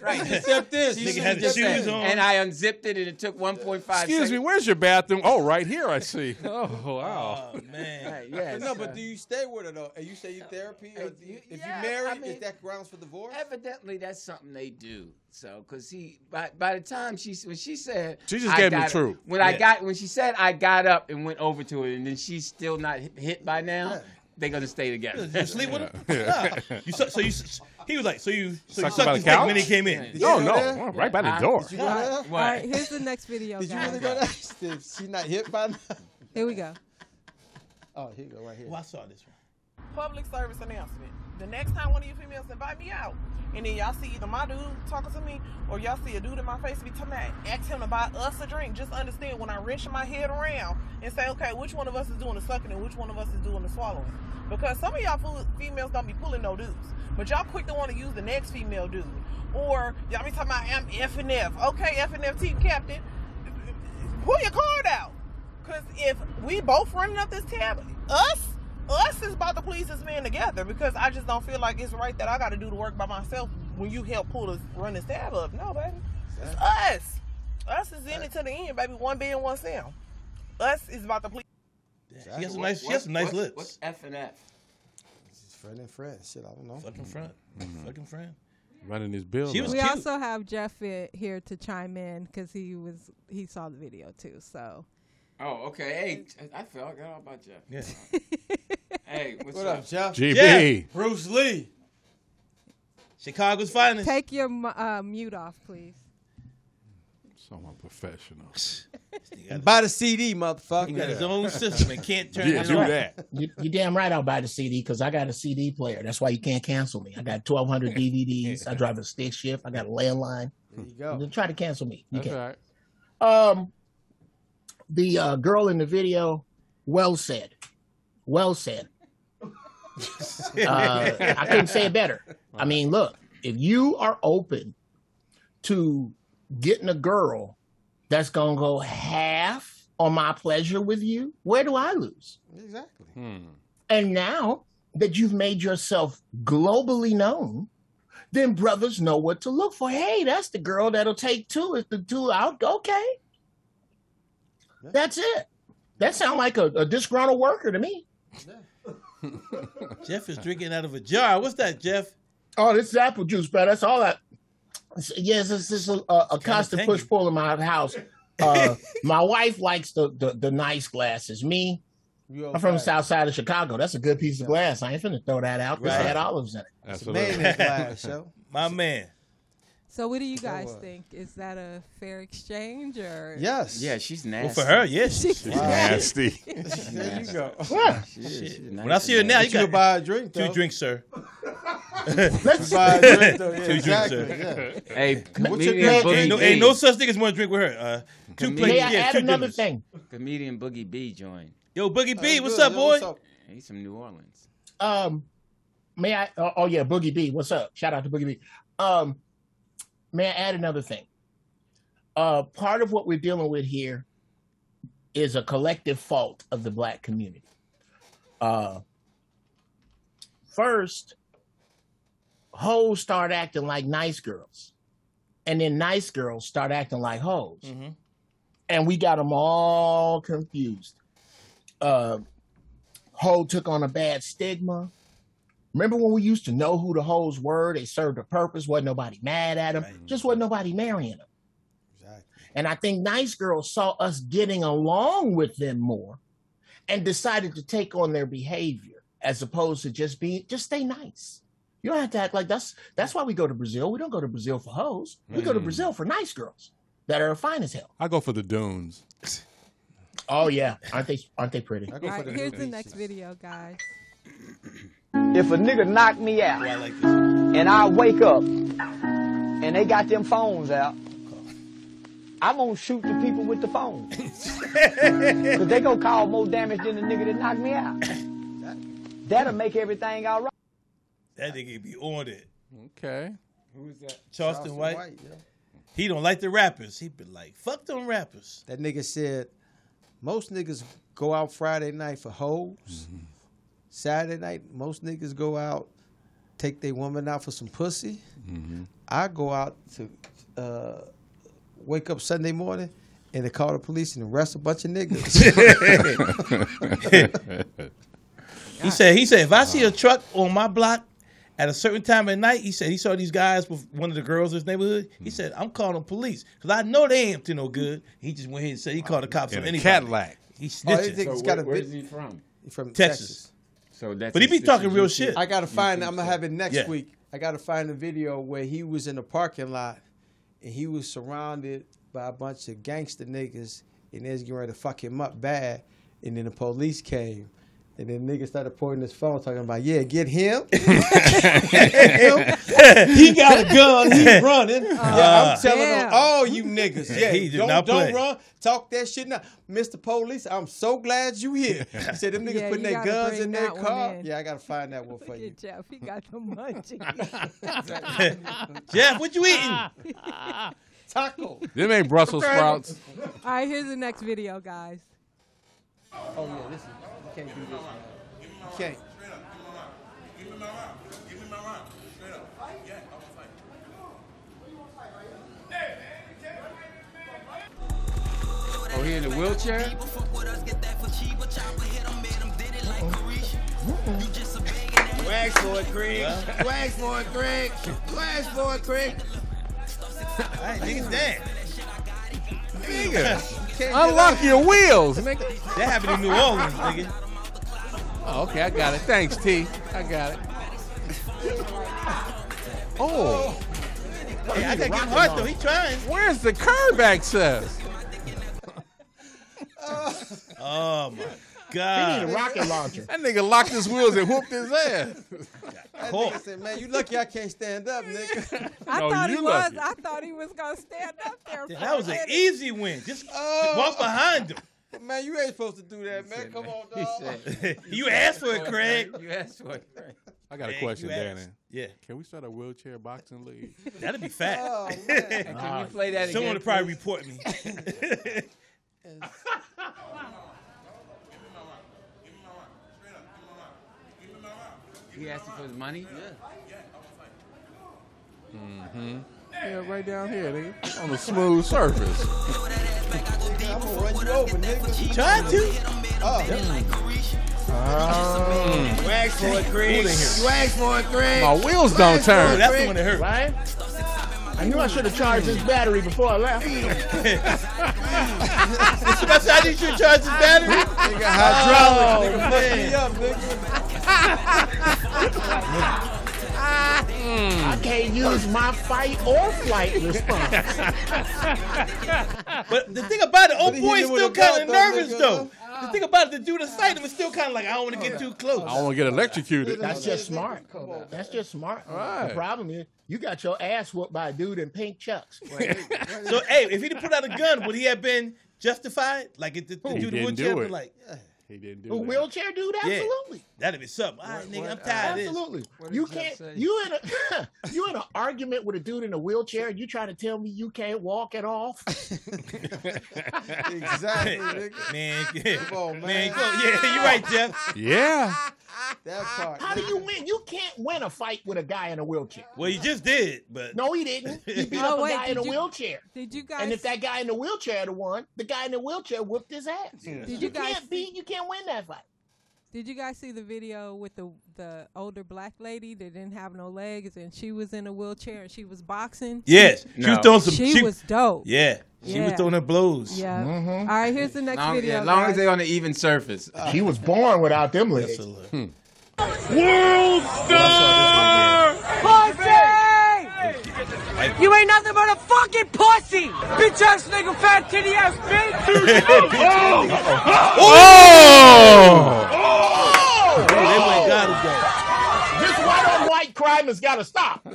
Right. Except this. She Nigga had the zipped it, shoes on. And I unzipped it and it took 1.5 Excuse seconds. me, where's your bathroom? Oh, right here, I see. Oh, wow. man. yes. no, uh, but do you stay with her though? And you say you therapy, or do you, if yeah, you marry, I mean- is that grounds for divorce? Evidently, that's something they do. So, cause he by by the time she when she said She just I gave him got the up- truth. When Yeah. I got when she said I got up and went over to it, and then she's still not hit, hit by now. They're gonna stay together. You sleep with him? Yeah. Nah. You suck, so you, s- he was like, so you, so you Sucked sucked by the his dick couch? when he came in. No, no, well, right by the Huh? door. Did you go there? All right, here's the next video. Did you guys. really go there? If She's not hit by now. Here we go. Oh, here you go, right here. Well, I saw this one. public service announcement. The next time one of you females invite me out, and then y'all see either my dude talking to me or y'all see a dude in my face be talking about ask him to buy us a drink. Just understand when I wrench my head around and say, okay, which one of us is doing the sucking and which one of us is doing the swallowing. Because some of y'all fool- females don't be pulling no dudes, but y'all quick to want to use the next female dude. Or y'all be talking about I'm F and F. Okay, F and F team captain, pull your card out. Cause if we both running up this tab, us us is about to please this man together because I just don't feel like it's right that I got to do the work by myself when you help pull this run this tab up. No, baby, it's us. Us is in it to the end, baby. One band, one sound. Us is about to please. She has some nice, she has some nice lips. What's F and F? friend and friend. Shit, I don't know. Mm-hmm. Fucking friend. Fucking friend. Running his building. we also have Jeff i- here to chime in because he was he saw the video too. So Oh, okay. Hey, I felt I got all about Jeff. Yeah. hey, what's What up, up, Jeff? GB. Bruce Lee. Chicago's finest. take your mu- uh, mute off, please. Someone professional. And buy the CD, motherfucker. He got his own system and can't turn Yeah, it do off. that. You, you damn right I'll buy the CD because I got a CD player. That's why you can't cancel me. I got 1,200 DVDs. I drive a stick shift. I got a landline. There you go. Then try to cancel me. You That's can't. all right. Um, the uh, girl in the video, well said. Well said. Uh, I couldn't say it better. I mean, look, if you are open to getting a girl that's going to go half on my pleasure with you, where do I lose? Exactly. Hmm. And now that you've made yourself globally known, then brothers know what to look for. Hey, that's the girl that'll take two. If the two out, okay. That's it. That sounds like a, a disgruntled worker to me. Jeff is drinking out of a jar. What's that, Jeff? Oh, this is apple juice, bro. That's all I. It's- Yes, it's just a, a, a constant push pull in my house. Uh, my wife likes the, the the nice glasses. Me, You I'm from the okay? south side of Chicago. That's a good piece of glass. I ain't finna throw that out because Right. I had olives in it. My man. So what do you guys uh, think? Is that a fair exchange or Yes. Yeah, she's nasty. Well, for her, yes. She's nasty. There you go. When I see her now, you But you got can buy a drink, Two though. drinks, sir. Let's- Buy a drink, though. Yeah, two exactly, drinks, sir. yeah. Hey, comedian Boogie ain't, no, B. ain't no such thing as one drink with her. Uh, two Comedian- plates. May I yeah, add two another dinners. thing? Comedian Boogie B joined. Yo, Boogie B, Oh, what's good. up, Yo, boy? what's up? He's from New Orleans. Um, may I? Oh, oh, yeah, Boogie B. What's up? Shout out to Boogie B. Um, may I add another thing? Uh, part of what we're dealing with here is a collective fault of the black community. Uh, first, hoes start acting like nice girls, and then nice girls start acting like hoes, and we got them all confused. Uh, hoe took on a bad stigma. Remember when we used to know who the hoes were? They served a purpose. Wasn't nobody mad at them. Just wasn't nobody marrying them. And I think nice girls saw us getting along with them more and decided to take on their behavior as opposed to just being just stay nice. You don't have to act like that's that's why we go to Brazil. We don't go to Brazil for hoes. We go to Mm. Brazil for nice girls that are fine as hell. I go for the dunes. Oh yeah. Aren't they aren't they pretty? All right, here's the next video, guys. If a nigga knock me out and I wake up, and they got them phones out, I'm gonna shoot the people with the phone. Cause they gonna cause more damage than the nigga that knocked me out. That'll make everything all right. That nigga be on it. Okay. Who's that? Charleston, Charleston White. White, He don't like the rappers. He been like, fuck them rappers. That nigga said, most niggas go out Friday night for hoes. Saturday night, most niggas go out, take their woman out for some pussy. I go out to uh, wake up Sunday morning and they call the police and arrest a bunch of niggas. He said, he said, if I see a truck on my block at a certain time at night, he said he saw these guys with one of the girls in his neighborhood. He said, I'm calling the police because I know they ain't up to no good. He just went ahead and said he called the cops In on a anybody. Cadillac. He Oh, snitching. this nigga's got a bit- From Texas. Texas. So that's But he be talking real shit. I gotta find. I'm gonna have it next Yeah. week. I gotta find a video where he was in the parking lot and he was surrounded by a bunch of gangster niggas and they was getting ready to fuck him up bad. And then the police came. And then niggas started pointing his phone, talking about, yeah, get him. he got a gun. He's running. yeah, I'm telling Damn. on all you niggas. Yeah, Uh, He did don't, not don't play. run. Talk that shit now. Mr. Police, I'm so glad you here. He said them niggas Yeah, putting you their gotta guns bring in their that one car. in. Yeah, I got to find that one for Look you. at Jeff. He got the munchies. Jeff, what you eating? Taco. Them ain't Brussels sprouts. All right, here's the next video, guys. Oh yeah, this is you can't do this. You can't. Oh, he in a wheelchair? Wax for it, Craig. Wax for it, Craig. Wax for it, Craig. Hey, niggas dead. Unlock your wheels, nigga. That happened in New Orleans, nigga. Oh, okay, I got it. Thanks, T. I got it. Oh. Hey, I gotta give him heart though. He trying. Where's the curb access? Oh my god. He need a rocket launcher. That nigga locked his wheels and whooped his ass. That nigga said, man, you lucky I can't stand up, nigga. I No, thought he you was. lucky. I thought he was gonna stand up there. for That was a an minute. easy win. Just Oh. walk behind him. Man, you ain't supposed to do that, man. Come on, dog. you asked for it, Craig. You asked for it, Craig. I got a Thank question, you, Alex. Danny. Yeah. Can we start a wheelchair boxing league? That'd be fat. Oh, man. Can you play that again, Someone would probably please? report me. Mm-hmm. He asked him for his money? Mm-hmm. Yeah, right down here, nigga. On a smooth surface. I'm gonna run you over, nigga. Try to. Oh, Ah. Wax for it, Craig. Who they here? Wax for it, Craig. My wheels don't Wax for it, turn. That's the Craig. one that hurt. Right? I knew I should have charged this battery before I left. I said, I need you to charge this battery. Nigga, hydraulic, Oh, nigga, fuck me up, nigga. I can't use my fight or flight response. But the thing about it, old he boy hit is him with still a belt, kind of though, nervous nigga. Oh. though. The thing about it, the dude inside him is still kind of like, I don't want to get too close. I don't want to get electrocuted. That's just smart. That's just smart. Right. The problem is you got your ass whooped by a dude in pink chucks. So hey, if he'd have put out a gun, would he have been justified? Like if the, the He dude didn't would do have it. been like, He didn't do A that. wheelchair dude? Yeah. Absolutely. that'd be something. All right, nigga, I'm tired of this. Absolutely. You can't. You in a you in an argument with a dude in a wheelchair. You trying to tell me you can't walk at all? Exactly, nigga. Man, yeah. Come on, man, man. go. Yeah, you're right, Jeff. Yeah. That part. How do you win? You can't win a fight with a guy in a wheelchair. Well, you just did, but No, he didn't. He beat Oh, up a wait, guy did in a you- wheelchair. Did you And guys? if that guy in the wheelchair had won, the guy in the wheelchair whooped his ass. Did you, you guys can't beat. You can't win that fight. Did you guys see the video with the the older black lady that didn't have no legs and she was in a wheelchair and she was boxing? yes, she was throwing some. She was dope. Yeah, she was Yeah. throwing her blows. Mm-hmm. Yeah. All right, here's the next Long, video. yeah, long as guys. they on an even surface. Uh, Hmm. He was born without them legs. World star! Pussy! You ain't nothing but a fucking pussy! Bitch ass nigga, fat titty ass bitch! Oh! Oh, they went God today. This white on white crime has got to stop. Ooh,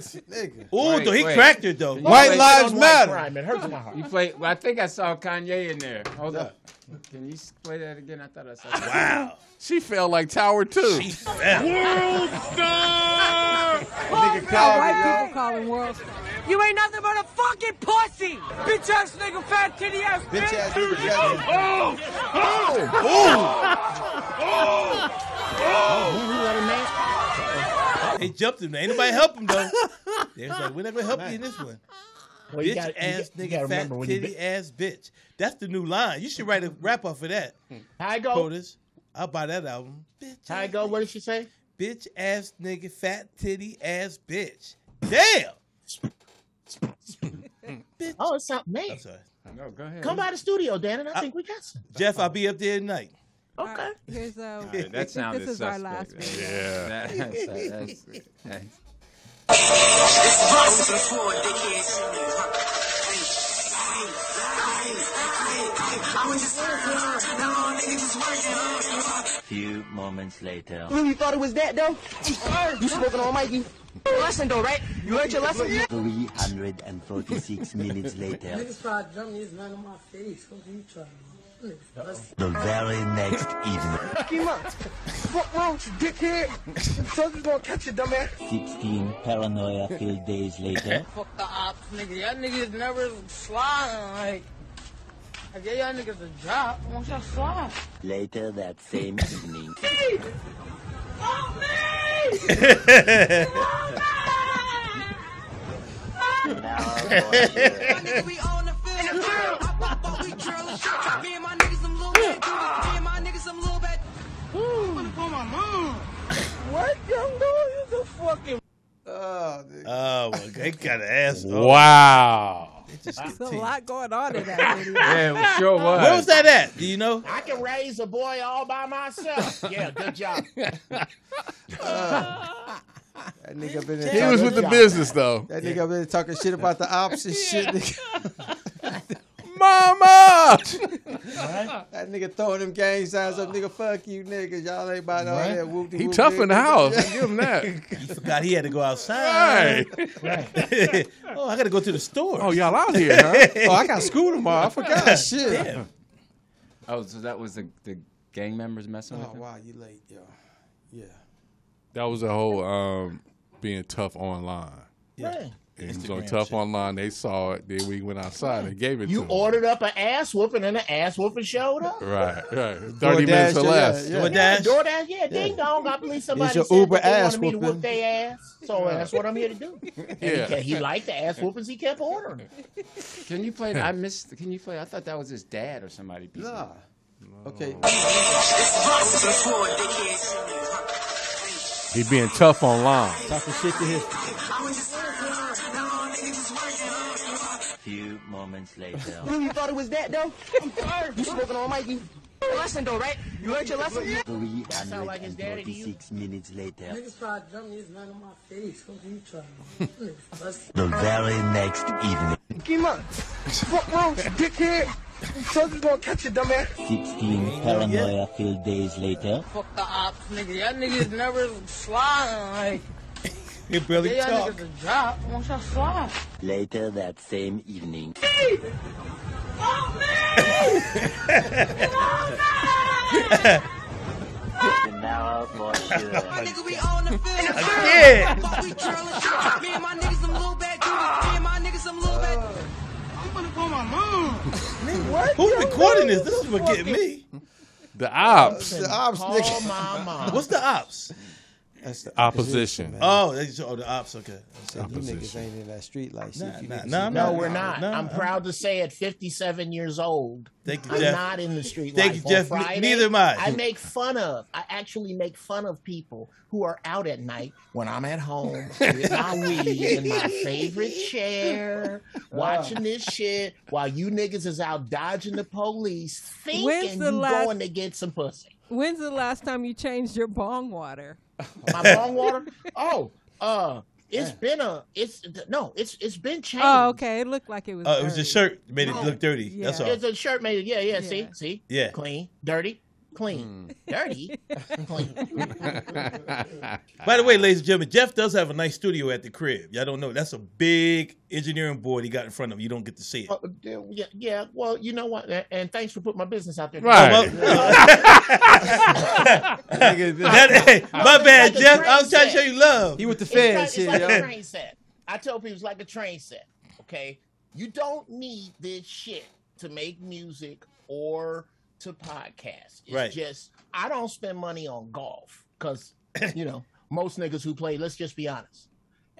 Wait, though he wait. cracked it though. You White play- lives you matter. play- It hurts my heart. You play. Well, I think I saw Kanye in there. Hold up. Can you s- play that again? I thought I saw. Wow. She felt like Tower 2. She World Nigga called me, white y'all. people calling world star. You ain't nothing but a fucking pussy, bitch ass nigga, fat titty ass bitch. ass nigga, Oh, oh, oh, They jumped him. Ain't nobody help him though. They was like, we're not gonna help you in this one. Well, bitch you gotta- you ass got- you gotta nigga, remember fat when you titty be- ass bitch. That's the new line. You should write a rap off of that. I go. Codas. I'll buy that Oh, album. Bitch. I go. What did she say? Bitch ass nigga, fat titty ass bitch. Damn. Oh, it's not man. I'm sorry. No, go ahead. Come by the studio, Dan, and I think we got some. Jeff, I'll be up there tonight. Okay. Here's uh, a. right, that sounded this is our suspect. last. video. Yeah. That's- that's- that's- Few moments later. You really thought it was that though? you smoking on Mikey? Lesson though, right? You learned your lesson? 346 minutes later. tried to dump this man on my face. What are you trying to The very next evening. Fucking months. Fuck wrong with you, dickhead? The Tucker's gonna catch you, dumbass. 16 paranoia-filled days later. Fuck the ops, nigga. Y'all niggas never slide. Like, I gave y'all niggas a job. I want y'all slide. Later that same evening. Oh, What? Young dude, you the fucking. Oh, Oh, well, they got an ass. Wow. There's a lot going on in that video. Yeah, it sure was. Where was that at? Do you know? I can raise a boy all by myself. Yeah, good job. Uh. That nigga up in there He was talking- with the business, though. That nigga up in there talking shit about the ops and shit. Nigga. Mama! That nigga throwing them gang signs up, nigga. Fuck you, niggas. Y'all ain't about all Right. that. Whoop He tough in the house. I give him that. He forgot he had to go outside. oh, I got to go to the store. Oh, y'all out here, huh? oh, I got school tomorrow. I forgot. Shit. Damn. Oh, so that was the, the gang members messing with Oh, him. wow. You late, yo. Yeah. That was the whole um, being tough online. Yeah. And so Instagram tough shit. online, they saw it. Then we went outside and gave it You to them. ordered up an ass whooping, and an ass whooping showed up. Right, right. 30 minutes or yeah, less. yeah. Yeah, DoorDash, yeah, ding dong. I believe somebody your said Uber that they ass wanted me to whooping. whoop their ass. So uh, that's what I'm here to do. And he Yeah. ca- he, liked the ass whoopings. He kept ordering. Can you play? I missed. Can you play? I thought that was his dad or somebody. Nah. Okay. He being tough online. Talking shit to his. Few moments later. You really thought it was that though? you smoking on Mikey? Lesson though, right? You learned your lesson? That sound like his daddy to you. 346 minutes later. tried to dump this man on my face. What are you trying to The very next evening. Game on. Fuck wrong with you, dickhead? The Tucker's gonna catch you, dumbass. 16 paranoia-filled days later. Fuck the ops, nigga. Y'all niggas never slide. He Like, barely yeah, y'all talked. niggas a job. I want y'all slide. Later that same evening. An hour for sure. Nigga, we on the field. Yeah. Fuck, we drilling shit. Me and my niggas, some little bad dudes. Me and my niggas, some little bad. I'm gonna call my mom. Nigga, what? Who's recording this? This is what getting me. The ops. The ops, nigga. What's the ops? That's the Opposition. man. Oh, they just, oh, the ops. Okay. Said, you niggas ain't in that street like shit. Nah, You nah, niggas nah, is- nah. No, we're not. No, I'm I'm- proud to say at 57 years old, Thank you, I'm Jeff. not in the street Thank life. you, Jeff. On Ne- Friday, neither am I. make fun of. I actually make fun of people who are out at night when I'm at home with my weed in my favorite chair, Ah. watching this shit while you niggas is out dodging the police, When's thinking the you last- going to get some pussy. When's the last time you changed your bong water? My bong water. Oh, uh, it's been a. It's no. It's it's been changed. Oh, okay. It looked like it was. Oh, it was a dirty. shirt made it No. look dirty. That's all. It's a shirt made. Yeah, yeah. See, see. Yeah. Clean, dirty. clean. Dirty, clean. By the way, ladies and gentlemen, Jeff does have a nice studio at the crib. Y'all don't know. That's a big engineering board he got in front of him. You don't get to see it. Oh, yeah, yeah, well, you know what? And- And thanks for putting my business out there. Right. Well- That- hey, my bad, a Jeff. train I was trying set. to show you love. He with the It's Fed like- It's shit, like yo. a train set. I tell people it's like a train set. Okay, you don't need this shit to make music or to podcast. It's Right. just I don't spend money on golf because you know most niggas who play. Let's just be honest.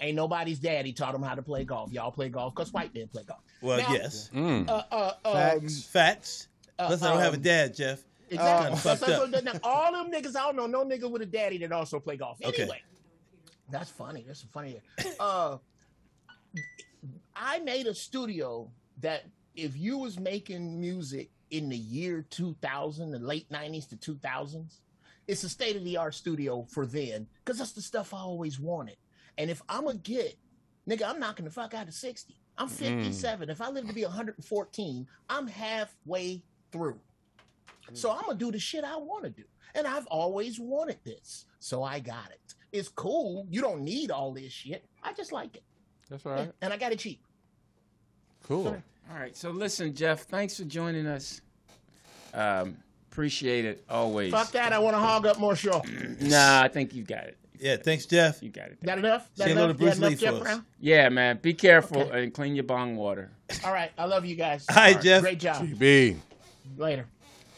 Ain't nobody's daddy taught them how to play golf. Y'all play golf because white men play golf. Well, Now- yes. Uh, uh, um, Facts. uh, Plus, I don't have a um, dad, Jeff. Exactly. Kinda So- fucked so- up. so now all them niggas, I don't know no nigga with a daddy that also play golf. Okay. Anyway, that's funny. That's funny. Uh, I made a studio that if you was making music in the year 2000, the late 90s to 2000s, it's a state of the art studio for then because that's the stuff I always wanted. And if I'm going to get, nigga, I'm knocking the fuck out of 60. I'm 57. If I live to be 114, I'm halfway through. So I'm gonna do the shit I want to do, and I've always wanted this, so I got it. It's cool. You don't need all this shit. I just like it. That's all right. And I got it cheap. Cool. All right. So listen, Jeff. Thanks for joining us. Um, appreciate it always. Fuck that. I want to hog up more show. Nah, I think you got it. Yeah. Thanks, Jeff. You got it. That enough? That Say hello enough? to Bruce that Lee enough, Jeff for us. Brown? Yeah, man. Be careful and clean your bong water. All right. I love you guys. All right, Jeff. Great job. TB. Later.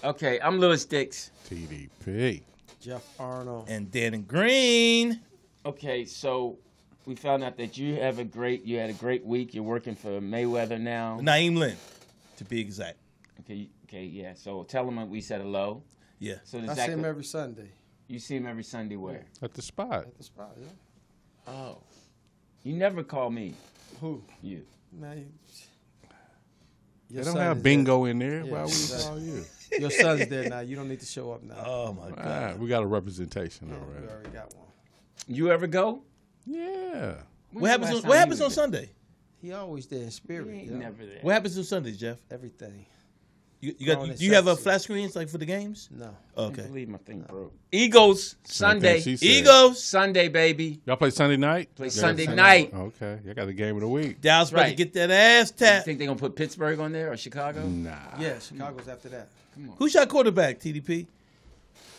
Okay, I'm Lewis Dix. TDP. Jeff Arnold. And Dan and Green. Okay, so we found out that you have a great you had a great week. You're working for Mayweather now. Naeem Lynn, to be exact. Okay, okay, yeah. So tell him we said hello. Yeah. So does I that see him go- every Sunday. you see him every Sunday where? At the spot. At the spot, yeah. Oh. You never call me. Who? You. Man, you- They Your don't son have is bingo there. in there. Yeah, Why your would we son- call you? Your son's there now. You don't need to show up now. Oh my All right, we got a representation We already. already got one. You ever go? Yeah. What happens on, what happens on Sunday? He always there in spirit. ain't yo. never there. What happens on Sundays, Jeff? Everything. You, you got? Grown You, and do you have a sexy. flat screens like for the games? No. Okay. I believe my thing broke. Eagles Sunday. she said. Eagles Sunday, baby. Y'all play Sunday night? Play Yeah, Sunday night. Okay. Y'all got the game of the week. Dallas about to Right. get that ass You tapped. think they're gonna put Pittsburgh on there or Chicago? Nah. Yeah, Chicago's after that. Who's your quarterback, TDP?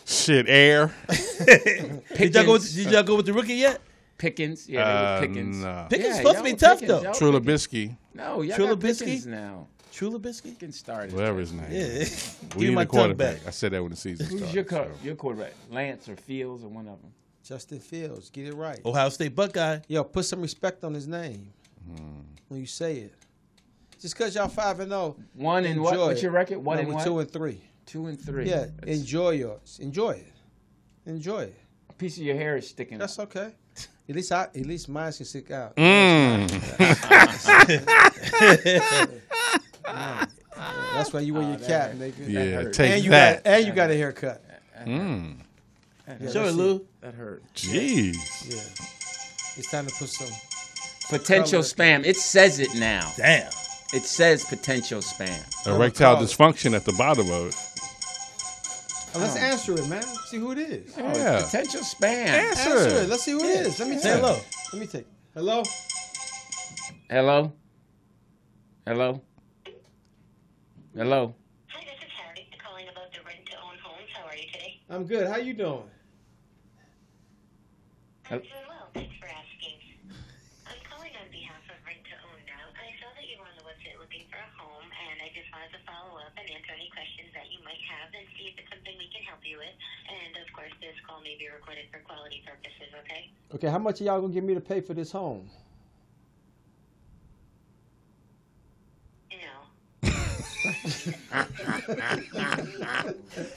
Shit, air. Did y'all, go with, did y'all go with the rookie yet? Pickens. Yeah, Uh, they were Pickens. nah. Pickens Yeah, supposed to y'all be were tough, Pickens, though. y'all True were Pickens. Trubisky. Oh, No, y'all got Trulabisky? Pickens now. Trulabisky? Getting started. Whatever his name. Yeah. is. Give We me need my a tongue quarterback. back. I said that when the season Who's started. your car- your quarterback? Lance or Fields or one of Oh, them? Justin Fields, get it right. Ohio State Buckeye. Yo, put some respect on his name Mm. when you say it. Just because y'all five and zero. One and what? enjoy What's it. your record? One No, and we what? Two and three. Two and three. Yeah, That's- enjoy yours. Enjoy it. Enjoy it. a piece of your hair is sticking. That's okay. At least I, at least mine can stick out. Mm. Yeah. That's why you wear your Ah, that cap, hurt. nigga. Yeah, That hurt. take and you that. Got, and you got a haircut. Uh-huh. Mm. out. Yeah, That that's hurt. it. That hurt. Jeez. Yeah, it's time to put some. Color. Potential spam. It says it now. Damn. It says potential spam. Erectile Color. dysfunction at the bottom of it. Oh, let's answer it, man. See who it is. Oh, it's Yeah. Potential spam. Answer. Answer it. Let's see who it is. Let me Say take. hello. Let me take. Hello. Hello. Hello. Hello. I'm good. How you doing? Hel- Okay. How much are y'all gonna give me to pay for this home?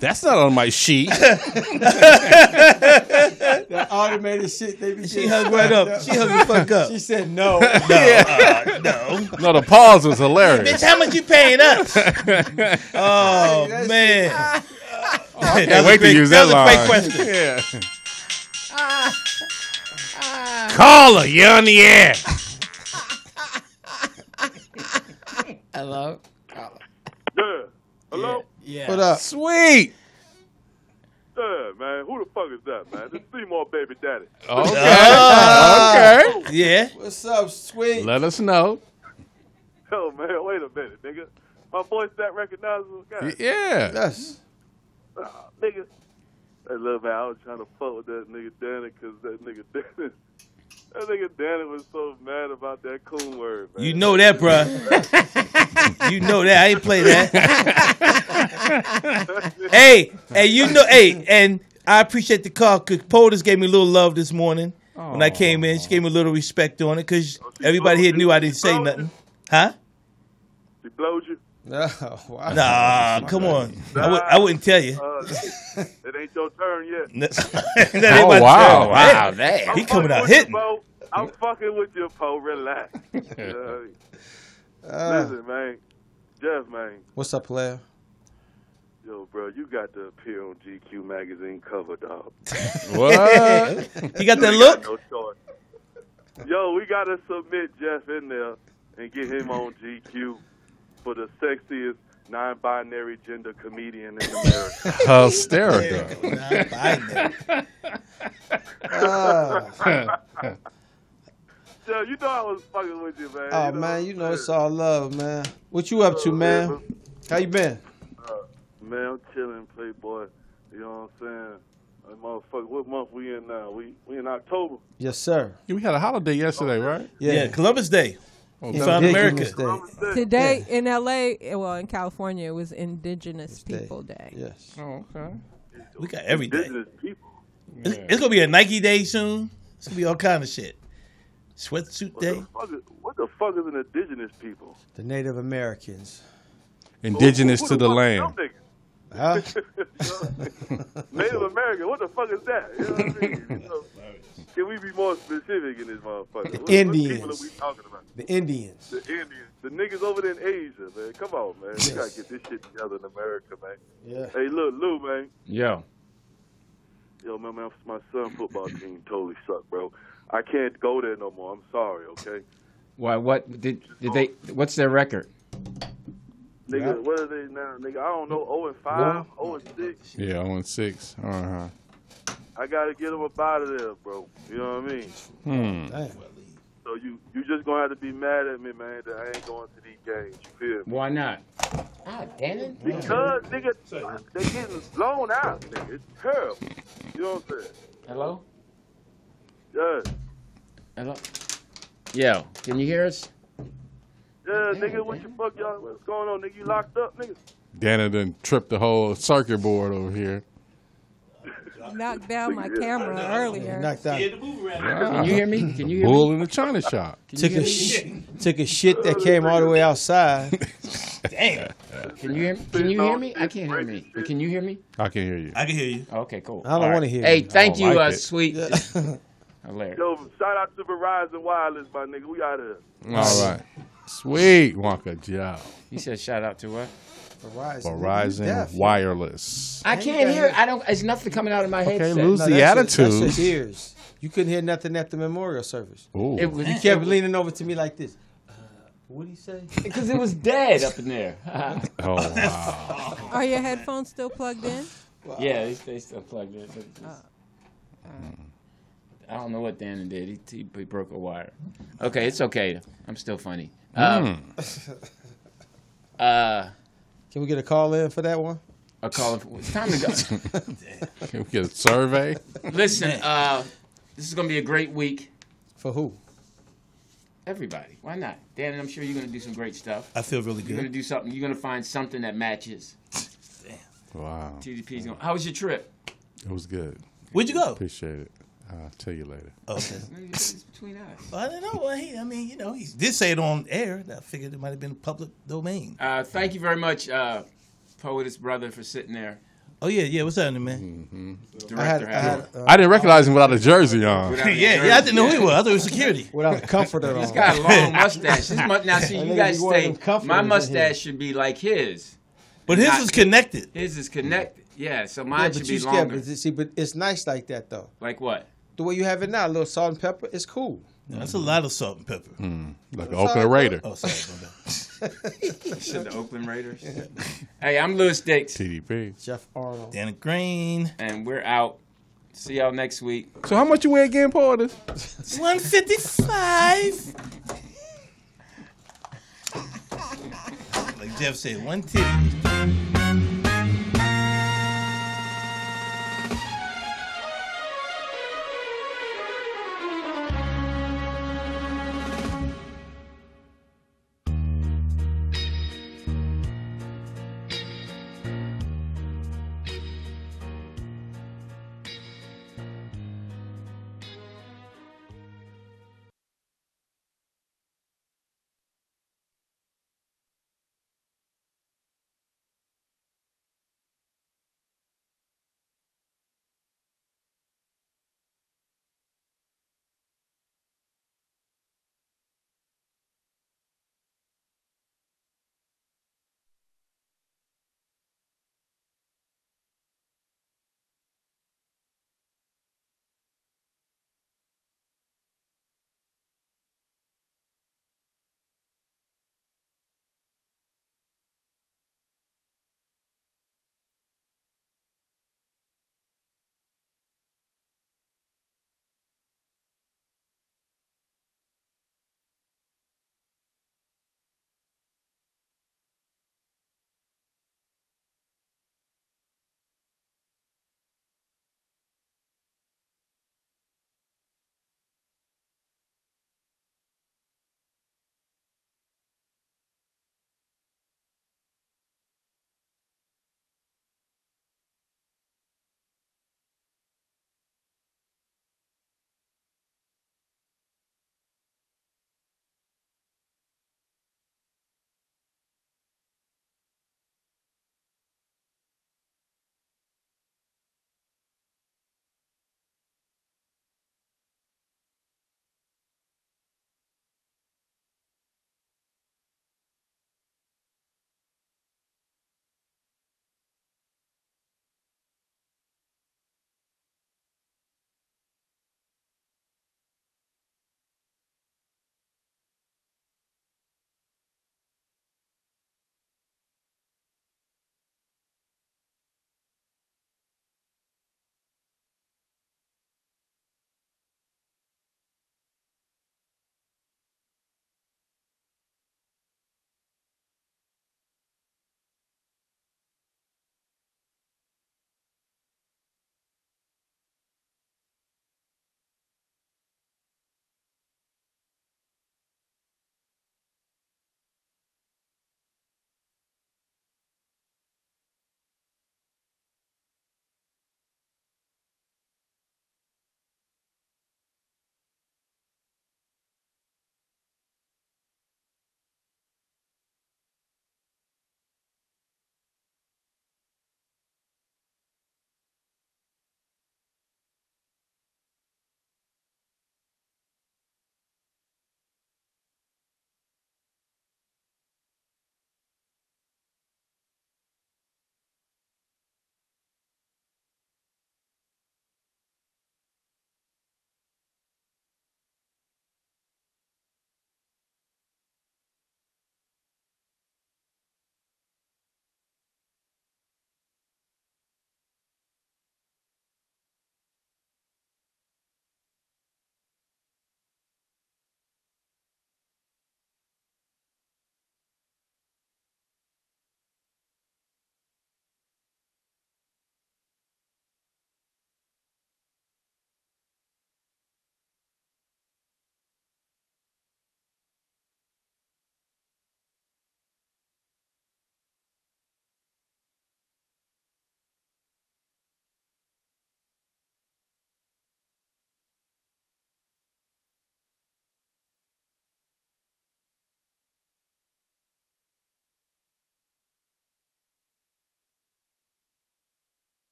That's not on my sheet. That automated shit. They be She hung right up. She hung the fuck up. She said no. uh, No, uh, no. no, the pause was hilarious. Bitch, how much you paying us? oh That's- man. I That can't was wait great- to use that that, was a line. great question. Yeah. Ah, Call her. You're on the air. Hello. Yeah. Hello? Yeah. What up? Sweet. Yeah, man. Who the fuck is that, man? This Seymour baby daddy. Okay. okay. Ah. Yeah. What's up, sweet? Let us know. Yo, man, wait a minute, nigga. My voice that recognizable? God. Yeah. Ah, nigga. Hey, look, man, I was trying to fuck with that nigga Danny because that nigga Danny, that nigga Danny was so mad about that coon word, man. You know that, bruh. you know that. I ain't play that. hey, hey, you know, hey, and I appreciate the call because POTUS gave me a little love this morning when I came in. She gave me a little respect on it because everybody here knew I didn't say nothing. Huh? He blowed you? No, wow. Nah, Oh, come on. I, would, I wouldn't tell you. Uh, it ain't your turn yet. No- That ain't my turn. Man, He I'm coming fucking out with you, hitting. Bo. I'm fucking with you, Poe. Relax. You know what I mean? Uh. Listen, man. Jeff, man. What's up, player? Yo, bro, you got to appear on GQ magazine cover, dog. What? He got that ain't look? no choice. Yo, we got to submit Jeff in there and get him on GQ for the sexiest non-binary gender comedian in America. Hysterical. Non-binary. Yo, you know I was fucking with you, man. Oh you know? man, you know it's all love, man. What you up to, man? How you been? Uh, man, I'm chilling, Playboy. You know what I'm saying? Like, motherfucker, what month we in now? We we in October. Yes, sir. We had a holiday yesterday, right? Oh, Yeah. Columbus Day. Oh, He found America. Columbus Today in LA, eh, well, in California, it was Indigenous People Day. Yes. Oh, okay. We got every day. people. It's, it's gonna be a Nike day soon. It's gonna be all kind of shit. Sweatsuit What day. the, fuck is, what the fuck is an indigenous people? The Native Americans. Indigenous to the Them land. niggas. Huh? Native American, what the fuck is that? You know what I mean? You know, can we be more specific in this motherfucker? The What- What people Indians. are we talking about? The Indians. The Indians, the niggas over there in Asia, man. Come on, man. We gotta get this shit together in America, man. Yeah. Hey, look, Lou, man. Yo. Yo, man, man, my son football team totally sucked, bro. I can't go there no more. I'm sorry, okay? Why? What did did they? What's their record? Nigga, Yeah. what are they now? Nigga, I don't know. 0 and 5, Well- 0 and 6. Yeah, I went six. Uh huh. I gotta get them up out of there, bro. You know what I mean? Hmm. So you you just gonna have to be mad at me, man, that I ain't going to these games. You feel me? Why not? Ah, damn it. Because nigga, they getting blown out. Nigga. It's terrible. You know what I'm saying? Hello. Yeah, Hello. Yo, can you hear us? yeah, nigga. What you fuck y'all? What's going on, nigga? You locked up, nigga. Dana done tripped the whole circuit board over here. Knocked down my camera earlier. knocked out. Can you hear me? Can you hear Bull me? in the china shop. Took a sh- took a shit that came all the way outside. Damn. Can you hear me? Can you hear me? I can't hear me. But can you hear me? I can hear you. I can hear you. Okay, cool. I don't All right. wanna hear Hey, you. thank I you, don't uh, like it. sweet. Hilarious. Yo, shout out to Verizon Wireless, my nigga. We out here. All right. Sweet Wonka Joe. He said, "Shout out to what?" Verizon. Verizon Deaf. Wireless. I can't hear. I don't. It's nothing coming out of my headset. lose No, the that's your- attitude. that's your ears. You couldn't hear nothing at the memorial service. Ooh. It was- you it kept was- leaning over to me like this. What do you say? Because it was dead up in there. Oh, wow. Are your headphones still plugged in? Yeah, they, they still plugged in. But just- I don't know what Dannon did. He, he, he broke a wire. Okay, it's okay. I'm still funny. Hmm. Um, uh, Can we get a call in for that one? a call. It's time to Can we get a survey? go. Listen, uh, this is gonna be a great week. For who? Everybody, why not? Dannon, I'm sure you're gonna do some great stuff. I feel really You're gonna good. do something. You're gonna find something that matches. Wow. TDP's going. to How was your trip? It was good. Where'd you go? Appreciate it. I'll tell you later. Okay. It's between us. I don't know. Well, he, I mean, you know, he did say it on air. I figured it might have been public domain. Uh, thank you very much, uh, Poetess Brother, for sitting there. Oh yeah, yeah. What's happening, man? Mm-hmm. Director I had, I Howard. had I didn't recognize him without a jersey on. Without your uh, yeah, yeah. I jersey. didn't know who he was. I thought it was security. without a comforter He's on. got a long mustache. His mu- now, see, That you nigga guys be wearing stay. them comforters My in mustache should be like his. But his is connected. His is connected. Yeah, so Yeah, mine but should you be scared, longer. but see, but it's nice like that though. Like what? The way you have it now, a little salt and pepper, it's cool. That's a lot of salt and pepper. Hmm, Like an Oakland Raider. Oh, sorry. my bad. said the Oakland Raiders. hey, I'm Lewis Dix. TDP. Jeff Arnold. Danny Green. And we're out. See y'all next week. So how much you weigh again, Porter? 155. like Jeff said, one titty.